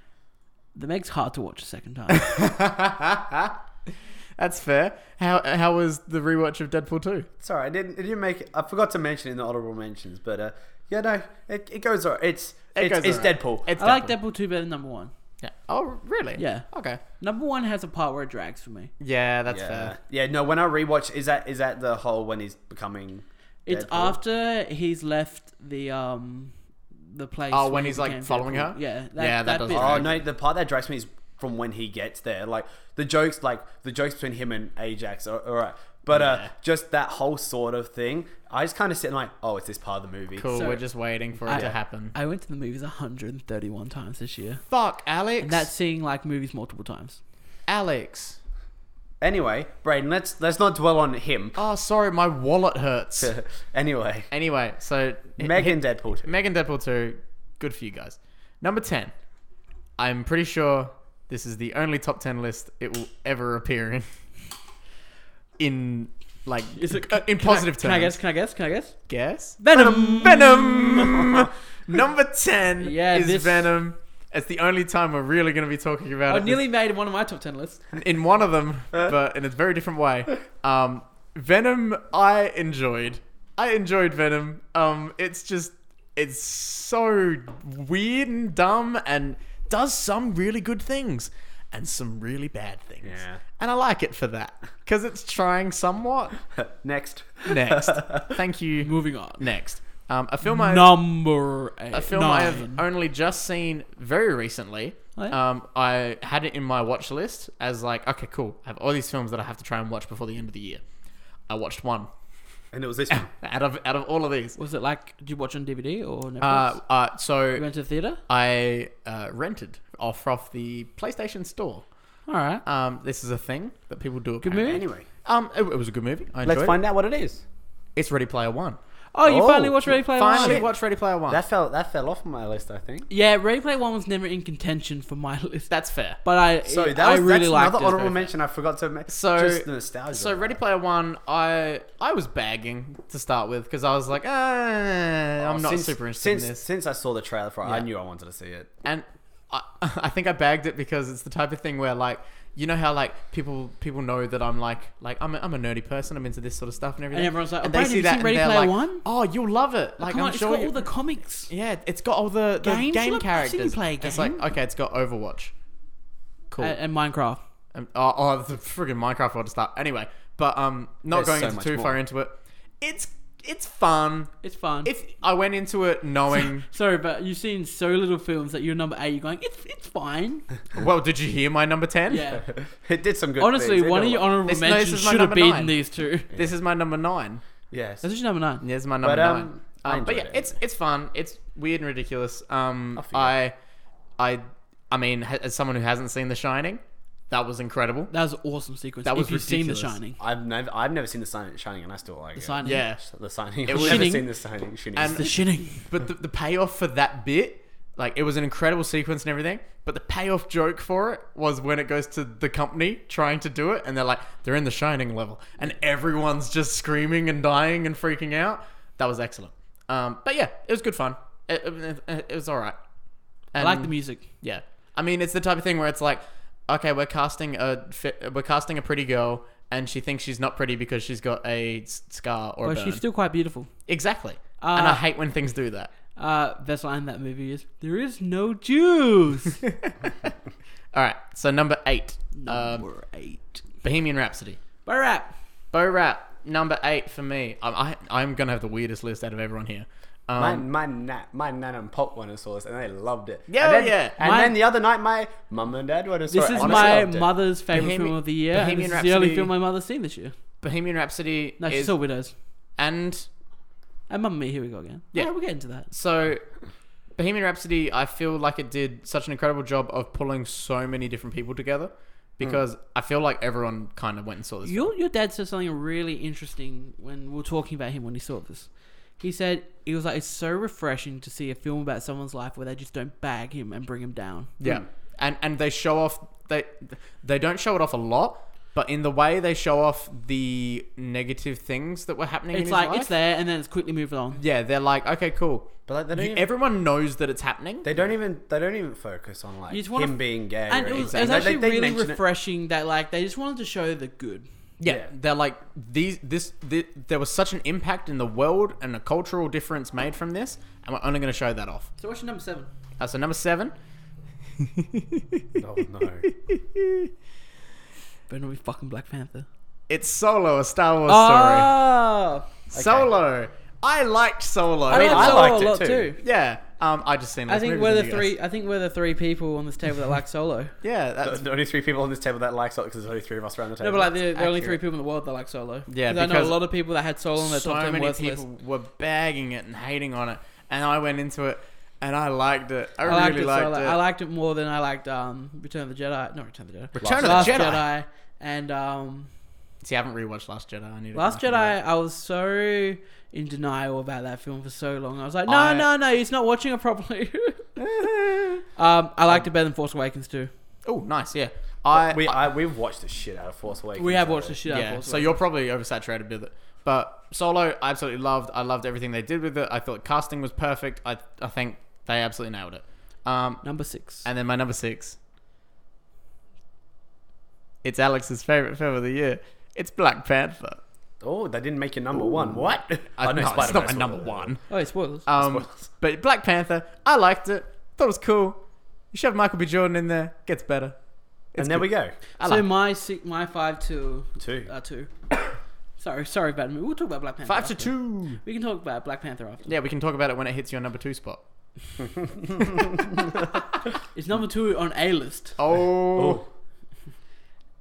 [SPEAKER 1] The Meg's hard to watch a second time.
[SPEAKER 2] That's fair. How how was the rewatch of Deadpool two?
[SPEAKER 3] Sorry, I didn't. It didn't make. I forgot to mention in the honorable mentions, but uh, yeah, no, it, it goes. alright. It's
[SPEAKER 2] It
[SPEAKER 3] it's,
[SPEAKER 2] goes
[SPEAKER 3] it's
[SPEAKER 2] alright.
[SPEAKER 3] Deadpool.
[SPEAKER 2] It's
[SPEAKER 1] I like Deadpool 2 better than number 1.
[SPEAKER 2] Yeah. Oh really?
[SPEAKER 1] Yeah.
[SPEAKER 2] Okay.
[SPEAKER 1] Number 1 has a part where it drags for me.
[SPEAKER 2] Yeah, that's
[SPEAKER 3] yeah.
[SPEAKER 2] fair.
[SPEAKER 3] Yeah, no, when I rewatch is that is that the whole when he's becoming
[SPEAKER 1] It's
[SPEAKER 3] Deadpool?
[SPEAKER 1] after he's left the um the place.
[SPEAKER 2] Oh,
[SPEAKER 1] where
[SPEAKER 2] when
[SPEAKER 1] he
[SPEAKER 2] he's, like,
[SPEAKER 1] became
[SPEAKER 2] following
[SPEAKER 1] Deadpool.
[SPEAKER 2] her?
[SPEAKER 1] Yeah,
[SPEAKER 2] Yeah, that does
[SPEAKER 1] bit-
[SPEAKER 2] drag.
[SPEAKER 3] Oh no, the part that drags me is from when he gets there. Like the jokes like the jokes between him and Ajax are alright. But uh, just that whole sort of thing, I just kind of sit and like, oh, it's this part of the movie.
[SPEAKER 2] Cool.
[SPEAKER 1] So-
[SPEAKER 2] we're just waiting for it
[SPEAKER 1] I-
[SPEAKER 2] to happen.
[SPEAKER 1] I went to the movies 131 times this year.
[SPEAKER 2] Fuck, Alex.
[SPEAKER 1] And that's seeing like movies multiple times.
[SPEAKER 2] Alex.
[SPEAKER 3] Anyway, Braden, let's let's not dwell on him.
[SPEAKER 2] Oh, sorry, my wallet hurts.
[SPEAKER 3] anyway,
[SPEAKER 2] anyway, so
[SPEAKER 3] Megan Deadpool. Too.
[SPEAKER 2] Megan Deadpool 2, good for you guys. Number 10. I'm pretty sure this is the only top 10 list it will ever appear in. In, like,
[SPEAKER 1] Is it-
[SPEAKER 2] uh, in positive
[SPEAKER 1] Can
[SPEAKER 2] terms.
[SPEAKER 1] I guess? Can I guess? Can I guess?
[SPEAKER 2] Guess?
[SPEAKER 1] Venom.
[SPEAKER 2] Venom! Number 10
[SPEAKER 1] Yeah,
[SPEAKER 2] is
[SPEAKER 1] this- Oh,
[SPEAKER 2] Venom. It's the only time we're really going to be talking about
[SPEAKER 1] I
[SPEAKER 2] it. this
[SPEAKER 1] nearly made one of my top ten lists.
[SPEAKER 2] in one of them, but in a very different way. Um, Venom, I enjoyed. I enjoyed Venom. Um, it's just, it's so weird and dumb, and does some really good things, and some really bad things.
[SPEAKER 3] Yeah.
[SPEAKER 2] And I like it for that because it's trying somewhat.
[SPEAKER 3] Next.
[SPEAKER 2] Next, thank you.
[SPEAKER 1] Moving on.
[SPEAKER 2] Next, um, a film I
[SPEAKER 1] Number eight.
[SPEAKER 2] a film I have
[SPEAKER 1] nine.
[SPEAKER 2] only just seen very recently.
[SPEAKER 1] Oh, yeah?
[SPEAKER 2] Um, I had it in my watch list as like, okay, cool. I have all these films that I have to try and watch before the end of the year. I watched one
[SPEAKER 3] And it was this one.
[SPEAKER 2] out of out of all of these.
[SPEAKER 1] Was it like? Did you watch on DVD or Netflix?
[SPEAKER 2] Uh, uh,
[SPEAKER 1] you
[SPEAKER 2] so
[SPEAKER 1] went to the theater.
[SPEAKER 2] I uh, rented off off the PlayStation Store.
[SPEAKER 1] All right.
[SPEAKER 2] Um, this is a thing that people do.
[SPEAKER 1] Good movie?
[SPEAKER 2] apparently.
[SPEAKER 3] Anyway,
[SPEAKER 2] Um, it, it was a good movie. I enjoyed
[SPEAKER 3] let's find out what it is.
[SPEAKER 2] It. It's Ready Player One.
[SPEAKER 1] Oh, you
[SPEAKER 3] Oh,
[SPEAKER 1] finally watched Ready Player
[SPEAKER 2] Finally
[SPEAKER 1] One.
[SPEAKER 2] watched Ready Player One.
[SPEAKER 3] That fell that fell off my list, I think.
[SPEAKER 1] Yeah, Ready Player One was never in contention for my list.
[SPEAKER 2] That's fair.
[SPEAKER 1] But I,
[SPEAKER 3] So that
[SPEAKER 1] I
[SPEAKER 3] was
[SPEAKER 1] really
[SPEAKER 3] that's
[SPEAKER 1] liked
[SPEAKER 3] another
[SPEAKER 1] it.
[SPEAKER 3] honorable mention I forgot to make.
[SPEAKER 2] So-
[SPEAKER 3] just the nostalgia.
[SPEAKER 2] So
[SPEAKER 3] of
[SPEAKER 2] Ready
[SPEAKER 3] that.
[SPEAKER 2] Player One, I I was bagging to start with because I was like, eh,
[SPEAKER 3] Oh,
[SPEAKER 2] I'm not
[SPEAKER 3] since-
[SPEAKER 2] super interested
[SPEAKER 3] since,
[SPEAKER 2] in this,
[SPEAKER 3] Since I saw the trailer for it, I
[SPEAKER 2] Yeah.
[SPEAKER 3] knew I wanted to see it.
[SPEAKER 2] and I I think I bagged it because it's the type of thing where like you know how like people people know that I'm like like I'm a, I'm a nerdy person, I'm into this sort of stuff and everything,
[SPEAKER 1] everyone's like, "Oh, Brad, have you seen Ready
[SPEAKER 2] they're
[SPEAKER 1] Player
[SPEAKER 2] like,
[SPEAKER 1] One?"
[SPEAKER 2] oh, you'll love it. Like
[SPEAKER 1] Come
[SPEAKER 2] I'm
[SPEAKER 1] on,
[SPEAKER 2] sure
[SPEAKER 1] it's got
[SPEAKER 2] you-
[SPEAKER 1] all the comics.
[SPEAKER 2] yeah, it's got all the, the
[SPEAKER 1] Games?
[SPEAKER 2] game
[SPEAKER 1] Look, I've
[SPEAKER 2] characters.
[SPEAKER 1] seen you play a
[SPEAKER 2] It's like
[SPEAKER 1] game. Uh,
[SPEAKER 2] okay, it's got Overwatch. Cool.
[SPEAKER 1] And, and Minecraft.
[SPEAKER 2] Um, oh, oh, the friggin' Minecraft world to start. Anyway, but um, not
[SPEAKER 3] There's
[SPEAKER 2] going
[SPEAKER 3] so
[SPEAKER 2] into
[SPEAKER 3] much
[SPEAKER 2] too
[SPEAKER 3] more.
[SPEAKER 2] far into it. It's it's fun.
[SPEAKER 1] It's fun.
[SPEAKER 2] If I went into it knowing,
[SPEAKER 1] Sorry, but you've seen so little films that you're number eight. You're going, it's it's fine.
[SPEAKER 2] well, did you hear my number ten?
[SPEAKER 1] Yeah.
[SPEAKER 3] It did some good.
[SPEAKER 1] Honestly,
[SPEAKER 3] things. It
[SPEAKER 1] one
[SPEAKER 3] did
[SPEAKER 1] of
[SPEAKER 3] a
[SPEAKER 1] your
[SPEAKER 3] lot.
[SPEAKER 1] honorable
[SPEAKER 2] This- no, this
[SPEAKER 1] mentions
[SPEAKER 2] is my
[SPEAKER 1] should have
[SPEAKER 2] number
[SPEAKER 1] beaten
[SPEAKER 2] nine.
[SPEAKER 1] these two.
[SPEAKER 2] This is my number nine.
[SPEAKER 3] yes.
[SPEAKER 1] This is number nine.
[SPEAKER 2] This is my number
[SPEAKER 3] But, um,
[SPEAKER 2] nine.
[SPEAKER 3] I
[SPEAKER 2] Um, but
[SPEAKER 3] enjoyed
[SPEAKER 2] yeah,
[SPEAKER 3] it.
[SPEAKER 2] it's it's fun. It's weird and ridiculous. Um,
[SPEAKER 3] feel
[SPEAKER 2] I, I, I mean, ha- as someone who hasn't seen The Shining, that was incredible.
[SPEAKER 1] That was an awesome sequence.
[SPEAKER 2] That was
[SPEAKER 1] if you've seen The
[SPEAKER 2] ridiculous.
[SPEAKER 1] Shining.
[SPEAKER 3] I've never, I've never seen the Shining, Shining, and I still like
[SPEAKER 1] The
[SPEAKER 3] it.
[SPEAKER 1] Shining.
[SPEAKER 2] Yeah,
[SPEAKER 3] The Shining.
[SPEAKER 2] It
[SPEAKER 3] I've
[SPEAKER 2] was-
[SPEAKER 3] never
[SPEAKER 1] Shining.
[SPEAKER 3] seen the Shining. Shining.
[SPEAKER 2] And-
[SPEAKER 1] The Shining.
[SPEAKER 2] But the, the payoff for that bit, like it was an incredible sequence and everything, but the payoff joke for it was when it goes to the company trying to do it and they're like, they're in the shining level and everyone's just screaming and dying and freaking out. That was excellent. Um, but yeah, it was good fun. It, it- it- it was all right.
[SPEAKER 1] I like the music.
[SPEAKER 2] Yeah, I mean, it's the type of thing where it's like, okay, we're casting a fi- we're casting a pretty girl, and she thinks she's not pretty because she's got a s- scar or a
[SPEAKER 1] But
[SPEAKER 2] burn.
[SPEAKER 1] she's still quite beautiful.
[SPEAKER 2] exactly. and I
[SPEAKER 1] Uh,
[SPEAKER 2] hate when things do that.
[SPEAKER 1] Uh, best line in that movie is, there is no juice.
[SPEAKER 2] All right, so number eight, um,
[SPEAKER 1] number eight.
[SPEAKER 2] Bohemian Rhapsody.
[SPEAKER 1] But rap.
[SPEAKER 2] Bo Rap, number eight for me. I, I, I'm gonna have the weirdest list out of everyone here. Um,
[SPEAKER 3] my my na- my nan and pop went and saw this, and they loved it.
[SPEAKER 2] Yeah,
[SPEAKER 3] and then,
[SPEAKER 2] yeah.
[SPEAKER 3] And
[SPEAKER 1] My-
[SPEAKER 3] then the other night, my mum and dad went and saw
[SPEAKER 1] This
[SPEAKER 3] it.
[SPEAKER 1] is
[SPEAKER 3] and they
[SPEAKER 1] my
[SPEAKER 3] loved it.
[SPEAKER 1] mother's favorite
[SPEAKER 2] Bohemian-
[SPEAKER 1] film of the year. and
[SPEAKER 2] Bohemian
[SPEAKER 1] this is the only
[SPEAKER 2] Rhapsody.
[SPEAKER 1] film my mother's seen this year.
[SPEAKER 2] Bohemian Rhapsody
[SPEAKER 1] No, she
[SPEAKER 2] is,
[SPEAKER 1] saw Widows.
[SPEAKER 2] and
[SPEAKER 1] And Mamma Mia, here we go again.
[SPEAKER 2] Yeah.
[SPEAKER 1] Yeah, we'll get into that.
[SPEAKER 2] so Bohemian Rhapsody. I feel like it did such an incredible job of pulling so many different people together because I feel like everyone kind of went and saw this.
[SPEAKER 1] Your, your dad said something really interesting when we were talking about him when he saw this. He said, he was like, it's so refreshing to see a film about someone's life where they just don't bag him and bring him down.
[SPEAKER 2] Yeah, and and they show off they they don't show it off a lot, but in the way they show off the negative things that were happening. in
[SPEAKER 1] It's
[SPEAKER 2] his
[SPEAKER 1] like,
[SPEAKER 2] life,
[SPEAKER 1] it's there and then it's quickly moved on.
[SPEAKER 2] Yeah, they're like, okay, cool.
[SPEAKER 3] But like, they don't
[SPEAKER 2] You-
[SPEAKER 3] even,
[SPEAKER 2] everyone knows that it's happening.
[SPEAKER 3] they don't even they don't even focus on like
[SPEAKER 1] You just wanna-
[SPEAKER 3] him being gay.
[SPEAKER 1] And
[SPEAKER 3] or
[SPEAKER 1] it was,
[SPEAKER 3] anything.
[SPEAKER 1] it was
[SPEAKER 3] They-
[SPEAKER 1] actually
[SPEAKER 3] they, they
[SPEAKER 1] really
[SPEAKER 3] mention it.
[SPEAKER 1] refreshing that, like, they just wanted to show the good.
[SPEAKER 2] yeah,
[SPEAKER 3] yeah.
[SPEAKER 2] they're like these. This, thi- there was such an impact in the world and a cultural difference made from this, and we're only going to show that off.
[SPEAKER 1] So, what's your number seven?
[SPEAKER 2] Uh, so number seven,
[SPEAKER 3] Oh no.
[SPEAKER 1] Better not be fucking Black Panther.
[SPEAKER 2] it's Solo, a Star Wars
[SPEAKER 1] Oh!
[SPEAKER 2] story. Solo. I liked Solo.
[SPEAKER 1] I,
[SPEAKER 3] mean,
[SPEAKER 1] liked
[SPEAKER 3] I
[SPEAKER 1] Solo
[SPEAKER 3] liked
[SPEAKER 1] a
[SPEAKER 3] it
[SPEAKER 1] lot
[SPEAKER 3] too.
[SPEAKER 1] too.
[SPEAKER 2] yeah. Um, I just seen.
[SPEAKER 1] I
[SPEAKER 2] those
[SPEAKER 1] think
[SPEAKER 2] movies
[SPEAKER 1] we're
[SPEAKER 2] with
[SPEAKER 1] the
[SPEAKER 2] you guys.
[SPEAKER 1] three. I think we're the three people on this table that like Solo.
[SPEAKER 2] Yeah, that's,
[SPEAKER 3] The only three people on this table that like Solo because there's only three of us around the
[SPEAKER 1] No,
[SPEAKER 3] table.
[SPEAKER 1] but like the, the only three
[SPEAKER 2] accurate.
[SPEAKER 1] people in the world that like Solo. because I
[SPEAKER 2] Yeah,
[SPEAKER 1] know a
[SPEAKER 2] because
[SPEAKER 1] lot of people that had Solo on their
[SPEAKER 2] so
[SPEAKER 1] top ten
[SPEAKER 2] many
[SPEAKER 1] worst
[SPEAKER 2] people
[SPEAKER 1] list.
[SPEAKER 2] were bagging it and hating on it, and I went into it and I liked it. I,
[SPEAKER 1] I,
[SPEAKER 2] really
[SPEAKER 1] liked it.
[SPEAKER 2] liked
[SPEAKER 1] Solo.
[SPEAKER 2] it.
[SPEAKER 1] I liked it more than I liked um, Return of the Jedi. Not Return of the Jedi.
[SPEAKER 2] Return of the
[SPEAKER 1] Last
[SPEAKER 2] Jedi.
[SPEAKER 1] and um,
[SPEAKER 2] See, I haven't rewatched Last Jedi. I need to
[SPEAKER 1] Last
[SPEAKER 2] go
[SPEAKER 1] Jedi.
[SPEAKER 2] back and
[SPEAKER 1] I was so in denial about that film for so long. I was like, no,
[SPEAKER 2] I-
[SPEAKER 1] no, no, he's not watching it properly.
[SPEAKER 2] do it.
[SPEAKER 1] um, I liked it better than Force Awakens too.
[SPEAKER 2] oh, nice. Yeah, I.
[SPEAKER 3] we I, we've watched the shit out of Force Awakens.
[SPEAKER 1] We have
[SPEAKER 3] so-
[SPEAKER 1] watched the shit out of
[SPEAKER 2] yeah.
[SPEAKER 1] Force
[SPEAKER 2] So you're probably oversaturated with it, but Solo, I absolutely loved. I loved everything they did with it. I thought casting was perfect. I I think they absolutely nailed it. Um,
[SPEAKER 1] number six.
[SPEAKER 2] And then my number six. It's Alex's favorite film of the year. It's Black Panther.
[SPEAKER 3] Oh, they didn't make your number one. What?
[SPEAKER 2] I,
[SPEAKER 3] Oh,
[SPEAKER 2] Uh, no, it's not
[SPEAKER 3] Spider-Man's
[SPEAKER 2] my
[SPEAKER 3] the
[SPEAKER 2] number one.
[SPEAKER 1] oh, it's spoilers.
[SPEAKER 2] Um, but Black Panther, I liked it. Thought it was cool. You shove Michael B. Jordan in there, gets better.
[SPEAKER 3] And there we go.
[SPEAKER 2] I
[SPEAKER 1] so
[SPEAKER 2] like-
[SPEAKER 1] my six, my five to
[SPEAKER 3] Two.
[SPEAKER 1] uh, two. sorry, sorry, about me. We'll talk about Black Panther.
[SPEAKER 2] Five to
[SPEAKER 1] after.
[SPEAKER 2] two.
[SPEAKER 1] We can talk about Black Panther after.
[SPEAKER 2] Yeah, we can talk about it when it hits your number two spot.
[SPEAKER 1] It's number two on A list.
[SPEAKER 2] Oh.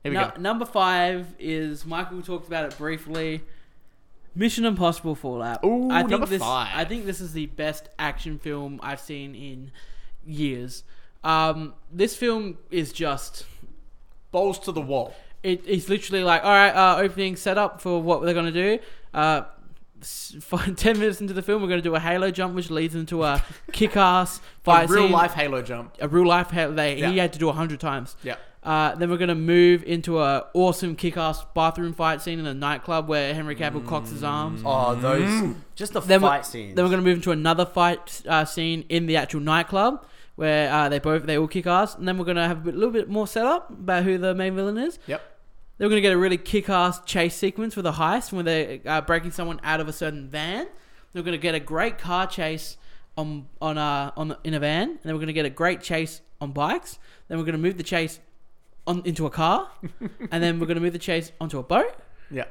[SPEAKER 2] Here we
[SPEAKER 1] Nu-
[SPEAKER 2] go.
[SPEAKER 1] Number five is Michael talked about it briefly. Mission Impossible Fallout.
[SPEAKER 2] Ooh,
[SPEAKER 1] I think
[SPEAKER 2] number
[SPEAKER 1] this,
[SPEAKER 2] five.
[SPEAKER 1] I think this is the best action film I've seen in years. Um, this film is just
[SPEAKER 2] Balls to the wall.
[SPEAKER 1] it, it's literally like all right, uh, opening setup for what they're gonna do. Uh, s- fi- ten minutes into the film, we're gonna do a Halo jump, which leads into a kick-ass
[SPEAKER 2] A
[SPEAKER 1] fight
[SPEAKER 2] real
[SPEAKER 1] scene.
[SPEAKER 2] life Halo jump.
[SPEAKER 1] a real life. Halo, they, He
[SPEAKER 2] Yeah.
[SPEAKER 1] had to do a hundred times.
[SPEAKER 2] Yeah.
[SPEAKER 1] Uh, then we're gonna move into a awesome kick-ass bathroom fight scene in a nightclub where Henry Cavill cocks his arms.
[SPEAKER 2] Mm.
[SPEAKER 3] Oh, those just the
[SPEAKER 1] Then we're-
[SPEAKER 3] fight scenes.
[SPEAKER 1] Then we're gonna move into another fight uh, scene in the actual nightclub where uh, they both they all kick ass, and then we're gonna have a bit- little bit more setup about who the main villain is.
[SPEAKER 2] Yep.
[SPEAKER 1] They were going to get a really kick ass chase sequence with a heist when they're uh, breaking someone out of a certain van. They were going to get a great car chase on on uh, on in a van, and then we're going to get a great chase on bikes. Then we're going to move the chase on into a car, and then we're going to move the chase onto a boat.
[SPEAKER 2] Yeah.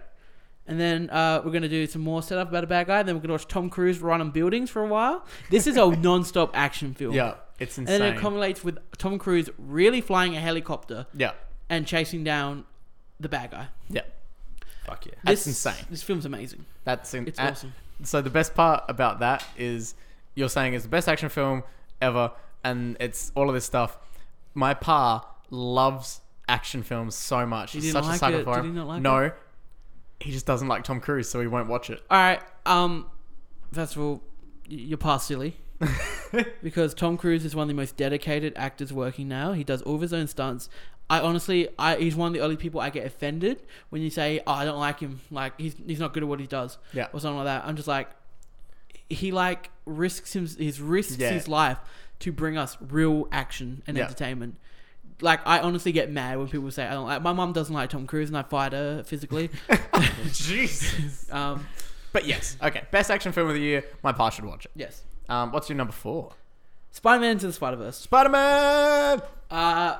[SPEAKER 1] And then uh, we're going to do some more setup about a bad guy. Then we're going to watch Tom Cruise run on buildings for a while. This is a non stop action film.
[SPEAKER 2] Yeah. It's
[SPEAKER 1] And
[SPEAKER 2] insane.
[SPEAKER 1] then it culminates with Tom Cruise really flying a helicopter
[SPEAKER 2] yeah.
[SPEAKER 1] and chasing down the bad guy.
[SPEAKER 2] Yeah.
[SPEAKER 3] Fuck yeah.
[SPEAKER 2] That's
[SPEAKER 1] This-
[SPEAKER 2] insane. Uh,
[SPEAKER 1] This film's amazing.
[SPEAKER 2] That's in-
[SPEAKER 1] It's
[SPEAKER 2] a-
[SPEAKER 1] awesome.
[SPEAKER 2] So the best part about that is you're saying it's the best action film ever, and it's all of this stuff. My pa loves action films so much.
[SPEAKER 1] He
[SPEAKER 2] He's
[SPEAKER 1] didn't
[SPEAKER 2] such a
[SPEAKER 1] like
[SPEAKER 2] sucker
[SPEAKER 1] it.
[SPEAKER 2] for
[SPEAKER 1] Did
[SPEAKER 2] him.
[SPEAKER 1] he not like
[SPEAKER 2] no, he just doesn't like Tom Cruise, so he won't watch it.
[SPEAKER 1] All right. Um, first of all, y- you're past silly because Tom Cruise is one of the most dedicated actors working now. He does all of his own stunts. I honestly, I he's one of the only people I get offended when you say, "Oh, I don't like him. Like he's he's not good at what he does."
[SPEAKER 2] Yeah.
[SPEAKER 1] Or something like that. I'm just like, he like risks his his risks
[SPEAKER 2] Yeah.
[SPEAKER 1] his life to bring us real action and
[SPEAKER 2] Yeah.
[SPEAKER 1] entertainment. Like I honestly get mad when people say I don't like. My mom doesn't like Tom Cruise, and I fight her physically.
[SPEAKER 2] Jesus.
[SPEAKER 1] um,
[SPEAKER 2] But yes, okay. Best action film of the year. My pa should watch it.
[SPEAKER 1] yes,
[SPEAKER 2] Um, what's your number four?
[SPEAKER 1] Spider-Man into the Spider-Verse.
[SPEAKER 2] Spider Man.
[SPEAKER 1] Uh,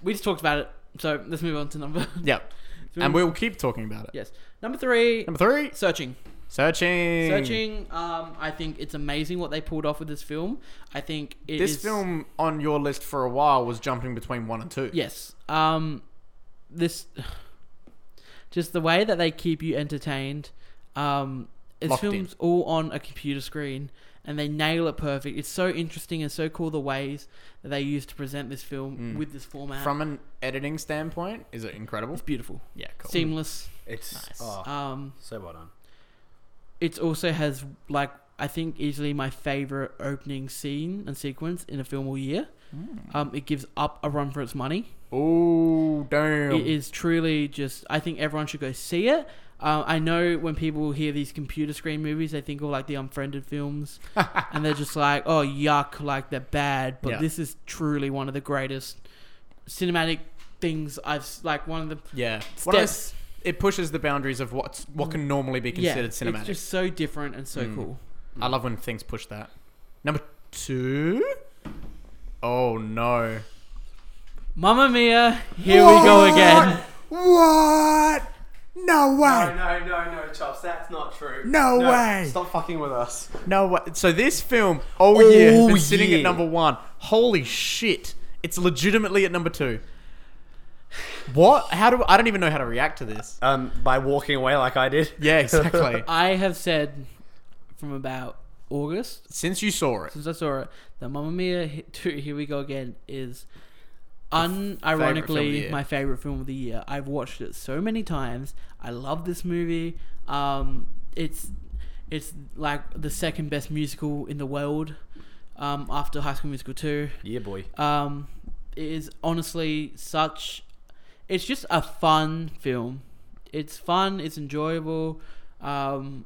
[SPEAKER 1] we just talked about it, so let's move on to number.
[SPEAKER 2] Yep. And we'll keep talking about it.
[SPEAKER 1] yes, number three,
[SPEAKER 2] Number three.
[SPEAKER 1] searching.
[SPEAKER 2] Searching.
[SPEAKER 1] Searching. Um, I think it's amazing what they pulled off with this film. I think it
[SPEAKER 2] This
[SPEAKER 1] is-
[SPEAKER 2] film on your list for a while was jumping between one and two.
[SPEAKER 1] Yes. Um, this just the way that they keep you entertained. Um, this
[SPEAKER 2] Locked in.
[SPEAKER 1] film's all on a computer screen, and they nail it perfect. It's so interesting and so cool the ways that they use to present this film with this format.
[SPEAKER 2] Mm. From an editing standpoint, is it incredible?
[SPEAKER 1] it's beautiful,
[SPEAKER 2] Yeah, cool.
[SPEAKER 1] seamless.
[SPEAKER 3] It's
[SPEAKER 2] Nice.
[SPEAKER 3] oh,
[SPEAKER 1] Um,
[SPEAKER 3] so well done.
[SPEAKER 1] it also has like I think easily my favorite opening scene and sequence in a film all year.
[SPEAKER 2] Hmm.
[SPEAKER 1] Um, it gives up a run for its money.
[SPEAKER 2] Ooh, damn.
[SPEAKER 1] It is truly just. I think everyone should go see it. Um, I know when people hear these computer screen movies, they think of like the unfriended films, and they're just like, "Oh yuck, like they're bad." But
[SPEAKER 2] Yeah.
[SPEAKER 1] this is truly one of the greatest cinematic things I've s- like one of the
[SPEAKER 2] yeah. One of
[SPEAKER 1] steps.
[SPEAKER 2] those- it pushes the boundaries of what's what can normally be
[SPEAKER 1] Yeah,
[SPEAKER 2] considered cinematic. Hmm.
[SPEAKER 1] it's just so different and so cool.
[SPEAKER 2] I love when things push that. Number two. Oh no.
[SPEAKER 1] Mamma Mia, here we go again.
[SPEAKER 2] What? No way.
[SPEAKER 3] no, no, no, Chops, that's not true.
[SPEAKER 2] No way.
[SPEAKER 3] Stop fucking with us.
[SPEAKER 2] No way. So this film all year has
[SPEAKER 3] All
[SPEAKER 2] been sitting at
[SPEAKER 3] year.
[SPEAKER 2] number one. Holy shit! It's legitimately at number two. What? How do I don't even know how to react to this?
[SPEAKER 3] Um, by walking away like I did.
[SPEAKER 2] Yeah, exactly.
[SPEAKER 1] I have said from about August
[SPEAKER 2] Since you saw it,
[SPEAKER 1] since I saw it that Mamma Mia Hi- 2 Here We Go Again is unironically
[SPEAKER 2] film of the year.
[SPEAKER 1] my favorite film of the year. I've watched it so many times. I love this movie. Um, it's it's like the second best musical in the world um, after High School Musical 2.
[SPEAKER 3] Yeah, boy.
[SPEAKER 1] Um, it is honestly such. It's just a fun film. It's fun. It's enjoyable. Um,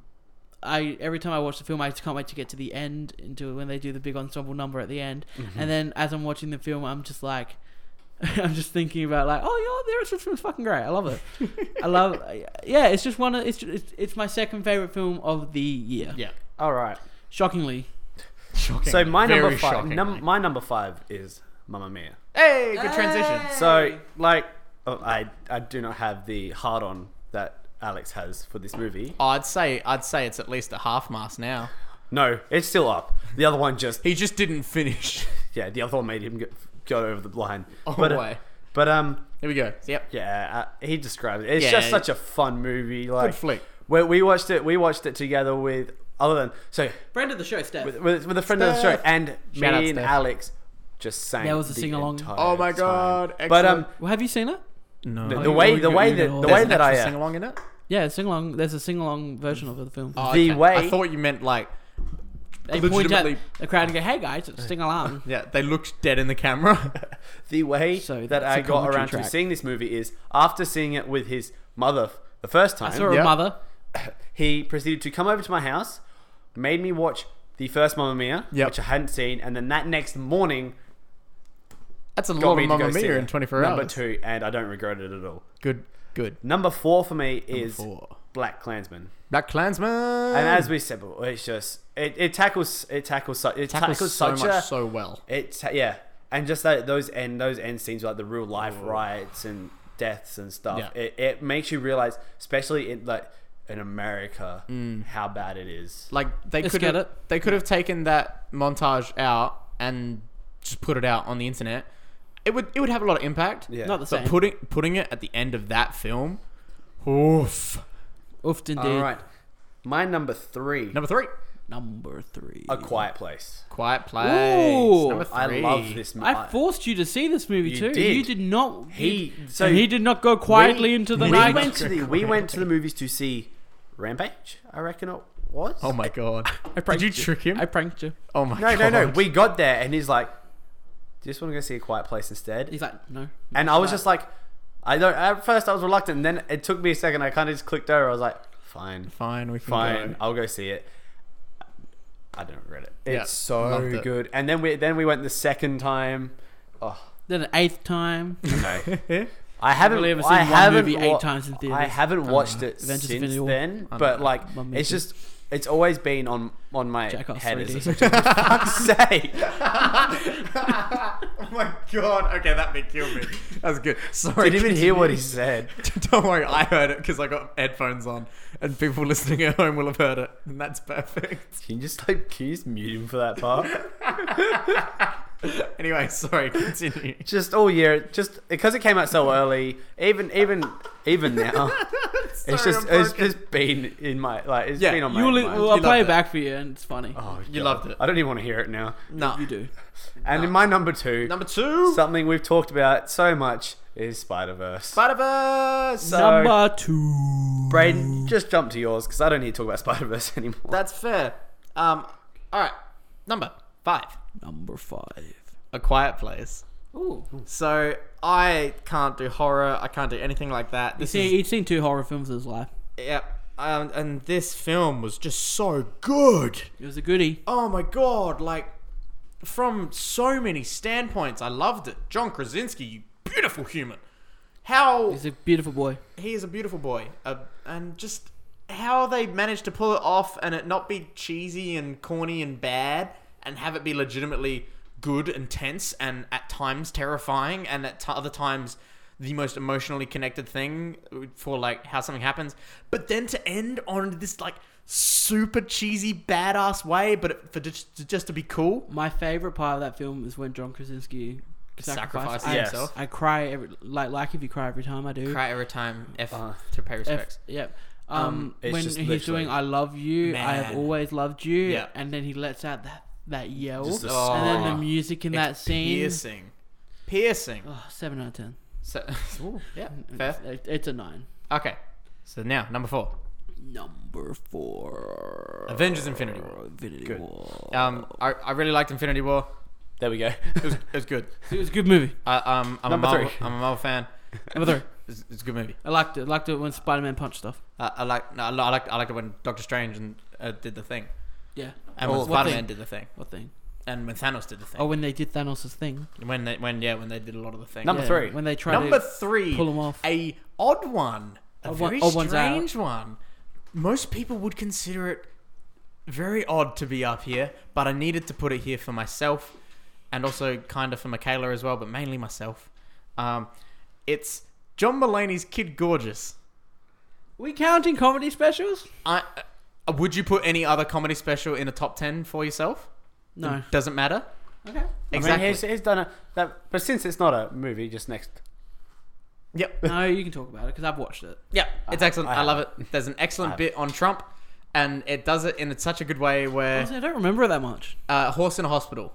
[SPEAKER 1] I every time I watch the film, I just can't wait to get to the end until when they do the big ensemble number at the end. And then as I'm watching the film, I'm just like, I'm just thinking about like, oh yeah, the film is fucking great. I love it. I love. Yeah, it's just one. Of, it's, it's it's my second favorite film of the year.
[SPEAKER 2] yeah,
[SPEAKER 3] All right.
[SPEAKER 1] Shockingly.
[SPEAKER 2] shocking.
[SPEAKER 3] So my
[SPEAKER 2] Very
[SPEAKER 3] number five,
[SPEAKER 2] shocking.
[SPEAKER 3] num- my number five is Mamma Mia.
[SPEAKER 2] hey, good transition.
[SPEAKER 3] So like, oh, I I do not have the hard on that Alex has for this movie.
[SPEAKER 2] I'd say I'd say it's at least a half mass now.
[SPEAKER 3] No, it's still up. The other one just
[SPEAKER 2] He just didn't finish.
[SPEAKER 3] yeah, the other one made him go, go over the line.
[SPEAKER 2] Oh,
[SPEAKER 3] but, uh,
[SPEAKER 2] way.
[SPEAKER 3] But um,
[SPEAKER 2] Here we go. Yep.
[SPEAKER 3] yeah, uh, he described it. It's
[SPEAKER 2] Yeah.
[SPEAKER 3] just such a fun movie. Like
[SPEAKER 2] flick.
[SPEAKER 3] Where we watched it, we watched it together with other than so
[SPEAKER 1] Friend of the show, Steph.
[SPEAKER 3] with, with, with a friend of the
[SPEAKER 2] Steph.
[SPEAKER 3] show and
[SPEAKER 2] Shout out
[SPEAKER 3] me and
[SPEAKER 2] Steph.
[SPEAKER 3] Alex just sang.
[SPEAKER 1] There was a
[SPEAKER 3] the
[SPEAKER 1] sing-along.
[SPEAKER 3] entire
[SPEAKER 2] Oh my
[SPEAKER 3] time.
[SPEAKER 2] God,
[SPEAKER 3] But um,
[SPEAKER 1] well, have you seen it?
[SPEAKER 2] No.
[SPEAKER 3] the, the way the way that the way that I
[SPEAKER 2] sing
[SPEAKER 3] uh,
[SPEAKER 2] along in it.
[SPEAKER 1] Yeah, sing along. There's a sing along version of the film.
[SPEAKER 2] Oh,
[SPEAKER 3] The way-
[SPEAKER 2] I thought you meant like
[SPEAKER 1] they point at
[SPEAKER 2] legitimately-
[SPEAKER 1] the crowd and go, "Hey guys, it's sing along."
[SPEAKER 2] yeah they looked dead in the camera.
[SPEAKER 3] the way
[SPEAKER 1] So
[SPEAKER 3] that
[SPEAKER 1] that's
[SPEAKER 3] I
[SPEAKER 1] a
[SPEAKER 3] got
[SPEAKER 1] commentary
[SPEAKER 3] around to
[SPEAKER 1] track.
[SPEAKER 3] seeing this movie is after seeing it with his mother f- the first
[SPEAKER 1] I
[SPEAKER 3] time.
[SPEAKER 1] saw
[SPEAKER 2] Yeah.
[SPEAKER 1] a mother.
[SPEAKER 3] He proceeded to come over to my house, made me watch the first Mamma Mia,
[SPEAKER 2] Yep.
[SPEAKER 3] which I hadn't seen, and then that next morning
[SPEAKER 2] That's a
[SPEAKER 3] got
[SPEAKER 2] lot
[SPEAKER 3] me
[SPEAKER 2] of Mamma
[SPEAKER 3] to go see
[SPEAKER 2] Mia
[SPEAKER 3] it.
[SPEAKER 2] in 24
[SPEAKER 3] Number
[SPEAKER 2] hours.
[SPEAKER 3] two, and I don't regret it at all.
[SPEAKER 2] Good, good.
[SPEAKER 3] Number four for me is
[SPEAKER 2] four.
[SPEAKER 3] Black Klansman,
[SPEAKER 2] Black Klansman.
[SPEAKER 3] and as we said, before, it's just it, it tackles it tackles su- it tackles,
[SPEAKER 2] tackles so
[SPEAKER 3] such
[SPEAKER 2] much
[SPEAKER 3] a
[SPEAKER 2] so well.
[SPEAKER 3] It's yeah, and just that those end those end scenes like the real life riots and deaths and stuff.
[SPEAKER 2] Yeah.
[SPEAKER 3] It, it makes you realize, especially in like in America,
[SPEAKER 2] Mm.
[SPEAKER 3] how bad it is.
[SPEAKER 2] Like they
[SPEAKER 1] Let's
[SPEAKER 2] could
[SPEAKER 1] get
[SPEAKER 2] have,
[SPEAKER 1] it.
[SPEAKER 2] they could have taken that montage out and just put it out on the internet. It would it would have a lot of impact.
[SPEAKER 3] Yeah.
[SPEAKER 1] Not the
[SPEAKER 2] But
[SPEAKER 1] same.
[SPEAKER 2] putting putting it at the end of that film, oof.
[SPEAKER 1] Oofed indeed.
[SPEAKER 3] All right, my number three,
[SPEAKER 2] Number three,
[SPEAKER 1] Number three.
[SPEAKER 3] A Quiet Place.
[SPEAKER 2] Quiet Place.
[SPEAKER 1] Ooh.
[SPEAKER 2] Number
[SPEAKER 3] I
[SPEAKER 2] three.
[SPEAKER 3] love this movie.
[SPEAKER 1] I forced you to see this movie
[SPEAKER 3] You
[SPEAKER 1] too.
[SPEAKER 3] did.
[SPEAKER 1] You did not.
[SPEAKER 3] He-
[SPEAKER 1] and
[SPEAKER 3] so
[SPEAKER 1] he did not go quietly into the
[SPEAKER 3] we
[SPEAKER 1] night.
[SPEAKER 3] Went to the, we went to the movies to see Rampage. I reckon it was.
[SPEAKER 2] Oh my god! Did
[SPEAKER 1] pranked
[SPEAKER 2] you trick him?
[SPEAKER 1] I pranked you.
[SPEAKER 2] oh my
[SPEAKER 3] No, no,
[SPEAKER 2] god!
[SPEAKER 3] no. We got there, and he's like, "Do you just want to go see A Quiet Place instead?"
[SPEAKER 1] He's like, no.
[SPEAKER 3] And I was just like, I don't. At first, I was reluctant. And then it took me a second. I kind of just clicked over. I was like, fine,
[SPEAKER 2] fine. We can
[SPEAKER 3] fine,
[SPEAKER 2] go.
[SPEAKER 3] I'll go see it. I don't regret it.
[SPEAKER 2] Yeah,
[SPEAKER 3] It's so
[SPEAKER 2] loved it.
[SPEAKER 3] good. And then we then we went the second time. Oh
[SPEAKER 1] Then an eighth time.
[SPEAKER 3] no,
[SPEAKER 2] Eh?
[SPEAKER 3] I haven't.
[SPEAKER 1] really ever
[SPEAKER 3] I
[SPEAKER 1] seen one
[SPEAKER 3] haven't
[SPEAKER 1] movie eight
[SPEAKER 3] wa-
[SPEAKER 1] times in
[SPEAKER 3] I
[SPEAKER 1] theaters.
[SPEAKER 3] haven't watched it
[SPEAKER 1] Avengers
[SPEAKER 3] since
[SPEAKER 1] Infinity War.
[SPEAKER 3] then.
[SPEAKER 2] I
[SPEAKER 3] But
[SPEAKER 2] know.
[SPEAKER 3] like,
[SPEAKER 1] Mum
[SPEAKER 3] it's
[SPEAKER 1] made
[SPEAKER 3] just. It's always been on on my
[SPEAKER 1] Jackass
[SPEAKER 3] head. As
[SPEAKER 1] 3D.
[SPEAKER 3] a suggestion. For fuck's sake!
[SPEAKER 2] oh my god! Okay, that bit killed me. That was good. Sorry.
[SPEAKER 3] Didn't even hear what he said.
[SPEAKER 2] Don't worry, I heard it because I got headphones on, and people listening at home will have heard it, and that's perfect.
[SPEAKER 3] Can you just like can you just mute him for that part?
[SPEAKER 2] Anyway, sorry, continue.
[SPEAKER 3] just all year, just because it came out so early, even even even now, it's just it's just been in my like it's
[SPEAKER 2] Yeah,
[SPEAKER 3] been on my
[SPEAKER 1] You will,
[SPEAKER 3] mind.
[SPEAKER 1] well, I'll
[SPEAKER 2] You
[SPEAKER 1] play
[SPEAKER 2] loved
[SPEAKER 1] it
[SPEAKER 2] it.
[SPEAKER 1] back for you, and it's funny.
[SPEAKER 3] Oh,
[SPEAKER 2] You
[SPEAKER 3] God.
[SPEAKER 2] loved it.
[SPEAKER 3] I don't even want to hear it now.
[SPEAKER 2] No.
[SPEAKER 1] You do.
[SPEAKER 3] And in my number two,
[SPEAKER 2] Number two,
[SPEAKER 3] something we've talked about so much is Spider Verse.
[SPEAKER 2] Spider Verse.
[SPEAKER 3] So-
[SPEAKER 1] Number two.
[SPEAKER 3] Braden, just jump to yours because I don't need to talk about Spider Verse anymore.
[SPEAKER 2] That's fair. Um, all right, number five,
[SPEAKER 1] Number five.
[SPEAKER 2] A Quiet Place.
[SPEAKER 1] Ooh.
[SPEAKER 2] So I can't do horror. I can't do anything like that.
[SPEAKER 1] You
[SPEAKER 2] This
[SPEAKER 1] see,
[SPEAKER 2] is
[SPEAKER 1] he's seen two horror films in his life.
[SPEAKER 2] Yep. Um, and this film was just so good.
[SPEAKER 1] It was a goodie.
[SPEAKER 2] Oh my god! Like from so many standpoints, I loved it. John Krasinski, you beautiful human. How
[SPEAKER 1] He's a beautiful boy.
[SPEAKER 2] he is a beautiful boy, uh, and just how they managed to pull it off and it not be cheesy and corny and bad, and have it be legitimately good and tense and at times terrifying, and at t- other times the most emotionally connected thing for like how something happens, but then to end on this like super cheesy badass way, but for just just to be cool,
[SPEAKER 1] My favorite part of that film is when John Krasinski
[SPEAKER 2] sacrifices
[SPEAKER 1] sacrifices. I,
[SPEAKER 3] Yes.
[SPEAKER 2] himself.
[SPEAKER 1] I cry every like like if you cry every time I do.
[SPEAKER 2] Cry every time. F
[SPEAKER 3] Uh,
[SPEAKER 2] to pay
[SPEAKER 1] F-
[SPEAKER 2] respects.
[SPEAKER 1] yep. Um,
[SPEAKER 2] Um,
[SPEAKER 3] it's
[SPEAKER 1] when
[SPEAKER 3] just
[SPEAKER 1] he's
[SPEAKER 3] literally-
[SPEAKER 1] doing "I love you," I
[SPEAKER 2] Man.
[SPEAKER 1] have always loved you,
[SPEAKER 2] Yeah.
[SPEAKER 1] and then he lets out that that yell,
[SPEAKER 3] Just the
[SPEAKER 1] and then the
[SPEAKER 2] song.
[SPEAKER 1] music in that
[SPEAKER 2] It's
[SPEAKER 1] scene.
[SPEAKER 2] piercing, piercing.
[SPEAKER 1] Oh, seven out of ten.
[SPEAKER 2] So, ooh, yeah, fair.
[SPEAKER 1] It's, it's a nine.
[SPEAKER 2] Okay, so now number four,
[SPEAKER 1] Number four.
[SPEAKER 2] Avengers: Infinity War.
[SPEAKER 1] Infinity
[SPEAKER 3] Good.
[SPEAKER 1] War.
[SPEAKER 2] Um, I, I really liked Infinity War.
[SPEAKER 3] There we go.
[SPEAKER 2] It was, it was good.
[SPEAKER 1] It was a good movie.
[SPEAKER 2] I, um, I'm
[SPEAKER 3] Number
[SPEAKER 2] a Marvel,
[SPEAKER 3] three.
[SPEAKER 2] I'm a Marvel fan.
[SPEAKER 1] Number three.
[SPEAKER 2] It's, it's a good movie.
[SPEAKER 1] I liked it. I liked it when Spider Man punched stuff.
[SPEAKER 2] Uh, I like. No, I li- I like. I liked it when Doctor Strange and uh, did the thing,
[SPEAKER 1] Yeah.
[SPEAKER 2] and
[SPEAKER 1] Oh,
[SPEAKER 2] when
[SPEAKER 1] what
[SPEAKER 2] Spider Man
[SPEAKER 1] thing?
[SPEAKER 2] did the thing,
[SPEAKER 1] What thing?
[SPEAKER 2] and when Thanos did the thing.
[SPEAKER 1] Oh, when they did Thanos' thing.
[SPEAKER 2] when they, when yeah, when they did a lot of the thing.
[SPEAKER 3] Number
[SPEAKER 1] Yeah,
[SPEAKER 3] three.
[SPEAKER 1] When they tried
[SPEAKER 2] Number
[SPEAKER 1] to
[SPEAKER 2] three,
[SPEAKER 1] pull 'em off.
[SPEAKER 2] A odd one, a
[SPEAKER 1] Odd one-
[SPEAKER 2] very
[SPEAKER 1] odd one's out.
[SPEAKER 2] strange one. Most people would consider it very odd to be up here, but I needed to put it here for myself, and also kind of for Michaela as well, but mainly myself. Um, it's John Mulaney's Kid Gorgeous.
[SPEAKER 1] We counting comedy specials?
[SPEAKER 2] I uh, would you put any other comedy special in a top ten for yourself?
[SPEAKER 1] No.
[SPEAKER 2] It doesn't matter.
[SPEAKER 1] Okay.
[SPEAKER 3] I mean,
[SPEAKER 2] Exactly.
[SPEAKER 3] he's, he's done a, that, but since it's not a movie, just next.
[SPEAKER 2] yep.
[SPEAKER 1] No, you can talk about it because I've watched it.
[SPEAKER 2] Yep. It's excellent.
[SPEAKER 3] I
[SPEAKER 2] I, love it. There's an excellent bit on Trump, and it does it in such a good way where
[SPEAKER 1] Honestly, I don't remember it that much.
[SPEAKER 2] uh, horse in a hospital.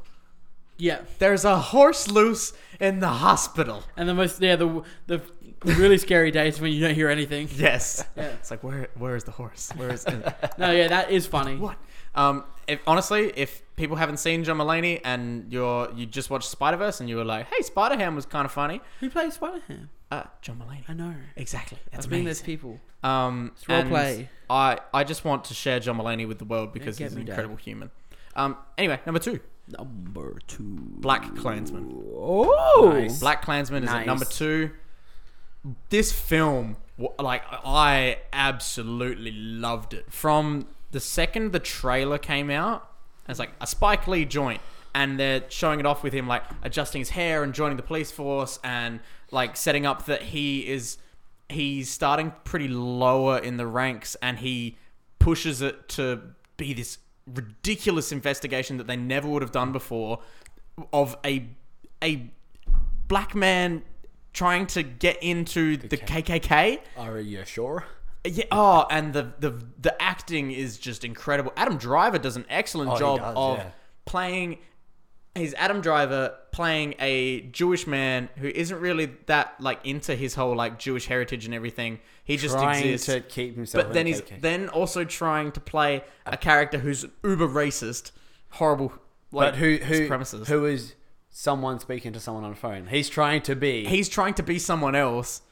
[SPEAKER 1] Yeah.
[SPEAKER 2] There's a horse loose in the hospital.
[SPEAKER 1] And the most, yeah, the the really scary days when you don't hear anything.
[SPEAKER 2] Yes.
[SPEAKER 1] Yeah.
[SPEAKER 2] It's like where where is the horse? Where is
[SPEAKER 1] No, yeah, that is funny.
[SPEAKER 2] what? Um, if, honestly, if people haven't seen John Mulaney and you're you just watched Spider Verse and you were like, hey, Spider Ham was kind of funny.
[SPEAKER 1] Who plays Spider Ham?
[SPEAKER 2] Uh, John Mulaney.
[SPEAKER 1] I know.
[SPEAKER 2] Exactly. That's
[SPEAKER 1] I've been those
[SPEAKER 2] amazing.
[SPEAKER 1] people.
[SPEAKER 2] Um,
[SPEAKER 1] It's role
[SPEAKER 2] and
[SPEAKER 1] play.
[SPEAKER 2] I, I just want to share John Mulaney with the world because
[SPEAKER 1] get
[SPEAKER 2] he's an
[SPEAKER 1] me, Dad.
[SPEAKER 2] incredible human. Um, anyway, number two,
[SPEAKER 1] Number two.
[SPEAKER 2] Black Klansman.
[SPEAKER 1] Oh.
[SPEAKER 3] Nice.
[SPEAKER 2] Black Klansman is at
[SPEAKER 3] Nice.
[SPEAKER 2] number two. This film, wa- like, I absolutely loved it. From the second the trailer came out, it's like a Spike Lee joint, and they're showing it off with him, like, adjusting his hair and joining the police force, and, like, setting up that he is. He's starting pretty lower in the ranks, and he pushes it to be this ridiculous investigation that they never would have done before of a a black man trying to get into the KKK.
[SPEAKER 3] Are you sure?
[SPEAKER 2] Yeah. Oh, and the the the acting is just incredible. Adam Driver does an excellent
[SPEAKER 3] Oh, he
[SPEAKER 2] job
[SPEAKER 3] does,
[SPEAKER 2] of
[SPEAKER 3] yeah.
[SPEAKER 2] playing. He's Adam Driver playing a Jewish man who isn't really that like into his whole like Jewish heritage and everything. He just
[SPEAKER 3] Trying
[SPEAKER 2] exists
[SPEAKER 3] to keep himself.
[SPEAKER 2] but then he's then also trying to play a character who's uber racist, horrible. Like,
[SPEAKER 3] but who who
[SPEAKER 2] supremacist.
[SPEAKER 3] who is someone speaking to someone on a phone? He's trying to be.
[SPEAKER 2] he's trying to be someone else,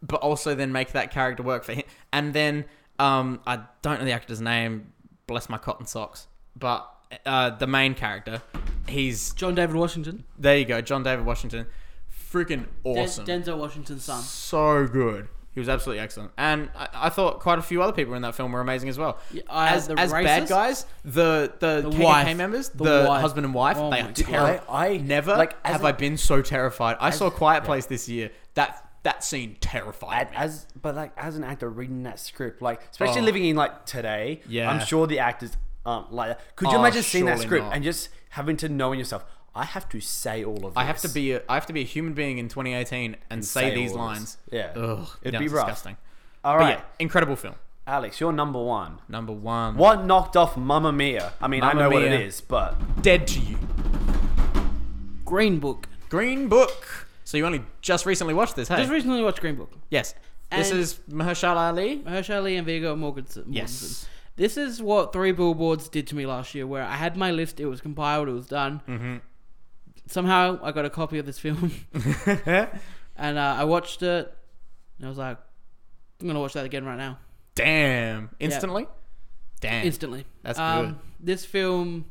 [SPEAKER 2] but also then make that character work for him. And then um, I don't know the actor's name. Bless my cotton socks. But uh, the main character, he's
[SPEAKER 1] John David Washington.
[SPEAKER 2] there. You go, John David Washington, freaking
[SPEAKER 1] Den-
[SPEAKER 2] awesome,
[SPEAKER 1] Denzel Washington's son.
[SPEAKER 2] so good. He was absolutely excellent, and I, I thought quite a few other people in that film were amazing as well.
[SPEAKER 1] Yeah, uh,
[SPEAKER 2] as
[SPEAKER 1] the
[SPEAKER 2] as bad
[SPEAKER 1] racist?
[SPEAKER 2] guys, the the, KKK
[SPEAKER 1] wife.
[SPEAKER 2] members, the,
[SPEAKER 1] The wife.
[SPEAKER 2] husband and wife,
[SPEAKER 1] Oh
[SPEAKER 2] they
[SPEAKER 1] my
[SPEAKER 2] are
[SPEAKER 1] God.
[SPEAKER 2] terrible.
[SPEAKER 3] I- I-
[SPEAKER 2] never
[SPEAKER 3] like, as
[SPEAKER 2] have
[SPEAKER 3] a-
[SPEAKER 2] I been so terrified. I saw Quiet Place this year. That that scene terrified
[SPEAKER 3] At-
[SPEAKER 2] me.
[SPEAKER 3] as but like as an actor reading that script, like especially
[SPEAKER 2] Oh.
[SPEAKER 3] living in like today,
[SPEAKER 2] Yeah.
[SPEAKER 3] I'm sure the actors aren't like that. Could you
[SPEAKER 2] Oh,
[SPEAKER 3] imagine seeing that
[SPEAKER 2] surely
[SPEAKER 3] script
[SPEAKER 2] not.
[SPEAKER 3] and just having to know in yourself, I have to say all of this.
[SPEAKER 2] I have to be a, I have to be a human being in 2018 and, say,
[SPEAKER 3] say
[SPEAKER 2] these
[SPEAKER 3] all of
[SPEAKER 2] lines.
[SPEAKER 3] this. Yeah.
[SPEAKER 2] Ugh,
[SPEAKER 3] It'd
[SPEAKER 2] no,
[SPEAKER 3] be
[SPEAKER 2] it's
[SPEAKER 3] rough.
[SPEAKER 2] disgusting.
[SPEAKER 3] All
[SPEAKER 2] But
[SPEAKER 3] right,
[SPEAKER 2] yeah, incredible film.
[SPEAKER 3] Alex, you're number one.
[SPEAKER 2] Number one.
[SPEAKER 3] What knocked off Mamma Mia? I mean,
[SPEAKER 2] Mamma
[SPEAKER 3] I know what it
[SPEAKER 2] Mia.
[SPEAKER 3] is, but
[SPEAKER 2] Dead to you.
[SPEAKER 1] Green Book.
[SPEAKER 2] Green Book. So you only just recently watched this, hey?
[SPEAKER 1] Just recently watched Green Book.
[SPEAKER 2] yes. This
[SPEAKER 1] And-
[SPEAKER 2] is Mahershala Ali.
[SPEAKER 1] Mahershala Ali and Viggo Mortensen.
[SPEAKER 2] Yes.
[SPEAKER 1] Mortensen. This is what Three Billboards did to me last year, where I had my list, it was compiled, it was done. Mm-hmm. Somehow I got a copy of this film, and uh, I watched it, and I was like, I'm gonna watch that again right now,
[SPEAKER 2] Damn. Instantly. Damn.
[SPEAKER 1] instantly. Um,
[SPEAKER 2] That's good.
[SPEAKER 1] This film,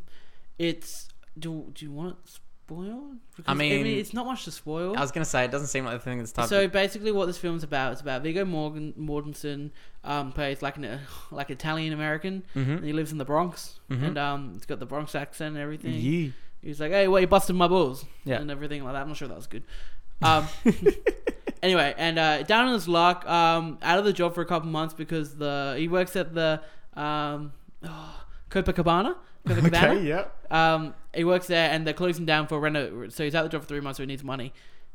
[SPEAKER 1] it's do do you want it spoiled? Because,
[SPEAKER 2] mean-
[SPEAKER 1] it's not much to spoil.
[SPEAKER 2] I was gonna say it doesn't seem like the thing that's typed.
[SPEAKER 1] So basically, what this film's about it's about Viggo Morgan Mortensen um, plays like an like Italian American,
[SPEAKER 2] Mm-hmm.
[SPEAKER 1] and he lives in the Bronx, and um, he's got the Bronx accent and everything. He's like, "Hey, well, you busted my balls,"
[SPEAKER 2] Yeah.
[SPEAKER 1] and everything like that. I'm not sure that was good. Um, Anyway, and uh, down on his luck, um, out of the job for a couple months because the he works at the um, oh, Copacabana. Copacabana.
[SPEAKER 2] Okay, yeah.
[SPEAKER 1] Um, he works there, and they're closing down for reno. So he's out the job for three months, so he needs money,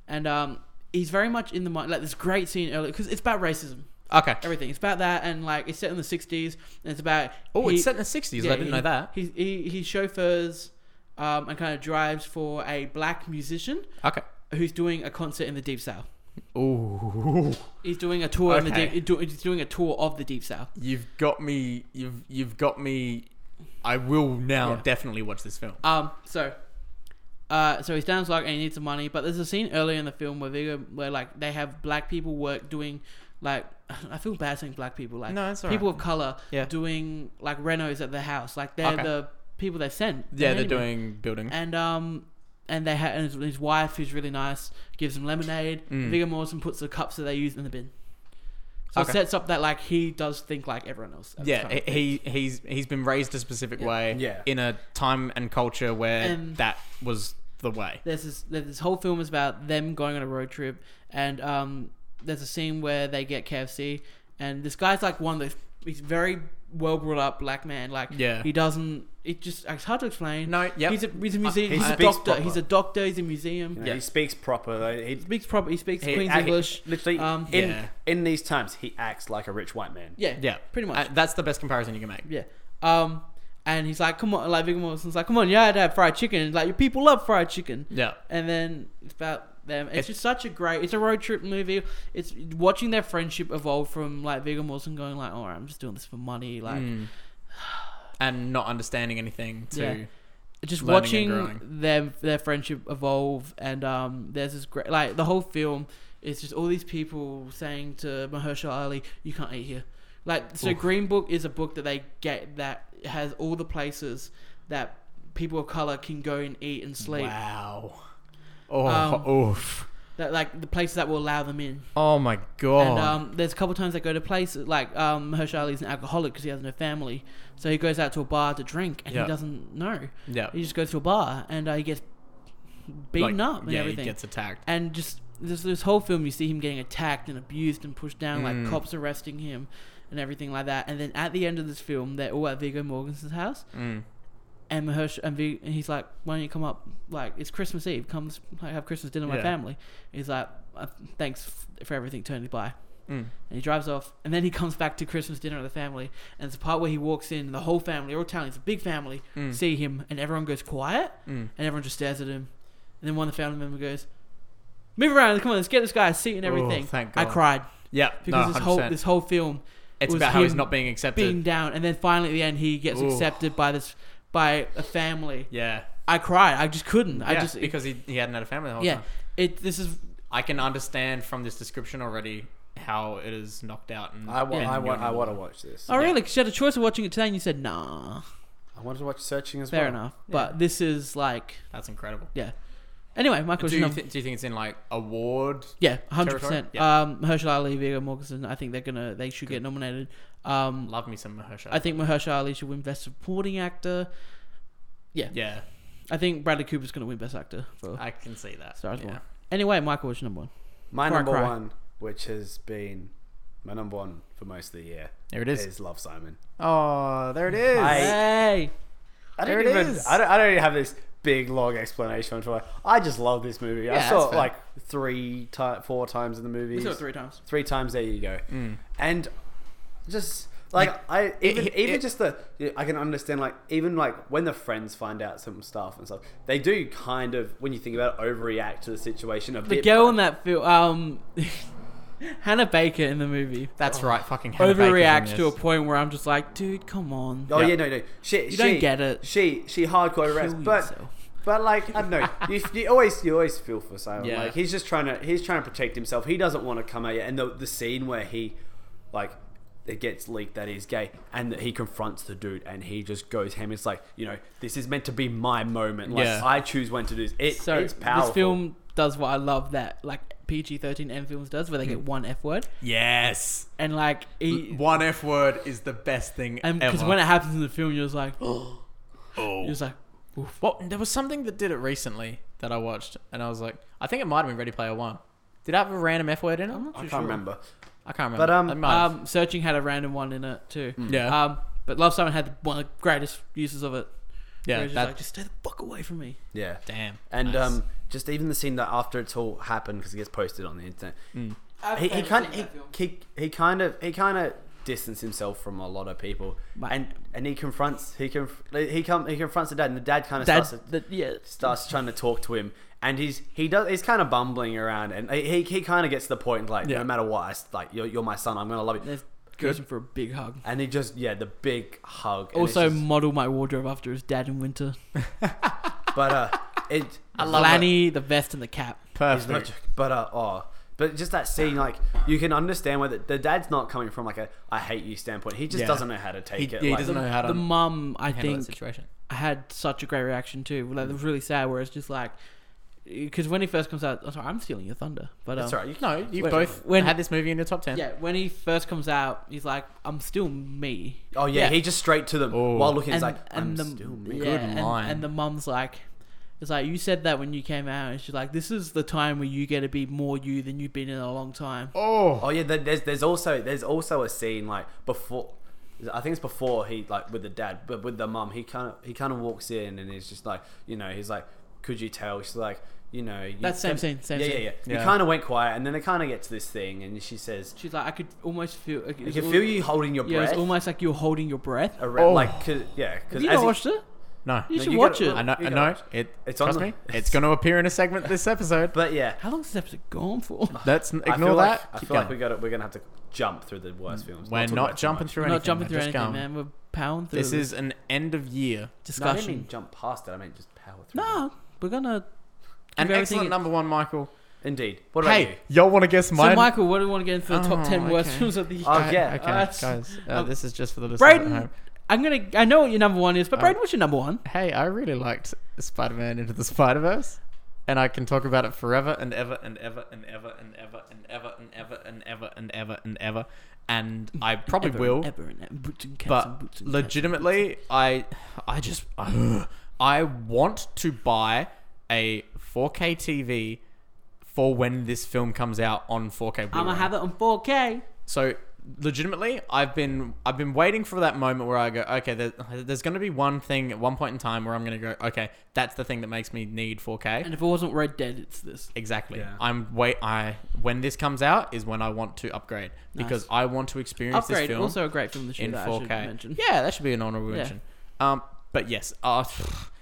[SPEAKER 1] and um, he's very much in the money. Like this great scene earlier because it's about racism,
[SPEAKER 2] Okay.
[SPEAKER 1] everything. It's about that, and like it's set in the '60s, and it's about
[SPEAKER 2] Oh,
[SPEAKER 1] he-
[SPEAKER 2] it's set in the 60s. I didn't
[SPEAKER 1] he,
[SPEAKER 2] know that.
[SPEAKER 1] He he, he chauffeurs um, and kind of drives for a black musician
[SPEAKER 2] Okay.
[SPEAKER 1] who's doing a concert in the Deep South.
[SPEAKER 2] Ooh.
[SPEAKER 1] He's doing a tour in the
[SPEAKER 2] Okay.
[SPEAKER 1] deep, he's do- he's doing a tour of the Deep South.
[SPEAKER 2] You've got me. You've you've got me. I will now
[SPEAKER 1] Yeah.
[SPEAKER 2] definitely watch this film.
[SPEAKER 1] Um, so, uh, so he's down his luck and he needs some money. But there's a scene earlier in the film where they go, where like they have black people work doing like I feel bad saying black people like
[SPEAKER 2] No, it's all
[SPEAKER 1] people
[SPEAKER 2] right.
[SPEAKER 1] of color
[SPEAKER 2] Yeah.
[SPEAKER 1] doing like renos at their house. Like they're
[SPEAKER 2] Okay.
[SPEAKER 1] the people they sent.
[SPEAKER 2] Yeah, they're
[SPEAKER 1] Anyway.
[SPEAKER 2] doing building.
[SPEAKER 1] and um and they had and his, his wife who's really nice gives him lemonade.
[SPEAKER 2] Mm.
[SPEAKER 1] Viggo Mortensen puts the cups that they use in the bin. So
[SPEAKER 2] Okay.
[SPEAKER 1] it sets up that like he does think like everyone else. at the
[SPEAKER 2] Yeah,
[SPEAKER 1] time.
[SPEAKER 2] he he- he's he's been raised a specific way
[SPEAKER 3] Yeah.
[SPEAKER 2] in a time and culture where
[SPEAKER 1] And-
[SPEAKER 2] that was the way.
[SPEAKER 1] there's this there's this whole film is about them going on a road trip and um there's a scene where they get KFC and this guy's like one of those he's very well brought up black man like
[SPEAKER 2] Yeah.
[SPEAKER 1] he doesn't it just it's hard to explain
[SPEAKER 2] No, yep.
[SPEAKER 1] he's a he's a museum
[SPEAKER 3] he
[SPEAKER 1] he's a
[SPEAKER 3] speaks
[SPEAKER 1] doctor
[SPEAKER 3] proper.
[SPEAKER 1] he's a doctor he's a museum
[SPEAKER 3] You know,
[SPEAKER 1] he
[SPEAKER 3] He speaks proper. Like, he,
[SPEAKER 1] speaks proper he speaks
[SPEAKER 3] he
[SPEAKER 1] Queen's
[SPEAKER 3] act-
[SPEAKER 1] English
[SPEAKER 3] Literally,
[SPEAKER 1] um,
[SPEAKER 3] in,
[SPEAKER 2] Yeah.
[SPEAKER 3] in these times, he acts like a rich white man.
[SPEAKER 1] yeah
[SPEAKER 2] Yeah,
[SPEAKER 1] pretty much
[SPEAKER 2] Uh, that's the best comparison you can make.
[SPEAKER 1] Yeah. Um, and he's like, come on, like Viggo Mortensen's like, come on, you had to have fried chicken. And like, your people love fried chicken.
[SPEAKER 2] Yeah.
[SPEAKER 1] And then it's about them. It's just such a great. It's a road trip movie. It's watching their friendship evolve from like Viggo Mortensen going like, all right, I'm just doing this for money. Like,
[SPEAKER 2] Mm. And not understanding anything to
[SPEAKER 1] Yeah. just
[SPEAKER 2] Learning and
[SPEAKER 1] watching
[SPEAKER 2] growing.
[SPEAKER 1] their their friendship evolve. And um, there's this great like the whole film is just all these people saying to Mahershala Ali, you can't eat here. Like, so Green Book is a book that they get that has all the places that people of color can go and eat and sleep.
[SPEAKER 2] wow. Oh,
[SPEAKER 1] Um,
[SPEAKER 2] oof.
[SPEAKER 1] That like the places that will allow them in.
[SPEAKER 2] Oh my god.
[SPEAKER 1] And um, there's a couple times they go to places like um, Hershali's an alcoholic because he has no family, so he goes out to a bar to drink and
[SPEAKER 2] Yeah.
[SPEAKER 1] he doesn't know.
[SPEAKER 2] yeah.
[SPEAKER 1] He just goes to a bar and uh, he gets beaten
[SPEAKER 2] Like,
[SPEAKER 1] up and
[SPEAKER 2] yeah,
[SPEAKER 1] everything.
[SPEAKER 2] he gets attacked.
[SPEAKER 1] and just this this whole film you see him getting attacked and abused and pushed down
[SPEAKER 2] Mm.
[SPEAKER 1] like cops arresting him and everything like that and then at the end of this film they're all at Viggo Mortensen's house
[SPEAKER 2] Mm.
[SPEAKER 1] and Mahersh and, Vig- and he's like why don't you come up like it's Christmas Eve come s- like, have Christmas dinner with
[SPEAKER 2] Yeah.
[SPEAKER 1] my family he's like "Uh, thanks f- for everything Tony bye
[SPEAKER 2] Mm.
[SPEAKER 1] and he drives off and then he comes back to Christmas dinner with the family and it's the part where he walks in and the whole family all Italians a big family
[SPEAKER 2] Mm.
[SPEAKER 1] see him and everyone goes quiet
[SPEAKER 2] Mm.
[SPEAKER 1] and everyone just stares at him. And then one of the family member goes, "Move around, come on, let's get this guy a seat and
[SPEAKER 2] Oh,
[SPEAKER 1] everything."
[SPEAKER 2] thank
[SPEAKER 1] I
[SPEAKER 2] God.
[SPEAKER 1] cried
[SPEAKER 2] Yeah.
[SPEAKER 1] because
[SPEAKER 2] no,
[SPEAKER 1] this whole
[SPEAKER 2] 100%.
[SPEAKER 1] this whole film
[SPEAKER 2] it's
[SPEAKER 1] was
[SPEAKER 2] about how he's
[SPEAKER 1] him
[SPEAKER 2] not being accepted.
[SPEAKER 1] being down, and then finally at the end he gets
[SPEAKER 2] Ooh.
[SPEAKER 1] accepted by this by a family.
[SPEAKER 2] yeah.
[SPEAKER 1] I cried. I just couldn't. I
[SPEAKER 2] Yeah,
[SPEAKER 1] just
[SPEAKER 2] because he, he hadn't had a family the whole
[SPEAKER 1] yeah.
[SPEAKER 2] time.
[SPEAKER 1] It this is
[SPEAKER 2] I can understand from this description already how it is knocked out. And
[SPEAKER 3] I, wa-
[SPEAKER 2] and
[SPEAKER 3] I, wa-
[SPEAKER 2] you're-
[SPEAKER 3] I want to watch this.
[SPEAKER 1] oh really? 'Cause you had a choice of watching it today, and you said nah.
[SPEAKER 3] I wanted to watch Searching as
[SPEAKER 1] Fair
[SPEAKER 3] well.
[SPEAKER 1] enough, but this is like
[SPEAKER 2] That's incredible.
[SPEAKER 1] yeah. Anyway, Michael
[SPEAKER 2] Do you,
[SPEAKER 1] Shannon-
[SPEAKER 2] thi- do you think it's in like award?
[SPEAKER 1] Yeah, hundred
[SPEAKER 2] Territory?
[SPEAKER 1] percent.
[SPEAKER 2] Yeah.
[SPEAKER 1] Um, Herschel Ali, Viggo Mortensen. I think they're gonna, they should get nominated. Um,
[SPEAKER 2] Love me some Mahershala.
[SPEAKER 1] I think Mahershala Ali should win Best Supporting Actor.
[SPEAKER 2] Yeah,
[SPEAKER 1] I think Bradley Cooper's going to win Best Actor for
[SPEAKER 2] I can see that.
[SPEAKER 1] Star Wars
[SPEAKER 2] yeah.
[SPEAKER 1] Born. Anyway, Michael, what's your number one?
[SPEAKER 3] My
[SPEAKER 1] Cry,
[SPEAKER 3] number
[SPEAKER 1] cry.
[SPEAKER 3] one, which has been my number one for most of the year,
[SPEAKER 2] There it is.
[SPEAKER 3] is Love Simon.
[SPEAKER 2] Oh, there it is.
[SPEAKER 3] I-
[SPEAKER 1] Hey!
[SPEAKER 3] I
[SPEAKER 2] There
[SPEAKER 3] don't
[SPEAKER 2] it
[SPEAKER 3] even.
[SPEAKER 2] is.
[SPEAKER 3] I don't, I don't even have this big long explanation for it. I just love this movie. I
[SPEAKER 2] Yeah,
[SPEAKER 3] saw
[SPEAKER 2] that's
[SPEAKER 3] it
[SPEAKER 2] fair.
[SPEAKER 3] like three, ti- four times in the movie.
[SPEAKER 1] We saw it three times.
[SPEAKER 3] three times there you go and just like i even,
[SPEAKER 2] Mm. it-
[SPEAKER 3] even
[SPEAKER 2] it-
[SPEAKER 3] just the i can understand like even like when the friends find out some stuff and stuff they do kind of when you think about it, overreact to the situation a
[SPEAKER 1] The
[SPEAKER 3] bit
[SPEAKER 1] girl in that film, um, Hannah Baker in the movie,
[SPEAKER 2] That's right. Fucking Hannah Baker's in
[SPEAKER 1] overreacts to a
[SPEAKER 2] this.
[SPEAKER 1] point where I'm just like, dude, come on.
[SPEAKER 3] oh
[SPEAKER 2] Yeah.
[SPEAKER 3] yeah. no no she
[SPEAKER 1] You
[SPEAKER 3] she
[SPEAKER 1] don't get it.
[SPEAKER 3] she she hardcore arrests
[SPEAKER 1] Kill
[SPEAKER 3] but
[SPEAKER 1] yourself.
[SPEAKER 3] but like I don't know, you, you always you always feel for Simon.
[SPEAKER 2] Yeah.
[SPEAKER 3] Like he's just trying to he's trying to protect himself. He doesn't want to come out yet. And the the scene where he like it gets leaked that he's gay and that he confronts the dude and he just goes ham. It's like you know this is meant to be my moment. Like
[SPEAKER 2] Yeah.
[SPEAKER 3] I choose when to do this. It,
[SPEAKER 1] So
[SPEAKER 3] it's powerful.
[SPEAKER 1] this film does what I love that like PG-13 M films does, where they
[SPEAKER 3] Hmm.
[SPEAKER 1] get one F word
[SPEAKER 2] Yes.
[SPEAKER 1] and like he,
[SPEAKER 2] One F word is the best thing
[SPEAKER 1] and
[SPEAKER 2] ever.
[SPEAKER 1] because when it happens in the film, you're just like, you're
[SPEAKER 2] oh.
[SPEAKER 1] just like,
[SPEAKER 2] Well, there was something that did it recently that I watched, and I was like, I think it might have been Ready Player One. Did I have a random F word in it?
[SPEAKER 1] I'm not too
[SPEAKER 3] I can't
[SPEAKER 1] sure.
[SPEAKER 3] remember.
[SPEAKER 2] I can't remember.
[SPEAKER 3] But, um,
[SPEAKER 2] I might have.
[SPEAKER 1] Um, Searching had a random one in it too.
[SPEAKER 3] Hmm.
[SPEAKER 2] Yeah.
[SPEAKER 1] Um, but Love Simon had one of the greatest uses of it.
[SPEAKER 2] yeah,
[SPEAKER 1] Where he's
[SPEAKER 2] that,
[SPEAKER 1] just like, just stay the fuck away from me.
[SPEAKER 3] Yeah.
[SPEAKER 2] damn.
[SPEAKER 3] And
[SPEAKER 2] Nice.
[SPEAKER 3] um, just even the scene that after it's all happened because it gets posted on the internet, he, he kind of he, he, he kind of he kind of distanced himself from a lot of people,
[SPEAKER 1] But-
[SPEAKER 3] and and he confronts he conf- he come he confronts the dad, and the dad kind of
[SPEAKER 1] Dad,
[SPEAKER 3] starts to,
[SPEAKER 1] that, yeah,
[SPEAKER 3] starts trying to talk to him, and he's he does he's kind of bumbling around, and he he, he kind of gets to the point like
[SPEAKER 2] Yeah.
[SPEAKER 3] no matter what, I s like you're, you're my son, I'm gonna love you,
[SPEAKER 1] there's goes in for a big hug.
[SPEAKER 3] and he just yeah the big hug. and it's
[SPEAKER 1] Also,
[SPEAKER 3] just-
[SPEAKER 1] model my wardrobe after his dad in winter.
[SPEAKER 3] but uh, it
[SPEAKER 1] I Lanny, the vest, and the cap.
[SPEAKER 3] He's not
[SPEAKER 2] Perfect.
[SPEAKER 3] joking. But uh, oh, but just that scene, like you can understand where the, the dad's not coming from like a I hate you standpoint. He just
[SPEAKER 2] Yeah.
[SPEAKER 3] doesn't know how to
[SPEAKER 2] He,
[SPEAKER 3] take
[SPEAKER 2] yeah,
[SPEAKER 3] it.
[SPEAKER 2] he
[SPEAKER 3] like,
[SPEAKER 2] doesn't know how to
[SPEAKER 1] The mum, I
[SPEAKER 2] handle that
[SPEAKER 1] think,
[SPEAKER 2] situation.
[SPEAKER 1] I had such a great reaction too. Like it was really sad, where it's just like, because when he first comes out, I'm sorry, I'm stealing your thunder, but um,
[SPEAKER 3] That's alright. You
[SPEAKER 2] No, you
[SPEAKER 1] Wait,
[SPEAKER 2] both
[SPEAKER 1] when-
[SPEAKER 2] had this movie in your top ten.
[SPEAKER 1] yeah, when he first comes out, he's like, I'm still me.
[SPEAKER 3] Oh yeah,
[SPEAKER 2] Yeah.
[SPEAKER 3] he just straight to them
[SPEAKER 2] Oh.
[SPEAKER 3] while looking. He's
[SPEAKER 1] and,
[SPEAKER 3] like, I'm
[SPEAKER 1] and the,
[SPEAKER 3] still me.
[SPEAKER 1] yeah,
[SPEAKER 2] Good
[SPEAKER 1] and,
[SPEAKER 2] line.
[SPEAKER 1] and the mum's like, it's like you said that when you came out, and she's like, this is the time where you get to be more you than you've been in a long time.
[SPEAKER 2] Oh,
[SPEAKER 3] Oh yeah, there- there's there's also there's also a scene like before. I think it's before he like with the dad, but with the mum, he kind of he kind of walks in and he's just like, you know, he's like, could you tell? She's like, you know, you
[SPEAKER 1] That same
[SPEAKER 3] can-
[SPEAKER 1] scene, same
[SPEAKER 3] yeah,
[SPEAKER 1] scene.
[SPEAKER 3] yeah, yeah.
[SPEAKER 2] Yeah.
[SPEAKER 3] He kind of went quiet, and then it kind of gets to this thing, and she says,
[SPEAKER 1] She's like, I could almost feel. I
[SPEAKER 3] "I can feel you holding your
[SPEAKER 1] Yeah,
[SPEAKER 3] breath."
[SPEAKER 1] it's almost like you're holding your breath.
[SPEAKER 3] around,
[SPEAKER 2] Oh.
[SPEAKER 3] like, 'cause- yeah,
[SPEAKER 1] Have
[SPEAKER 3] because
[SPEAKER 1] you not watched it?
[SPEAKER 2] no.
[SPEAKER 1] You
[SPEAKER 3] No,
[SPEAKER 1] should
[SPEAKER 3] you
[SPEAKER 1] watch
[SPEAKER 3] gotta-
[SPEAKER 1] it.
[SPEAKER 2] I know.
[SPEAKER 3] You
[SPEAKER 2] I
[SPEAKER 3] gotta
[SPEAKER 2] know.
[SPEAKER 3] watch
[SPEAKER 2] It.
[SPEAKER 3] It's
[SPEAKER 2] trust
[SPEAKER 3] on
[SPEAKER 2] me.
[SPEAKER 3] the-
[SPEAKER 2] It's going to appear in a segment this episode.
[SPEAKER 3] But yeah,
[SPEAKER 1] How long's this episode gone for?
[SPEAKER 2] Let's n-
[SPEAKER 3] I
[SPEAKER 2] ignore
[SPEAKER 3] feel
[SPEAKER 2] that.
[SPEAKER 3] Like, I
[SPEAKER 2] Keep
[SPEAKER 3] feel like we
[SPEAKER 2] going. Mm.
[SPEAKER 3] got to, We're gonna have to jump through the worst films.
[SPEAKER 2] We're
[SPEAKER 3] talk
[SPEAKER 2] not
[SPEAKER 3] about too
[SPEAKER 2] jumping
[SPEAKER 3] much.
[SPEAKER 2] through
[SPEAKER 1] We're
[SPEAKER 2] anything.
[SPEAKER 1] not jumping through
[SPEAKER 2] Just
[SPEAKER 1] anything,
[SPEAKER 2] go.
[SPEAKER 1] man. We're powering through
[SPEAKER 2] This is an end of year.
[SPEAKER 3] No, I didn't
[SPEAKER 1] discussion.
[SPEAKER 3] mean jump past it. I mean just power through.
[SPEAKER 1] No,
[SPEAKER 3] it.
[SPEAKER 1] we're gonna.
[SPEAKER 2] An
[SPEAKER 1] give everything
[SPEAKER 2] excellent
[SPEAKER 1] a-
[SPEAKER 2] number one, Michael.
[SPEAKER 3] indeed. What about
[SPEAKER 2] Hey, y'all want to guess
[SPEAKER 1] So,
[SPEAKER 2] mine?
[SPEAKER 1] Michael, what do we want to get into the top
[SPEAKER 2] Oh,
[SPEAKER 1] ten worst
[SPEAKER 2] okay.
[SPEAKER 1] films of the year?
[SPEAKER 3] Oh, yeah.
[SPEAKER 2] Okay,
[SPEAKER 1] Uh,
[SPEAKER 2] guys. Uh,
[SPEAKER 1] um,
[SPEAKER 2] this is just for the listeners
[SPEAKER 1] Braden,
[SPEAKER 2] at home.
[SPEAKER 1] I'm gonna. I know what your number one is, but
[SPEAKER 2] Oh.
[SPEAKER 1] Braden, what's your number one?
[SPEAKER 2] Hey, I really liked Spider-Man Into the Spider-Verse, and I can talk about it forever and ever and ever and ever and ever and ever and ever and ever and ever and ever. And I probably
[SPEAKER 1] Ever
[SPEAKER 2] will.
[SPEAKER 1] And ever and ever, boots and caps and boots
[SPEAKER 2] but
[SPEAKER 1] and caps.
[SPEAKER 2] legitimately, I I just I want to buy a 4K TV for when this film comes out on 4K.
[SPEAKER 1] I'm
[SPEAKER 2] Blu-ray.
[SPEAKER 1] gonna have it on 4K.
[SPEAKER 2] So legitimately, I've been I've been waiting for that moment where I go, okay, there, there's going to be one thing at one point in time where I'm going to go, okay, that's the thing that makes me need 4K.
[SPEAKER 1] And if it wasn't Red Dead, it's this.
[SPEAKER 2] Exactly.
[SPEAKER 3] Yeah.
[SPEAKER 2] I'm wait. I when this comes out is when I want to upgrade because I want to experience this
[SPEAKER 1] Upgrade,
[SPEAKER 2] film
[SPEAKER 1] also a great film this year
[SPEAKER 2] in
[SPEAKER 1] that I
[SPEAKER 2] 4K.
[SPEAKER 1] should mention.
[SPEAKER 2] Yeah, that should be an honorable
[SPEAKER 1] Yeah.
[SPEAKER 2] mention. Um, but yes, uh,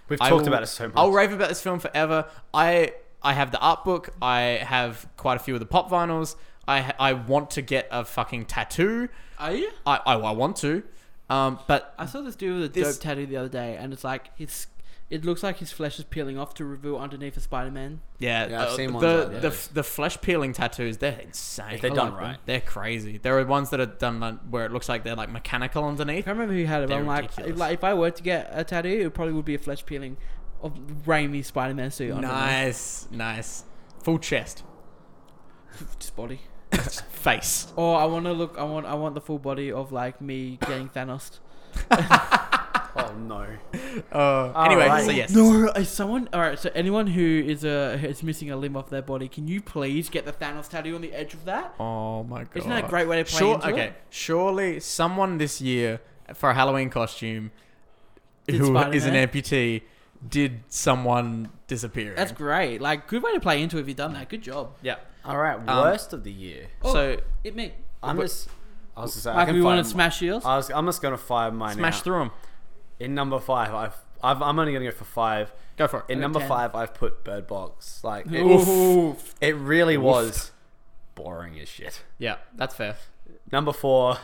[SPEAKER 3] We've
[SPEAKER 2] I
[SPEAKER 3] talked
[SPEAKER 2] will-
[SPEAKER 3] about it so much.
[SPEAKER 2] I'll rave about this film forever. I I have the art book. I have quite a few of the pop vinyls. I ha- I want to get a fucking tattoo.
[SPEAKER 1] Are you?
[SPEAKER 2] I I, I want to. Um, but
[SPEAKER 1] I saw this dude with a
[SPEAKER 2] This-
[SPEAKER 1] dope tattoo the other day, and it's like his. It looks like his flesh is peeling off to reveal underneath a Spider-Man.
[SPEAKER 2] yeah,
[SPEAKER 3] Yeah, I've
[SPEAKER 2] uh,
[SPEAKER 3] seen ones
[SPEAKER 2] the
[SPEAKER 3] like
[SPEAKER 2] the,
[SPEAKER 3] those.
[SPEAKER 2] the flesh peeling tattoos they're insane.
[SPEAKER 3] If they're
[SPEAKER 2] I
[SPEAKER 3] done
[SPEAKER 2] like them.
[SPEAKER 3] right.
[SPEAKER 2] they're crazy. There are ones that are done like, where it looks like they're like mechanical
[SPEAKER 1] I
[SPEAKER 2] underneath.
[SPEAKER 1] can't remember who had it, but
[SPEAKER 2] They're
[SPEAKER 1] I'm like,
[SPEAKER 2] ridiculous.
[SPEAKER 1] like, if I were to get a tattoo, it probably would be a flesh peeling of Raimi's Spider-Man suit on my
[SPEAKER 2] Nice, nice, full chest,
[SPEAKER 1] just body.
[SPEAKER 2] face.
[SPEAKER 1] Or I want to look. I want. I want the full body of like me getting Thanos.
[SPEAKER 3] Oh no.
[SPEAKER 2] Uh, anyway,
[SPEAKER 3] right.
[SPEAKER 2] so yes,
[SPEAKER 1] No, is someone all right? So anyone who is a is missing a limb off their body, can you please get the Thanos tattoo on the edge of that?
[SPEAKER 2] Oh my god!
[SPEAKER 1] Isn't that a great way to play
[SPEAKER 2] Sure,
[SPEAKER 1] into
[SPEAKER 2] okay,
[SPEAKER 1] it?
[SPEAKER 2] surely someone this year for a Halloween costume who
[SPEAKER 1] Did
[SPEAKER 2] is an
[SPEAKER 1] Spider-Man?
[SPEAKER 2] amputee did someone disappear.
[SPEAKER 1] That's great. Like, good way to play into it if you've done that. Good job.
[SPEAKER 2] yeah.
[SPEAKER 3] All right,
[SPEAKER 2] Um,
[SPEAKER 3] worst of the year.
[SPEAKER 1] Oh,
[SPEAKER 2] so
[SPEAKER 1] Hit me.
[SPEAKER 3] I'm
[SPEAKER 2] but-
[SPEAKER 3] just. I was just saying, I
[SPEAKER 1] Like,
[SPEAKER 3] can
[SPEAKER 1] we want
[SPEAKER 3] find
[SPEAKER 1] to
[SPEAKER 3] mine.
[SPEAKER 1] smash yours.
[SPEAKER 3] I was, I'm just gonna fire mine.
[SPEAKER 2] smash
[SPEAKER 3] out.
[SPEAKER 2] through them.
[SPEAKER 3] In number five, I've, I've I'm only gonna go for five.
[SPEAKER 2] Go for it.
[SPEAKER 3] In
[SPEAKER 1] Okay,
[SPEAKER 3] number
[SPEAKER 1] ten.
[SPEAKER 3] five, I've put Bird Box. Like it,
[SPEAKER 2] Oof.
[SPEAKER 3] it really was boring as shit.
[SPEAKER 2] Yeah, that's fair.
[SPEAKER 3] Number four,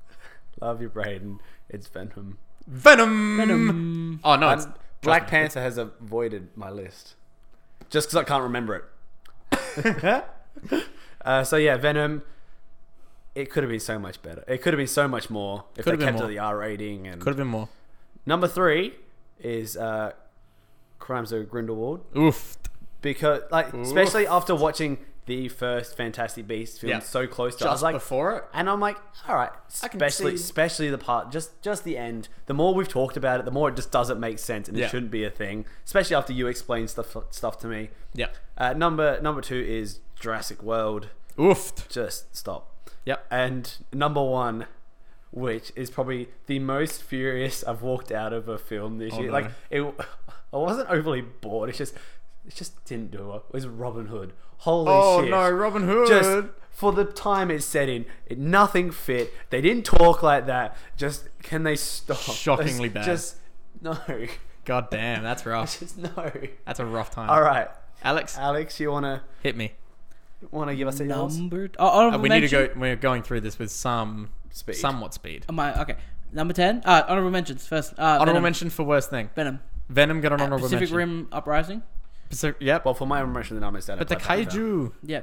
[SPEAKER 3] love you, Braden. It's Venom.
[SPEAKER 2] Venom.
[SPEAKER 1] Venom.
[SPEAKER 2] Oh no,
[SPEAKER 3] I'm-
[SPEAKER 2] it's
[SPEAKER 3] Black
[SPEAKER 2] trust me.
[SPEAKER 3] Panther has avoided my list just because I can't remember it. uh, so yeah, Venom. It could have been so much better. It could have been so much more if
[SPEAKER 2] Could have
[SPEAKER 3] they
[SPEAKER 2] been
[SPEAKER 3] kept
[SPEAKER 2] more.
[SPEAKER 3] to the R rating. And
[SPEAKER 2] Could have been more.
[SPEAKER 3] number three is uh, Crimes of Grindelwald
[SPEAKER 2] Oof.
[SPEAKER 3] because, like, especially after watching the first Fantastic Beasts film
[SPEAKER 2] Yeah.
[SPEAKER 3] so close to. I was
[SPEAKER 2] just
[SPEAKER 3] like,
[SPEAKER 2] before it.
[SPEAKER 3] and I'm like, all right,
[SPEAKER 2] I can
[SPEAKER 3] especially
[SPEAKER 2] see-
[SPEAKER 3] especially the part just just the end. The more we've talked about it, the more it just doesn't make sense, and
[SPEAKER 2] Yeah.
[SPEAKER 3] it shouldn't be a thing. Especially after you explain stuff stuff to me.
[SPEAKER 2] Yeah.
[SPEAKER 3] Uh, number number two is Jurassic World.
[SPEAKER 2] Oofed.
[SPEAKER 3] Just stop.
[SPEAKER 2] Yep.
[SPEAKER 3] And number one, which is probably the most furious I've walked out of a film this year.
[SPEAKER 2] Oh, no.
[SPEAKER 3] Like it, I wasn't overly bored. It's just it just didn't do it. It was Robin Hood. Holy
[SPEAKER 2] Oh
[SPEAKER 3] shit!
[SPEAKER 2] no, Robin Hood.
[SPEAKER 3] just for the time it's set in, it, nothing fit. They didn't talk like that. Just can they stop?
[SPEAKER 2] Shockingly
[SPEAKER 3] just,
[SPEAKER 2] bad.
[SPEAKER 3] Just no,
[SPEAKER 2] God damn, that's rough.
[SPEAKER 3] just no.
[SPEAKER 2] That's a rough time.
[SPEAKER 3] All right, Uh,
[SPEAKER 2] Alex,
[SPEAKER 3] Alex, you wanna
[SPEAKER 2] hit me.
[SPEAKER 3] wanna give us a yours?
[SPEAKER 1] Number. Oh, honorable
[SPEAKER 2] Uh, we need
[SPEAKER 1] mention.
[SPEAKER 2] to go. We're going through this with some
[SPEAKER 3] Speed.
[SPEAKER 2] somewhat speed.
[SPEAKER 1] Am I okay? Number ten. Uh, honorable mentions first. Uh,
[SPEAKER 2] Honorable
[SPEAKER 1] Venom.
[SPEAKER 2] mention for worst thing.
[SPEAKER 1] Venom.
[SPEAKER 2] Venom got an honorable
[SPEAKER 1] Pacific
[SPEAKER 2] mention.
[SPEAKER 1] Rim Uprising.
[SPEAKER 2] Pacific, yep.
[SPEAKER 3] Well, for my impression, the numbers that
[SPEAKER 2] But the kaiju
[SPEAKER 1] Yeah.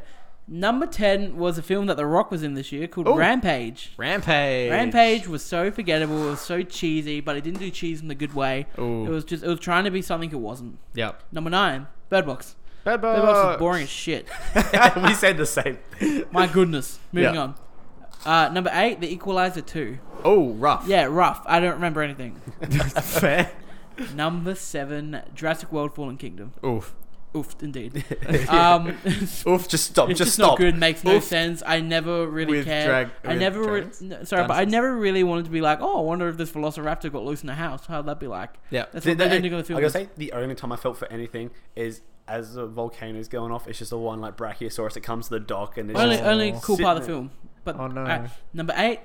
[SPEAKER 1] Number ten was a film that The Rock was in this year called
[SPEAKER 2] Oh.
[SPEAKER 1] Rampage.
[SPEAKER 2] rampage.
[SPEAKER 1] Rampage was so forgettable. It was so cheesy, but it didn't do cheese in the good way.
[SPEAKER 2] Ooh.
[SPEAKER 1] It was just it was trying to be something it wasn't.
[SPEAKER 2] Yep.
[SPEAKER 1] Number nine, Bird Box.
[SPEAKER 2] Bad
[SPEAKER 1] Bird Box
[SPEAKER 2] Uh.
[SPEAKER 1] was boring as shit.
[SPEAKER 3] we said the same.
[SPEAKER 1] My goodness. Moving
[SPEAKER 2] Yeah.
[SPEAKER 1] on. Uh, number eight, The Equalizer Two.
[SPEAKER 2] Oh, rough.
[SPEAKER 1] Yeah, rough. I don't remember anything.
[SPEAKER 2] Fair.
[SPEAKER 1] number seven, Jurassic World: Fallen Kingdom.
[SPEAKER 2] Oof.
[SPEAKER 1] Oof, indeed. Um,
[SPEAKER 3] Oof, just stop.
[SPEAKER 1] it's
[SPEAKER 3] just
[SPEAKER 1] just
[SPEAKER 3] stop.
[SPEAKER 1] not good. Makes no
[SPEAKER 2] Oof.
[SPEAKER 1] sense. I never really
[SPEAKER 2] With
[SPEAKER 1] cared.
[SPEAKER 2] drag-
[SPEAKER 1] I
[SPEAKER 2] with
[SPEAKER 1] never. Re-
[SPEAKER 2] dragons?
[SPEAKER 1] n- sorry, but I
[SPEAKER 2] Dinosaurs.
[SPEAKER 1] never really wanted to be like, oh, I wonder if this Velociraptor got loose in the house. How'd that be like?
[SPEAKER 2] Yeah.
[SPEAKER 1] That's
[SPEAKER 3] The-
[SPEAKER 1] what the,
[SPEAKER 3] the-
[SPEAKER 1] ending of the
[SPEAKER 3] I
[SPEAKER 1] film.
[SPEAKER 3] gotta
[SPEAKER 1] Is.
[SPEAKER 3] say, the only time I felt for anything is as the volcano's going off. It's just the one like Brachiosaurus that comes to the dock and it's
[SPEAKER 1] Only,
[SPEAKER 3] just,
[SPEAKER 1] only cool
[SPEAKER 3] Sit
[SPEAKER 1] part of the
[SPEAKER 3] there.
[SPEAKER 1] film. But
[SPEAKER 2] Oh, no.
[SPEAKER 1] alright, number eight.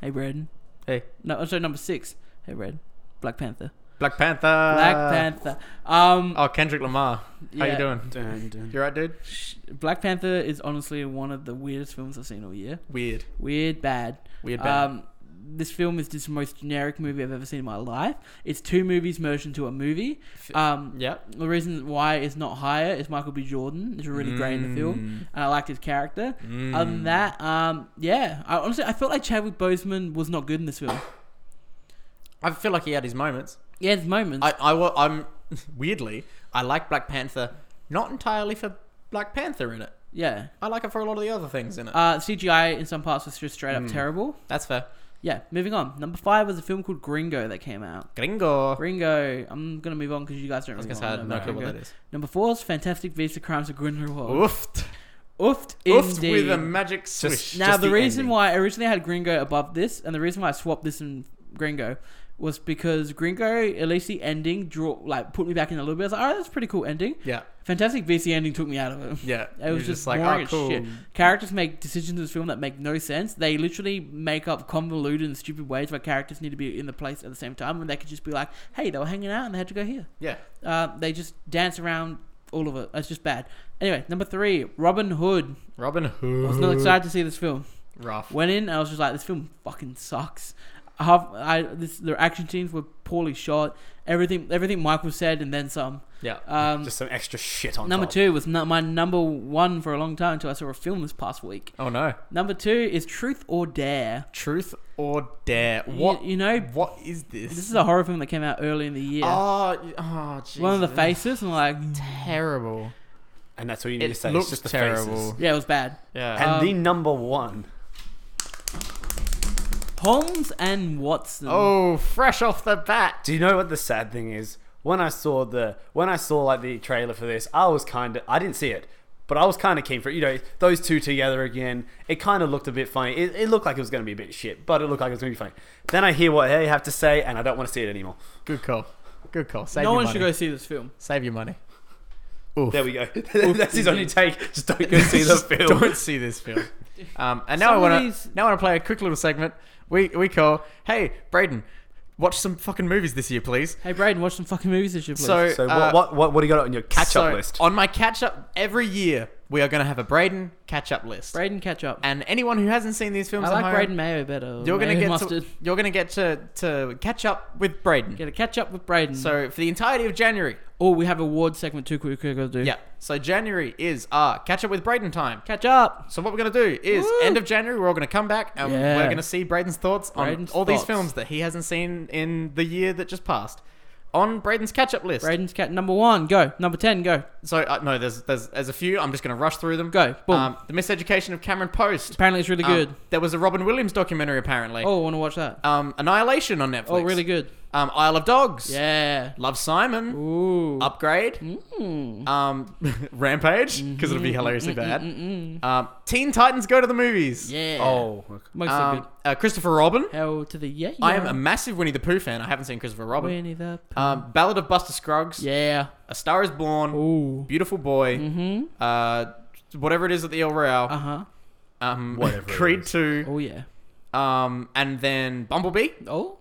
[SPEAKER 1] Hey, Braden.
[SPEAKER 2] Hey,
[SPEAKER 1] No, oh, sorry, number six. Hey, Red. Black Panther.
[SPEAKER 2] Black Panther.
[SPEAKER 1] Black Panther. Um,
[SPEAKER 2] Uh, Oh, Kendrick Lamar. How
[SPEAKER 1] Yeah.
[SPEAKER 2] you doing?
[SPEAKER 3] Dun, dun.
[SPEAKER 2] You right, dude?
[SPEAKER 1] sh- Black Panther is honestly one of the weirdest films I've seen all year.
[SPEAKER 2] Weird.
[SPEAKER 1] Weird, bad.
[SPEAKER 2] Weird bad.
[SPEAKER 1] Um, this film is just the most generic movie I've ever seen in my life. It's two movies merged into a movie. Um,
[SPEAKER 2] Yep.
[SPEAKER 1] The reason why it's not higher is Michael B. Jordan is really great
[SPEAKER 2] Mm.
[SPEAKER 1] in the film, and I liked his character. Other than that, um, yeah, I honestly I felt like Chadwick Boseman was not good in this film.
[SPEAKER 2] I feel like he had his moments.
[SPEAKER 1] Yeah, there's moments.
[SPEAKER 2] I, I, wa- I'm weirdly, I like Black Panther, not entirely for Black Panther in it.
[SPEAKER 1] yeah,
[SPEAKER 2] I like it for a lot of the other things in it.
[SPEAKER 1] uh, CGI in some parts was just straight up
[SPEAKER 2] Mm.
[SPEAKER 1] terrible.
[SPEAKER 2] That's fair.
[SPEAKER 1] Yeah, moving on. Number five was a film called Gringo that came out.
[SPEAKER 2] Gringo.
[SPEAKER 1] Gringo. I'm gonna move on because you guys don't. I
[SPEAKER 2] was
[SPEAKER 1] really
[SPEAKER 2] gonna say,
[SPEAKER 1] wanna know
[SPEAKER 2] Oh. I had no
[SPEAKER 1] about
[SPEAKER 2] clue what
[SPEAKER 1] Gringo.
[SPEAKER 2] that is.
[SPEAKER 1] Number four is Fantastic Beasts: The Crimes of Grindelwald.
[SPEAKER 2] Oofed.
[SPEAKER 1] Oofed,
[SPEAKER 2] Oofed
[SPEAKER 1] indeed.
[SPEAKER 2] with a magic swish.
[SPEAKER 1] now the, reason why I originally had Gringo above this, and the reason why I swapped this and Gringo was because Gringo, at least the ending, draw like put me back in a little bit. I was like, all right, that's a pretty cool ending.
[SPEAKER 2] Yeah.
[SPEAKER 1] Fantastic Beasts: The ending took me out of it.
[SPEAKER 2] Yeah.
[SPEAKER 1] It was
[SPEAKER 2] You're "Oh,
[SPEAKER 1] just, like, boring as shit. Characters make decisions in this film that make no sense. They literally make up convoluted and stupid ways where characters need to be in the place at the same time, and they could just be like, "Hey, they were hanging out and they had to go here."
[SPEAKER 2] Yeah.
[SPEAKER 1] Uh, they just dance around all of it. It's just bad. Anyway, number three, Robin Hood.
[SPEAKER 2] Robin Hood.
[SPEAKER 1] I was not excited to see this film.
[SPEAKER 2] Rough.
[SPEAKER 1] Went in, I was just like, this film fucking sucks. Half, I this the action scenes were poorly shot. Everything, everything Michael said, and then some.
[SPEAKER 2] Yeah.
[SPEAKER 1] Um,
[SPEAKER 3] Just some extra shit on
[SPEAKER 1] number
[SPEAKER 3] top.
[SPEAKER 1] two was not my number one for a long time until I saw a film this past week.
[SPEAKER 2] oh no.
[SPEAKER 1] Number two is Truth or Dare.
[SPEAKER 2] Truth or dare?
[SPEAKER 1] You-
[SPEAKER 2] What?
[SPEAKER 1] you, know?
[SPEAKER 2] what is this?
[SPEAKER 1] This is a horror film that came out early in the year.
[SPEAKER 2] Oh, y- oh, Jesus.
[SPEAKER 1] One of the faces, and like,
[SPEAKER 2] Terrible.
[SPEAKER 3] and that's all you need
[SPEAKER 2] It
[SPEAKER 3] to say.
[SPEAKER 2] looks
[SPEAKER 3] It's just the
[SPEAKER 2] terrible.
[SPEAKER 3] faces.
[SPEAKER 1] yeah, it was bad.
[SPEAKER 2] Yeah.
[SPEAKER 3] And
[SPEAKER 1] Um,
[SPEAKER 3] the number one.
[SPEAKER 1] Holmes and Watson.
[SPEAKER 2] oh, fresh off the bat.
[SPEAKER 3] Do you know what the sad thing is? When I saw the when I saw like the trailer for this, I was kind of I didn't see it, but I was kind of keen for it. You know, those two together again. It kind of looked a bit funny. It, it looked like it was going to be a bit shit, but it looked like it was going to be funny. Then I hear what they have to say, and I don't want to see it anymore.
[SPEAKER 2] Good call. Good call. Save
[SPEAKER 1] no
[SPEAKER 2] your
[SPEAKER 1] one
[SPEAKER 2] money.
[SPEAKER 1] should go see this film.
[SPEAKER 2] Save your money.
[SPEAKER 3] There we go. That's his only take. Just don't go see the
[SPEAKER 2] Just
[SPEAKER 3] film.
[SPEAKER 2] Don't see this film. Um, and now
[SPEAKER 1] Some of
[SPEAKER 2] I want
[SPEAKER 1] these-
[SPEAKER 2] to now I want to play a quick little segment. We we call hey Braden, watch some fucking movies this year, please.
[SPEAKER 1] Hey, Braden, watch some fucking movies this year, please.
[SPEAKER 2] So,
[SPEAKER 3] So
[SPEAKER 2] uh,
[SPEAKER 3] what, what what what do you got on your catch up
[SPEAKER 2] so
[SPEAKER 3] list?
[SPEAKER 2] On my catch up every year, we are going to have a Braden catch up list.
[SPEAKER 1] Braden, catch up.
[SPEAKER 2] And anyone who hasn't seen these films,
[SPEAKER 1] I
[SPEAKER 2] at
[SPEAKER 1] like
[SPEAKER 2] home,
[SPEAKER 1] Braden Mayo better.
[SPEAKER 2] You're gonna
[SPEAKER 1] Mayo
[SPEAKER 2] get to,
[SPEAKER 1] mustard.
[SPEAKER 2] you're gonna get to to catch up with Braden.
[SPEAKER 1] Get a catch up with Braden. So,
[SPEAKER 2] So for the entirety of January,
[SPEAKER 1] oh, we have award segment too. Quick, quick, quick, do.
[SPEAKER 2] yeah. So January is our catch up with Braden time.
[SPEAKER 1] catch up.
[SPEAKER 2] So what we're gonna do is
[SPEAKER 1] Woo!
[SPEAKER 2] end of January, we're all gonna come back and
[SPEAKER 1] Yeah.
[SPEAKER 2] we're gonna see Braden's thoughts on
[SPEAKER 1] Braden's
[SPEAKER 2] all these
[SPEAKER 1] thoughts.
[SPEAKER 2] films that he hasn't seen in the year that just passed. on Braden's catch-up list.
[SPEAKER 1] Braden's cat number one. Go number ten. Go
[SPEAKER 2] So uh, no, there's there's there's a few. I'm just going to rush through them.
[SPEAKER 1] Go. Boom.
[SPEAKER 2] Um, the miseducation of Cameron Post.
[SPEAKER 1] apparently it's really
[SPEAKER 2] Um,
[SPEAKER 1] good.
[SPEAKER 2] There was a Robin Williams documentary apparently.
[SPEAKER 1] Oh, I want to watch that.
[SPEAKER 2] Um, Annihilation on Netflix.
[SPEAKER 1] Oh, really good.
[SPEAKER 2] Um, Isle of Dogs.
[SPEAKER 1] Yeah.
[SPEAKER 2] Love Simon.
[SPEAKER 1] Ooh.
[SPEAKER 2] Upgrade.
[SPEAKER 1] Mm.
[SPEAKER 2] Um, Rampage because it'll be
[SPEAKER 1] Mm-hmm.
[SPEAKER 2] hilariously bad. Um, Teen Titans Go to the Movies.
[SPEAKER 1] Yeah.
[SPEAKER 3] Oh,
[SPEAKER 1] Most
[SPEAKER 2] Um,
[SPEAKER 1] good.
[SPEAKER 2] uh, Christopher Robin.
[SPEAKER 1] Hell to the yeah.
[SPEAKER 2] I am a massive Winnie the Pooh fan. I haven't seen Christopher Robin.
[SPEAKER 1] Winnie the Pooh.
[SPEAKER 2] Um, Ballad of Buster Scruggs.
[SPEAKER 1] yeah.
[SPEAKER 2] A Star Is Born.
[SPEAKER 1] Ooh.
[SPEAKER 2] Beautiful Boy.
[SPEAKER 1] Mm-hmm.
[SPEAKER 2] Uh, whatever it is at the El Royale.
[SPEAKER 1] Uh huh.
[SPEAKER 2] um,
[SPEAKER 3] Whatever it
[SPEAKER 2] Creed
[SPEAKER 3] is.
[SPEAKER 2] Two,
[SPEAKER 1] Oh yeah.
[SPEAKER 2] um, and then Bumblebee,
[SPEAKER 1] Oh.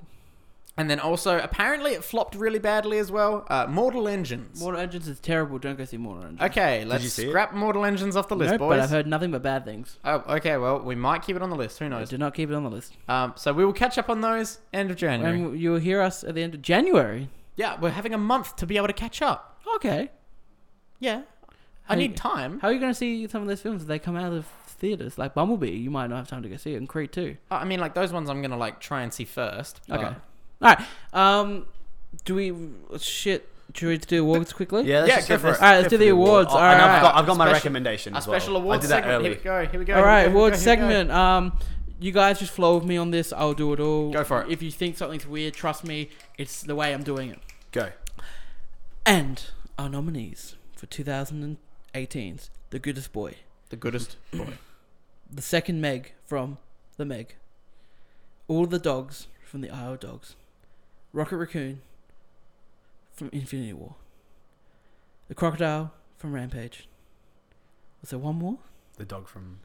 [SPEAKER 2] and then also apparently it flopped really badly as well. Uh, Mortal Engines.
[SPEAKER 1] Mortal Engines is terrible. Don't go see Mortal Engines.
[SPEAKER 2] Okay, let's
[SPEAKER 3] you see it?
[SPEAKER 2] scrap Mortal Engines off the list,
[SPEAKER 1] Nope,
[SPEAKER 2] boys.
[SPEAKER 1] but I've heard nothing but bad things.
[SPEAKER 2] oh, okay, well we might keep it on the list. Who
[SPEAKER 1] I
[SPEAKER 2] knows?
[SPEAKER 1] did not keep it on the list.
[SPEAKER 2] Um, so we will catch up on those end of January.
[SPEAKER 1] And you'll hear us at the end of January.
[SPEAKER 2] yeah, we're having a month to be able to catch up.
[SPEAKER 1] Okay.
[SPEAKER 2] Yeah, I
[SPEAKER 1] Hey,
[SPEAKER 2] need time.
[SPEAKER 1] How are you going to see some of those films if they come out of theaters? Like Bumblebee, you might not have time to go see it. And Creed too.
[SPEAKER 2] I mean, like those ones I'm gonna like try and see first. Uh, but-
[SPEAKER 1] Okay. All right. Um, do we shit? Do we do awards quickly?
[SPEAKER 3] yeah, let's
[SPEAKER 2] Yeah,
[SPEAKER 3] just
[SPEAKER 2] go
[SPEAKER 3] go
[SPEAKER 2] for it.
[SPEAKER 3] for it.
[SPEAKER 1] All right, let's do the awards.
[SPEAKER 3] Oh,
[SPEAKER 1] All
[SPEAKER 3] and
[SPEAKER 1] right.
[SPEAKER 3] I've got, I've got my
[SPEAKER 2] Special-
[SPEAKER 3] recommendation
[SPEAKER 2] Our
[SPEAKER 3] as well.
[SPEAKER 2] special awards
[SPEAKER 3] I did that
[SPEAKER 2] segment.
[SPEAKER 3] early.
[SPEAKER 2] Here we go. Here we go.
[SPEAKER 1] All
[SPEAKER 2] here we
[SPEAKER 1] right,
[SPEAKER 2] go, here we
[SPEAKER 1] awards
[SPEAKER 2] go, here we go.
[SPEAKER 1] segment. Um, you guys just flow with me on this. I'll do it all.
[SPEAKER 2] Go for it.
[SPEAKER 1] If you think something's weird, trust me. It's the way I'm doing it.
[SPEAKER 3] Go.
[SPEAKER 1] And our nominees for 2018's The Goodest Boy,
[SPEAKER 2] The goodest boy.
[SPEAKER 1] The Second Meg from The Meg, All the Dogs from The Isle of Dogs, Rocket Raccoon from Infinity War, The Crocodile from Rampage. Was there one more?
[SPEAKER 3] The dog from.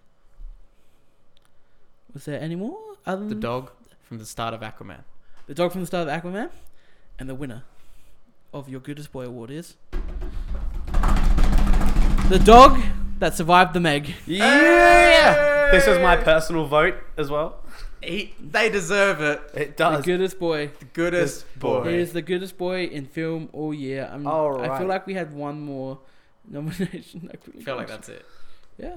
[SPEAKER 1] Was there any more? Other
[SPEAKER 2] The
[SPEAKER 1] than
[SPEAKER 2] dog from the start of Aquaman.
[SPEAKER 1] The dog from the start of Aquaman, and the winner of your Goodest Boy Award is the dog that survived the Meg.
[SPEAKER 3] Yeah. This was my personal vote as well.
[SPEAKER 2] He, they deserve it.
[SPEAKER 3] It
[SPEAKER 1] The
[SPEAKER 3] does.
[SPEAKER 1] Goodest Boy.
[SPEAKER 2] The goodest
[SPEAKER 3] This
[SPEAKER 2] boy.
[SPEAKER 3] boy.
[SPEAKER 1] He is the Goodest Boy in film all year. I'm,
[SPEAKER 3] All
[SPEAKER 1] I feel
[SPEAKER 3] right.
[SPEAKER 1] like we had one more nomination. I
[SPEAKER 2] I
[SPEAKER 1] quickly
[SPEAKER 2] feel like
[SPEAKER 1] glanced.
[SPEAKER 2] that's it.
[SPEAKER 1] Yeah.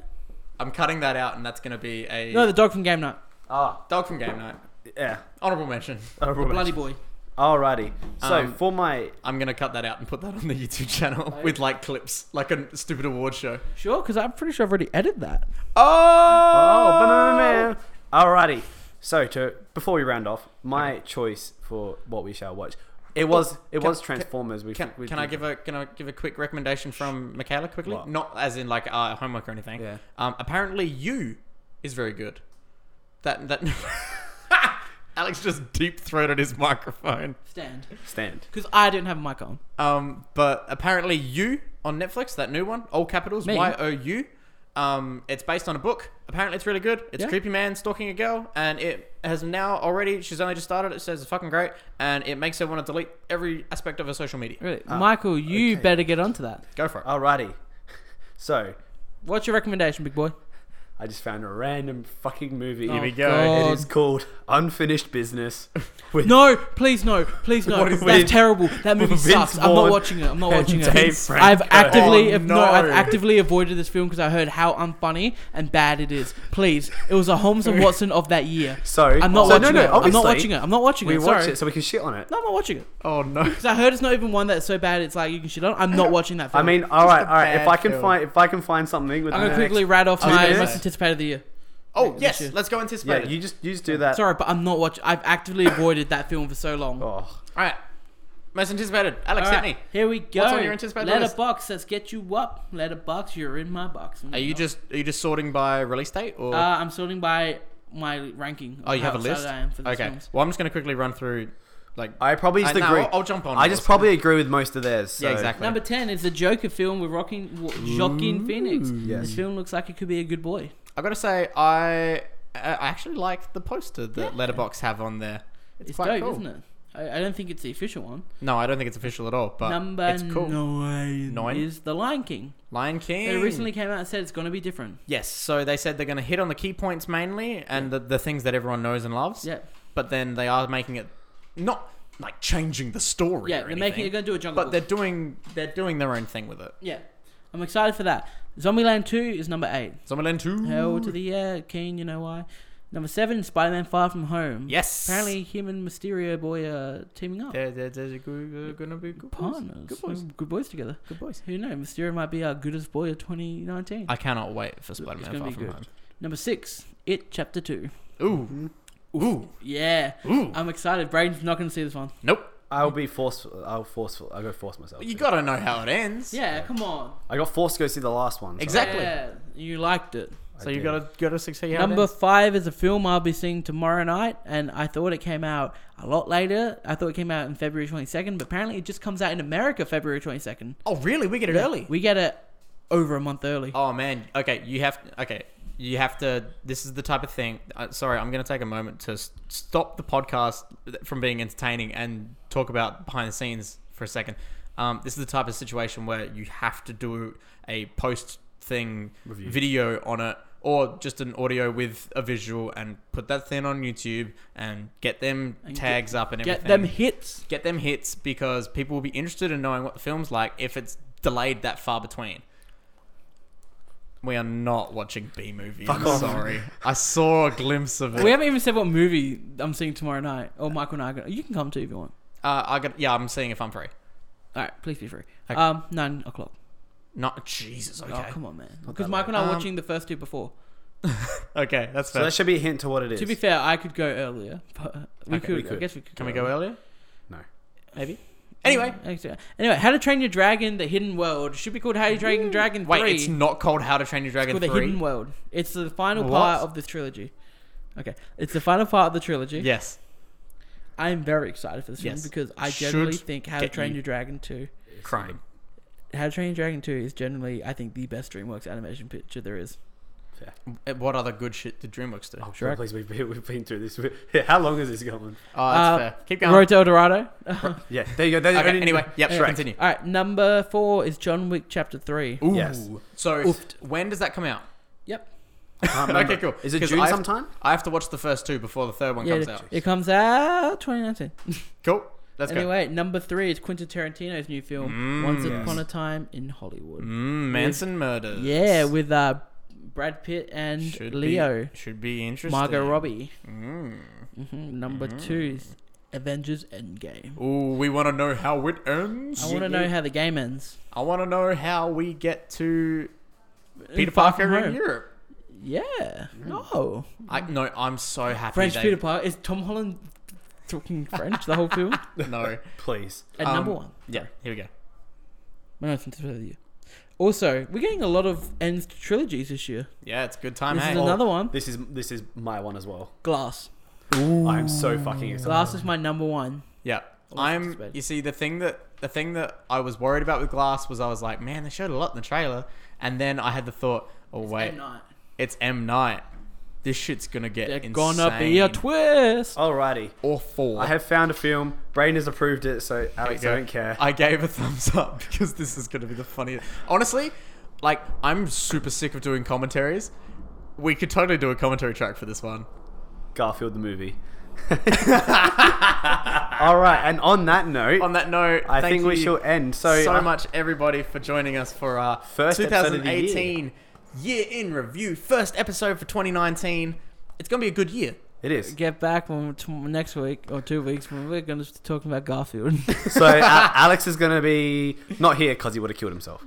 [SPEAKER 2] I'm cutting that out, and that's going to be a
[SPEAKER 1] No, the dog from Game Night.
[SPEAKER 3] Ah,
[SPEAKER 2] dog from Game Night.
[SPEAKER 3] yeah.
[SPEAKER 2] Honorable mention.
[SPEAKER 1] Bloody boy.
[SPEAKER 3] Alrighty. So
[SPEAKER 2] Um,
[SPEAKER 3] for my
[SPEAKER 2] I'm going to cut that out and put that on the YouTube channel with like clips, like a stupid award show.
[SPEAKER 1] Sure, because I'm pretty sure I've already edited that.
[SPEAKER 3] oh banana man. Alrighty. So to before we round off, my choice for what we shall watch. It was it
[SPEAKER 2] Can-
[SPEAKER 3] was
[SPEAKER 2] can-
[SPEAKER 3] Transformers. We
[SPEAKER 2] Can,
[SPEAKER 3] we-
[SPEAKER 2] can I give a can I give a quick recommendation from Michaela quickly?
[SPEAKER 3] What?
[SPEAKER 2] Not as in like uh, homework or anything.
[SPEAKER 3] Yeah.
[SPEAKER 2] Um, apparently, you is very good. That that. Alex just deep throated his microphone.
[SPEAKER 1] Stand.
[SPEAKER 3] stand?
[SPEAKER 1] Because I didn't have a mic on.
[SPEAKER 2] Um, but apparently, you on Netflix, that new one, all capitals
[SPEAKER 1] Me?
[SPEAKER 2] Y O U. Um, it's based on a book. Apparently, it's really good. It's
[SPEAKER 1] Yeah.
[SPEAKER 2] creepy man stalking a girl, and it has now already. She's only just started. It says it's fucking great, and it makes her want to delete every aspect of her social media.
[SPEAKER 1] Really? Michael, you better get onto that.
[SPEAKER 2] Go for it.
[SPEAKER 3] Alrighty. So
[SPEAKER 1] What's your recommendation, big boy?
[SPEAKER 3] I just found a random fucking movie.
[SPEAKER 1] Here we
[SPEAKER 2] go.
[SPEAKER 1] God.
[SPEAKER 3] It is called Unfinished Business. With
[SPEAKER 1] No, please no, please no.
[SPEAKER 3] What is
[SPEAKER 1] That's
[SPEAKER 3] with-
[SPEAKER 1] terrible. That movie
[SPEAKER 3] Vince
[SPEAKER 1] sucks. I'm not
[SPEAKER 3] Vaughn
[SPEAKER 1] watching it. I'm not
[SPEAKER 3] and
[SPEAKER 1] watching it.
[SPEAKER 3] Dave Franco.
[SPEAKER 1] I've actively
[SPEAKER 2] Oh,
[SPEAKER 1] if- no.
[SPEAKER 2] no.
[SPEAKER 1] I've actively avoided this film because I heard how unfunny and bad it is. Please, it was a Holmes and Watson of that year.
[SPEAKER 3] So
[SPEAKER 1] I'm not
[SPEAKER 3] so
[SPEAKER 1] watching
[SPEAKER 3] no, no,
[SPEAKER 1] it. I'm not
[SPEAKER 3] obviously,
[SPEAKER 1] watching it. I'm not watching
[SPEAKER 3] We
[SPEAKER 1] it.
[SPEAKER 3] watch
[SPEAKER 1] Sorry.
[SPEAKER 3] it so we can shit on it.
[SPEAKER 1] No, I'm not watching it.
[SPEAKER 2] Oh no.
[SPEAKER 1] Because I heard it's not even one that's so bad it's like you can shit on. I'm not watching that
[SPEAKER 3] I
[SPEAKER 1] film.
[SPEAKER 3] mean, all right,
[SPEAKER 2] a
[SPEAKER 3] all right. If
[SPEAKER 2] bad
[SPEAKER 3] I can
[SPEAKER 2] film.
[SPEAKER 3] find if I can find something with
[SPEAKER 1] I'm
[SPEAKER 3] the
[SPEAKER 1] gonna
[SPEAKER 3] next-
[SPEAKER 1] quickly rat off
[SPEAKER 3] I was
[SPEAKER 1] my
[SPEAKER 3] gonna
[SPEAKER 1] most
[SPEAKER 3] say.
[SPEAKER 1] anticipated of the year.
[SPEAKER 2] Oh yes,
[SPEAKER 1] shit.
[SPEAKER 2] let's go anticipate.
[SPEAKER 3] Yeah,
[SPEAKER 2] it.
[SPEAKER 3] you just you just do that.
[SPEAKER 1] Sorry, but I'm not watching. I've actively avoided that film for so long.
[SPEAKER 3] Oh,
[SPEAKER 2] All right. Most anticipated. Alex,
[SPEAKER 1] All
[SPEAKER 2] hit
[SPEAKER 1] right,
[SPEAKER 2] me.
[SPEAKER 1] Here we go.
[SPEAKER 2] What's on your anticipated list?
[SPEAKER 1] Letterbox, let's get you up. Letterbox, you're in my box.
[SPEAKER 2] Are you just are you just sorting by release date or?
[SPEAKER 1] Uh, I'm sorting by my ranking. of
[SPEAKER 2] oh, you
[SPEAKER 1] how
[SPEAKER 2] have a
[SPEAKER 1] excited
[SPEAKER 2] list.
[SPEAKER 1] I am for these
[SPEAKER 2] okay.
[SPEAKER 1] films.
[SPEAKER 2] Well, I'm just gonna quickly run through, like.
[SPEAKER 3] I probably just
[SPEAKER 2] Uh, no,
[SPEAKER 3] agree.
[SPEAKER 2] I'll- I'll jump on
[SPEAKER 3] I just
[SPEAKER 2] yours.
[SPEAKER 3] probably agree with most of theirs.
[SPEAKER 2] Yeah,
[SPEAKER 3] so-
[SPEAKER 2] exactly.
[SPEAKER 1] Number ten is the Joker film with Rocking w- Joaquin Phoenix. This film looks like it could be a good boy.
[SPEAKER 2] I gotta say, I I actually like the poster that Letterbox have on there. It's,
[SPEAKER 1] It's,
[SPEAKER 2] quite
[SPEAKER 1] dope,
[SPEAKER 2] cool.
[SPEAKER 1] isn't it? I, I don't think it's the official one.
[SPEAKER 2] No, I don't think it's official at all, but
[SPEAKER 1] Number
[SPEAKER 2] Uh, it's cool.
[SPEAKER 1] nine,
[SPEAKER 2] Nine?
[SPEAKER 1] is The Lion King.
[SPEAKER 2] Lion King.
[SPEAKER 1] They recently came out and said it's going to be different.
[SPEAKER 2] Yes, so they said they're going to hit on the key points mainly and the, the things that everyone knows and loves.
[SPEAKER 1] Yeah,
[SPEAKER 2] But then they are making it not like changing the story.
[SPEAKER 1] yeah.
[SPEAKER 2] or
[SPEAKER 1] They're making.
[SPEAKER 2] anything,
[SPEAKER 1] They're going to do a jungle.
[SPEAKER 2] eh? But they're
[SPEAKER 1] book.
[SPEAKER 2] doing they're doing their own thing with it.
[SPEAKER 1] yeah, I'm excited for that. Zombieland Two is number eight.
[SPEAKER 2] Zombieland Two.
[SPEAKER 1] Hell to the yeah, Keen. You know why? Number seven, Spider-Man: Far From Home.
[SPEAKER 2] Yes.
[SPEAKER 1] Apparently, him and Mysterio boy are teaming up.
[SPEAKER 2] They're, they're, they're go- gonna be good boys.
[SPEAKER 1] partners.
[SPEAKER 2] Good boys.
[SPEAKER 1] Good boys together.
[SPEAKER 2] Good boys.
[SPEAKER 1] Who knows? Mysterio might be our goodest boy of 2019.
[SPEAKER 2] I cannot wait for Spider Man
[SPEAKER 1] gonna
[SPEAKER 2] Far
[SPEAKER 1] be
[SPEAKER 2] From
[SPEAKER 1] good. Number six, It Chapter Two.
[SPEAKER 2] Home. Ooh. Ooh.
[SPEAKER 1] Yeah,
[SPEAKER 2] Ooh.
[SPEAKER 1] I'm excited. Brain's not going to see this one.
[SPEAKER 2] nope.
[SPEAKER 3] I'll be forceful. I'll forceful. I'll go force myself.
[SPEAKER 2] You gotta know how it ends.
[SPEAKER 1] Yeah, come on.
[SPEAKER 3] I got forced to go see the last one. so
[SPEAKER 2] Exactly.
[SPEAKER 1] Yeah, you liked it.
[SPEAKER 3] I
[SPEAKER 2] So you
[SPEAKER 3] did.
[SPEAKER 2] gotta gotta see how it
[SPEAKER 1] Number
[SPEAKER 2] ends.
[SPEAKER 1] five is a film I'll be seeing tomorrow night, and I thought it came out a lot later. I thought it came out in February 22nd, but apparently it just comes out in America February 22nd.
[SPEAKER 2] Oh really? We get it early.
[SPEAKER 1] We get it over a month early.
[SPEAKER 2] Oh man. Okay, you have okay. You have to. This is the type of thing. Uh, sorry, I'm going to take a moment to s- stop the podcast from being entertaining and talk about behind the scenes for a second. Um, this is the type of situation where you have to do a post thing
[SPEAKER 3] Review.
[SPEAKER 2] video on it, or just an audio with a visual, and put that thing on YouTube and get them
[SPEAKER 1] And get-
[SPEAKER 2] tags up and everything
[SPEAKER 1] Get them hits.
[SPEAKER 2] get them hits because people will be interested in knowing what the film's like if it's delayed that far between. We are not watching B movie. I'm sorry. I saw a glimpse of it.
[SPEAKER 1] We haven't even said what movie I'm seeing tomorrow night. Or Michael and I. are gonna- You can come too if you want.
[SPEAKER 2] uh, I got yeah. I'm seeing if I'm free.
[SPEAKER 1] All right, please be free.
[SPEAKER 2] Okay.
[SPEAKER 1] Um, nine o'clock.
[SPEAKER 2] Not Jesus. Okay.
[SPEAKER 1] Oh, come on, man. Because
[SPEAKER 3] that
[SPEAKER 1] Michael and I are
[SPEAKER 2] Um,
[SPEAKER 1] watching the first two before.
[SPEAKER 2] Okay, that's
[SPEAKER 3] So
[SPEAKER 2] fair.
[SPEAKER 3] that should be a hint to what it is.
[SPEAKER 1] To be fair, I could go earlier, but uh, we,
[SPEAKER 2] Okay,
[SPEAKER 1] could,
[SPEAKER 3] we
[SPEAKER 1] I
[SPEAKER 3] could.
[SPEAKER 1] guess we could.
[SPEAKER 2] Can we go
[SPEAKER 1] Mm.
[SPEAKER 2] earlier?
[SPEAKER 3] No.
[SPEAKER 2] Maybe. Anyway.
[SPEAKER 1] Anyway, anyway, How to Train Your Dragon: The Hidden World should be called How to Train Your Dragon
[SPEAKER 2] Wait,
[SPEAKER 1] Three.
[SPEAKER 2] it's not called How to Train Your Dragon
[SPEAKER 1] called The
[SPEAKER 2] Three.
[SPEAKER 1] Hidden World. It's the final
[SPEAKER 2] What?
[SPEAKER 1] part of this trilogy. Okay, it's the final part of the trilogy.
[SPEAKER 2] Yes.
[SPEAKER 1] I am very excited for this
[SPEAKER 2] Yes.
[SPEAKER 1] film because I
[SPEAKER 2] Should
[SPEAKER 1] generally think How to
[SPEAKER 2] get
[SPEAKER 1] Train
[SPEAKER 2] you-
[SPEAKER 1] Your Dragon Two,
[SPEAKER 2] Crime.
[SPEAKER 1] How to Train Your Dragon Two is generally I think the best DreamWorks animation picture there is.
[SPEAKER 2] Uh, What other good shit did DreamWorks do?
[SPEAKER 3] Oh,
[SPEAKER 2] Oh,
[SPEAKER 1] Shrek.
[SPEAKER 3] please, we've been, we've been through this. How long is this going?
[SPEAKER 1] Uh,
[SPEAKER 2] that's fair. Keep going.
[SPEAKER 1] Road to El Dorado.
[SPEAKER 3] Yeah, there you go. There you
[SPEAKER 2] okay,
[SPEAKER 3] go.
[SPEAKER 2] anyway, yep,
[SPEAKER 1] Anyway.
[SPEAKER 2] continue.
[SPEAKER 1] All right, number four is John Wick Chapter Three.
[SPEAKER 2] Ooh.
[SPEAKER 3] Yes.
[SPEAKER 2] So
[SPEAKER 1] Oofed.
[SPEAKER 2] when does that come out?
[SPEAKER 1] Yep.
[SPEAKER 3] I can't remember.
[SPEAKER 2] Okay, cool.
[SPEAKER 3] Is it
[SPEAKER 2] 'Cause
[SPEAKER 3] June
[SPEAKER 2] I have-
[SPEAKER 3] sometime?
[SPEAKER 2] I have to watch the first two before the third one
[SPEAKER 1] Yeah,
[SPEAKER 2] comes
[SPEAKER 1] it,
[SPEAKER 2] out.
[SPEAKER 1] it comes out 2019.
[SPEAKER 2] Cool. Let's go.
[SPEAKER 1] anyway, number three is Quentin Tarantino's new film,
[SPEAKER 2] Mm,
[SPEAKER 1] Once
[SPEAKER 3] yes.
[SPEAKER 1] Upon a Time in Hollywood.
[SPEAKER 2] Mm, Manson murders.
[SPEAKER 1] Yeah, with uh, Brad Pitt and
[SPEAKER 2] Should
[SPEAKER 1] Leo,
[SPEAKER 2] Be, should be interesting.
[SPEAKER 1] Margot Robbie.
[SPEAKER 2] Mm.
[SPEAKER 1] hmm Number two is Avengers Endgame.
[SPEAKER 2] Ooh, we want to know how it ends.
[SPEAKER 1] I want to know how the game ends.
[SPEAKER 2] I want to know how we get to Peter
[SPEAKER 1] Far From
[SPEAKER 2] Parker in
[SPEAKER 1] Home.
[SPEAKER 2] Europe.
[SPEAKER 1] Yeah. No.
[SPEAKER 2] I no, I'm so happy.
[SPEAKER 1] French
[SPEAKER 2] Hmm. they,
[SPEAKER 1] Peter Parker. Is Tom Holland talking French the whole film?
[SPEAKER 2] No.
[SPEAKER 3] Please.
[SPEAKER 1] And
[SPEAKER 2] Um,
[SPEAKER 1] number one.
[SPEAKER 2] Yeah. Here we go.
[SPEAKER 1] No, it's not with you. Also, we're getting a lot of ends to trilogies this year.
[SPEAKER 2] Yeah, it's good time.
[SPEAKER 1] this
[SPEAKER 2] Hey.
[SPEAKER 1] is another one.
[SPEAKER 3] This is this is my one as well.
[SPEAKER 1] Glass.
[SPEAKER 3] I am so fucking excited.
[SPEAKER 1] Glass is my number one.
[SPEAKER 2] Yeah.
[SPEAKER 1] Almost
[SPEAKER 2] I'm
[SPEAKER 1] anticipated.
[SPEAKER 2] you see the thing that the thing that I was worried about with Glass was I was like, man, they showed a lot in the trailer and then I had the thought, oh wait, it's M Night. This shit's gonna get
[SPEAKER 1] They're
[SPEAKER 2] insane. Oh.
[SPEAKER 1] gonna be a twist.
[SPEAKER 3] Alrighty.
[SPEAKER 2] awful.
[SPEAKER 3] I have found a film. Brain has approved it, so Alex, I
[SPEAKER 2] Yeah.
[SPEAKER 3] don't care.
[SPEAKER 2] uh, I gave a thumbs up because this is gonna be the funniest. Honestly, like I'm super sick of doing commentaries. We could totally do a commentary track for this one.
[SPEAKER 3] Garfield the movie. All right, and on that note,
[SPEAKER 2] On that note,
[SPEAKER 3] I
[SPEAKER 2] thank
[SPEAKER 3] think we
[SPEAKER 2] you
[SPEAKER 3] shall end. So,
[SPEAKER 2] so
[SPEAKER 3] uh,
[SPEAKER 2] much everybody for joining us for our
[SPEAKER 3] First episode of the year.
[SPEAKER 2] 2018 year. in review. First episode for 2019. It's gonna be a good year.
[SPEAKER 3] It is.
[SPEAKER 1] Get back when we're t- next week or two weeks when we're gonna be talking about Garfield.
[SPEAKER 3] So uh, Alex is going to be not here because he would have killed himself.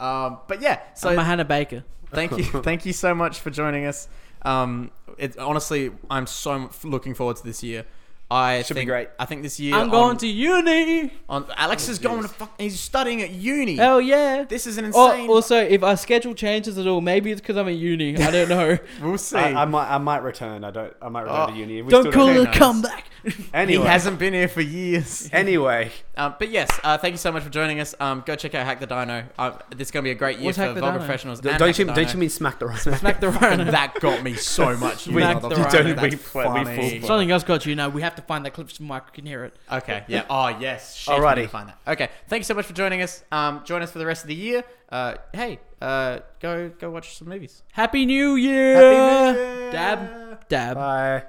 [SPEAKER 2] um, but yeah, so
[SPEAKER 1] I'm a Hannah Baker.
[SPEAKER 2] thank you thank you so much for joining us um it, honestly i'm so m- looking forward to this year i
[SPEAKER 3] Should be
[SPEAKER 2] think,
[SPEAKER 3] great.
[SPEAKER 2] i think this year
[SPEAKER 1] I'm going
[SPEAKER 2] on,
[SPEAKER 1] to uni.
[SPEAKER 2] on alex is going to fuck he's studying at uni
[SPEAKER 1] Hell Oh, yeah.
[SPEAKER 2] this is an
[SPEAKER 1] Or,
[SPEAKER 2] insane
[SPEAKER 1] also, if our schedule changes at all, maybe it's because I'm at uni. I don't know.
[SPEAKER 2] we'll see
[SPEAKER 3] I, I might, I might return. I don't. I might return
[SPEAKER 2] Oh.
[SPEAKER 3] to uni. We
[SPEAKER 1] don't
[SPEAKER 3] still
[SPEAKER 1] call
[SPEAKER 2] who
[SPEAKER 1] it a
[SPEAKER 2] knows?
[SPEAKER 1] comeback.
[SPEAKER 3] Anyway,
[SPEAKER 2] he hasn't been here for years
[SPEAKER 3] anyway,
[SPEAKER 2] um, but yes uh, thank you so much for joining us um, go check out hack the dino uh, this is going to be a great year
[SPEAKER 1] What's
[SPEAKER 2] for
[SPEAKER 1] Hack the
[SPEAKER 2] vulgar
[SPEAKER 1] Dino?
[SPEAKER 2] professionals and Hack
[SPEAKER 3] don't
[SPEAKER 2] the
[SPEAKER 3] you, don't
[SPEAKER 2] Dino.
[SPEAKER 3] you mean smack the right?
[SPEAKER 1] Smack the rhino.
[SPEAKER 2] that got me so much you
[SPEAKER 1] We-
[SPEAKER 2] motherfucker.
[SPEAKER 1] the rhino.
[SPEAKER 2] That's
[SPEAKER 3] We- we
[SPEAKER 2] funny.
[SPEAKER 3] full-
[SPEAKER 1] Something else got you. Now we have to find that clip so Michael can hear it.
[SPEAKER 2] Okay. Yeah. Oh yes. Shit,
[SPEAKER 3] Alrighty.
[SPEAKER 2] we need to Find that. Okay. Thanks so much for joining us. Um, join us for the rest of the year. Uh, hey, uh, go go watch some movies.
[SPEAKER 1] Happy New Year.
[SPEAKER 2] Happy New Year!
[SPEAKER 1] Dab. Dab.
[SPEAKER 3] Bye.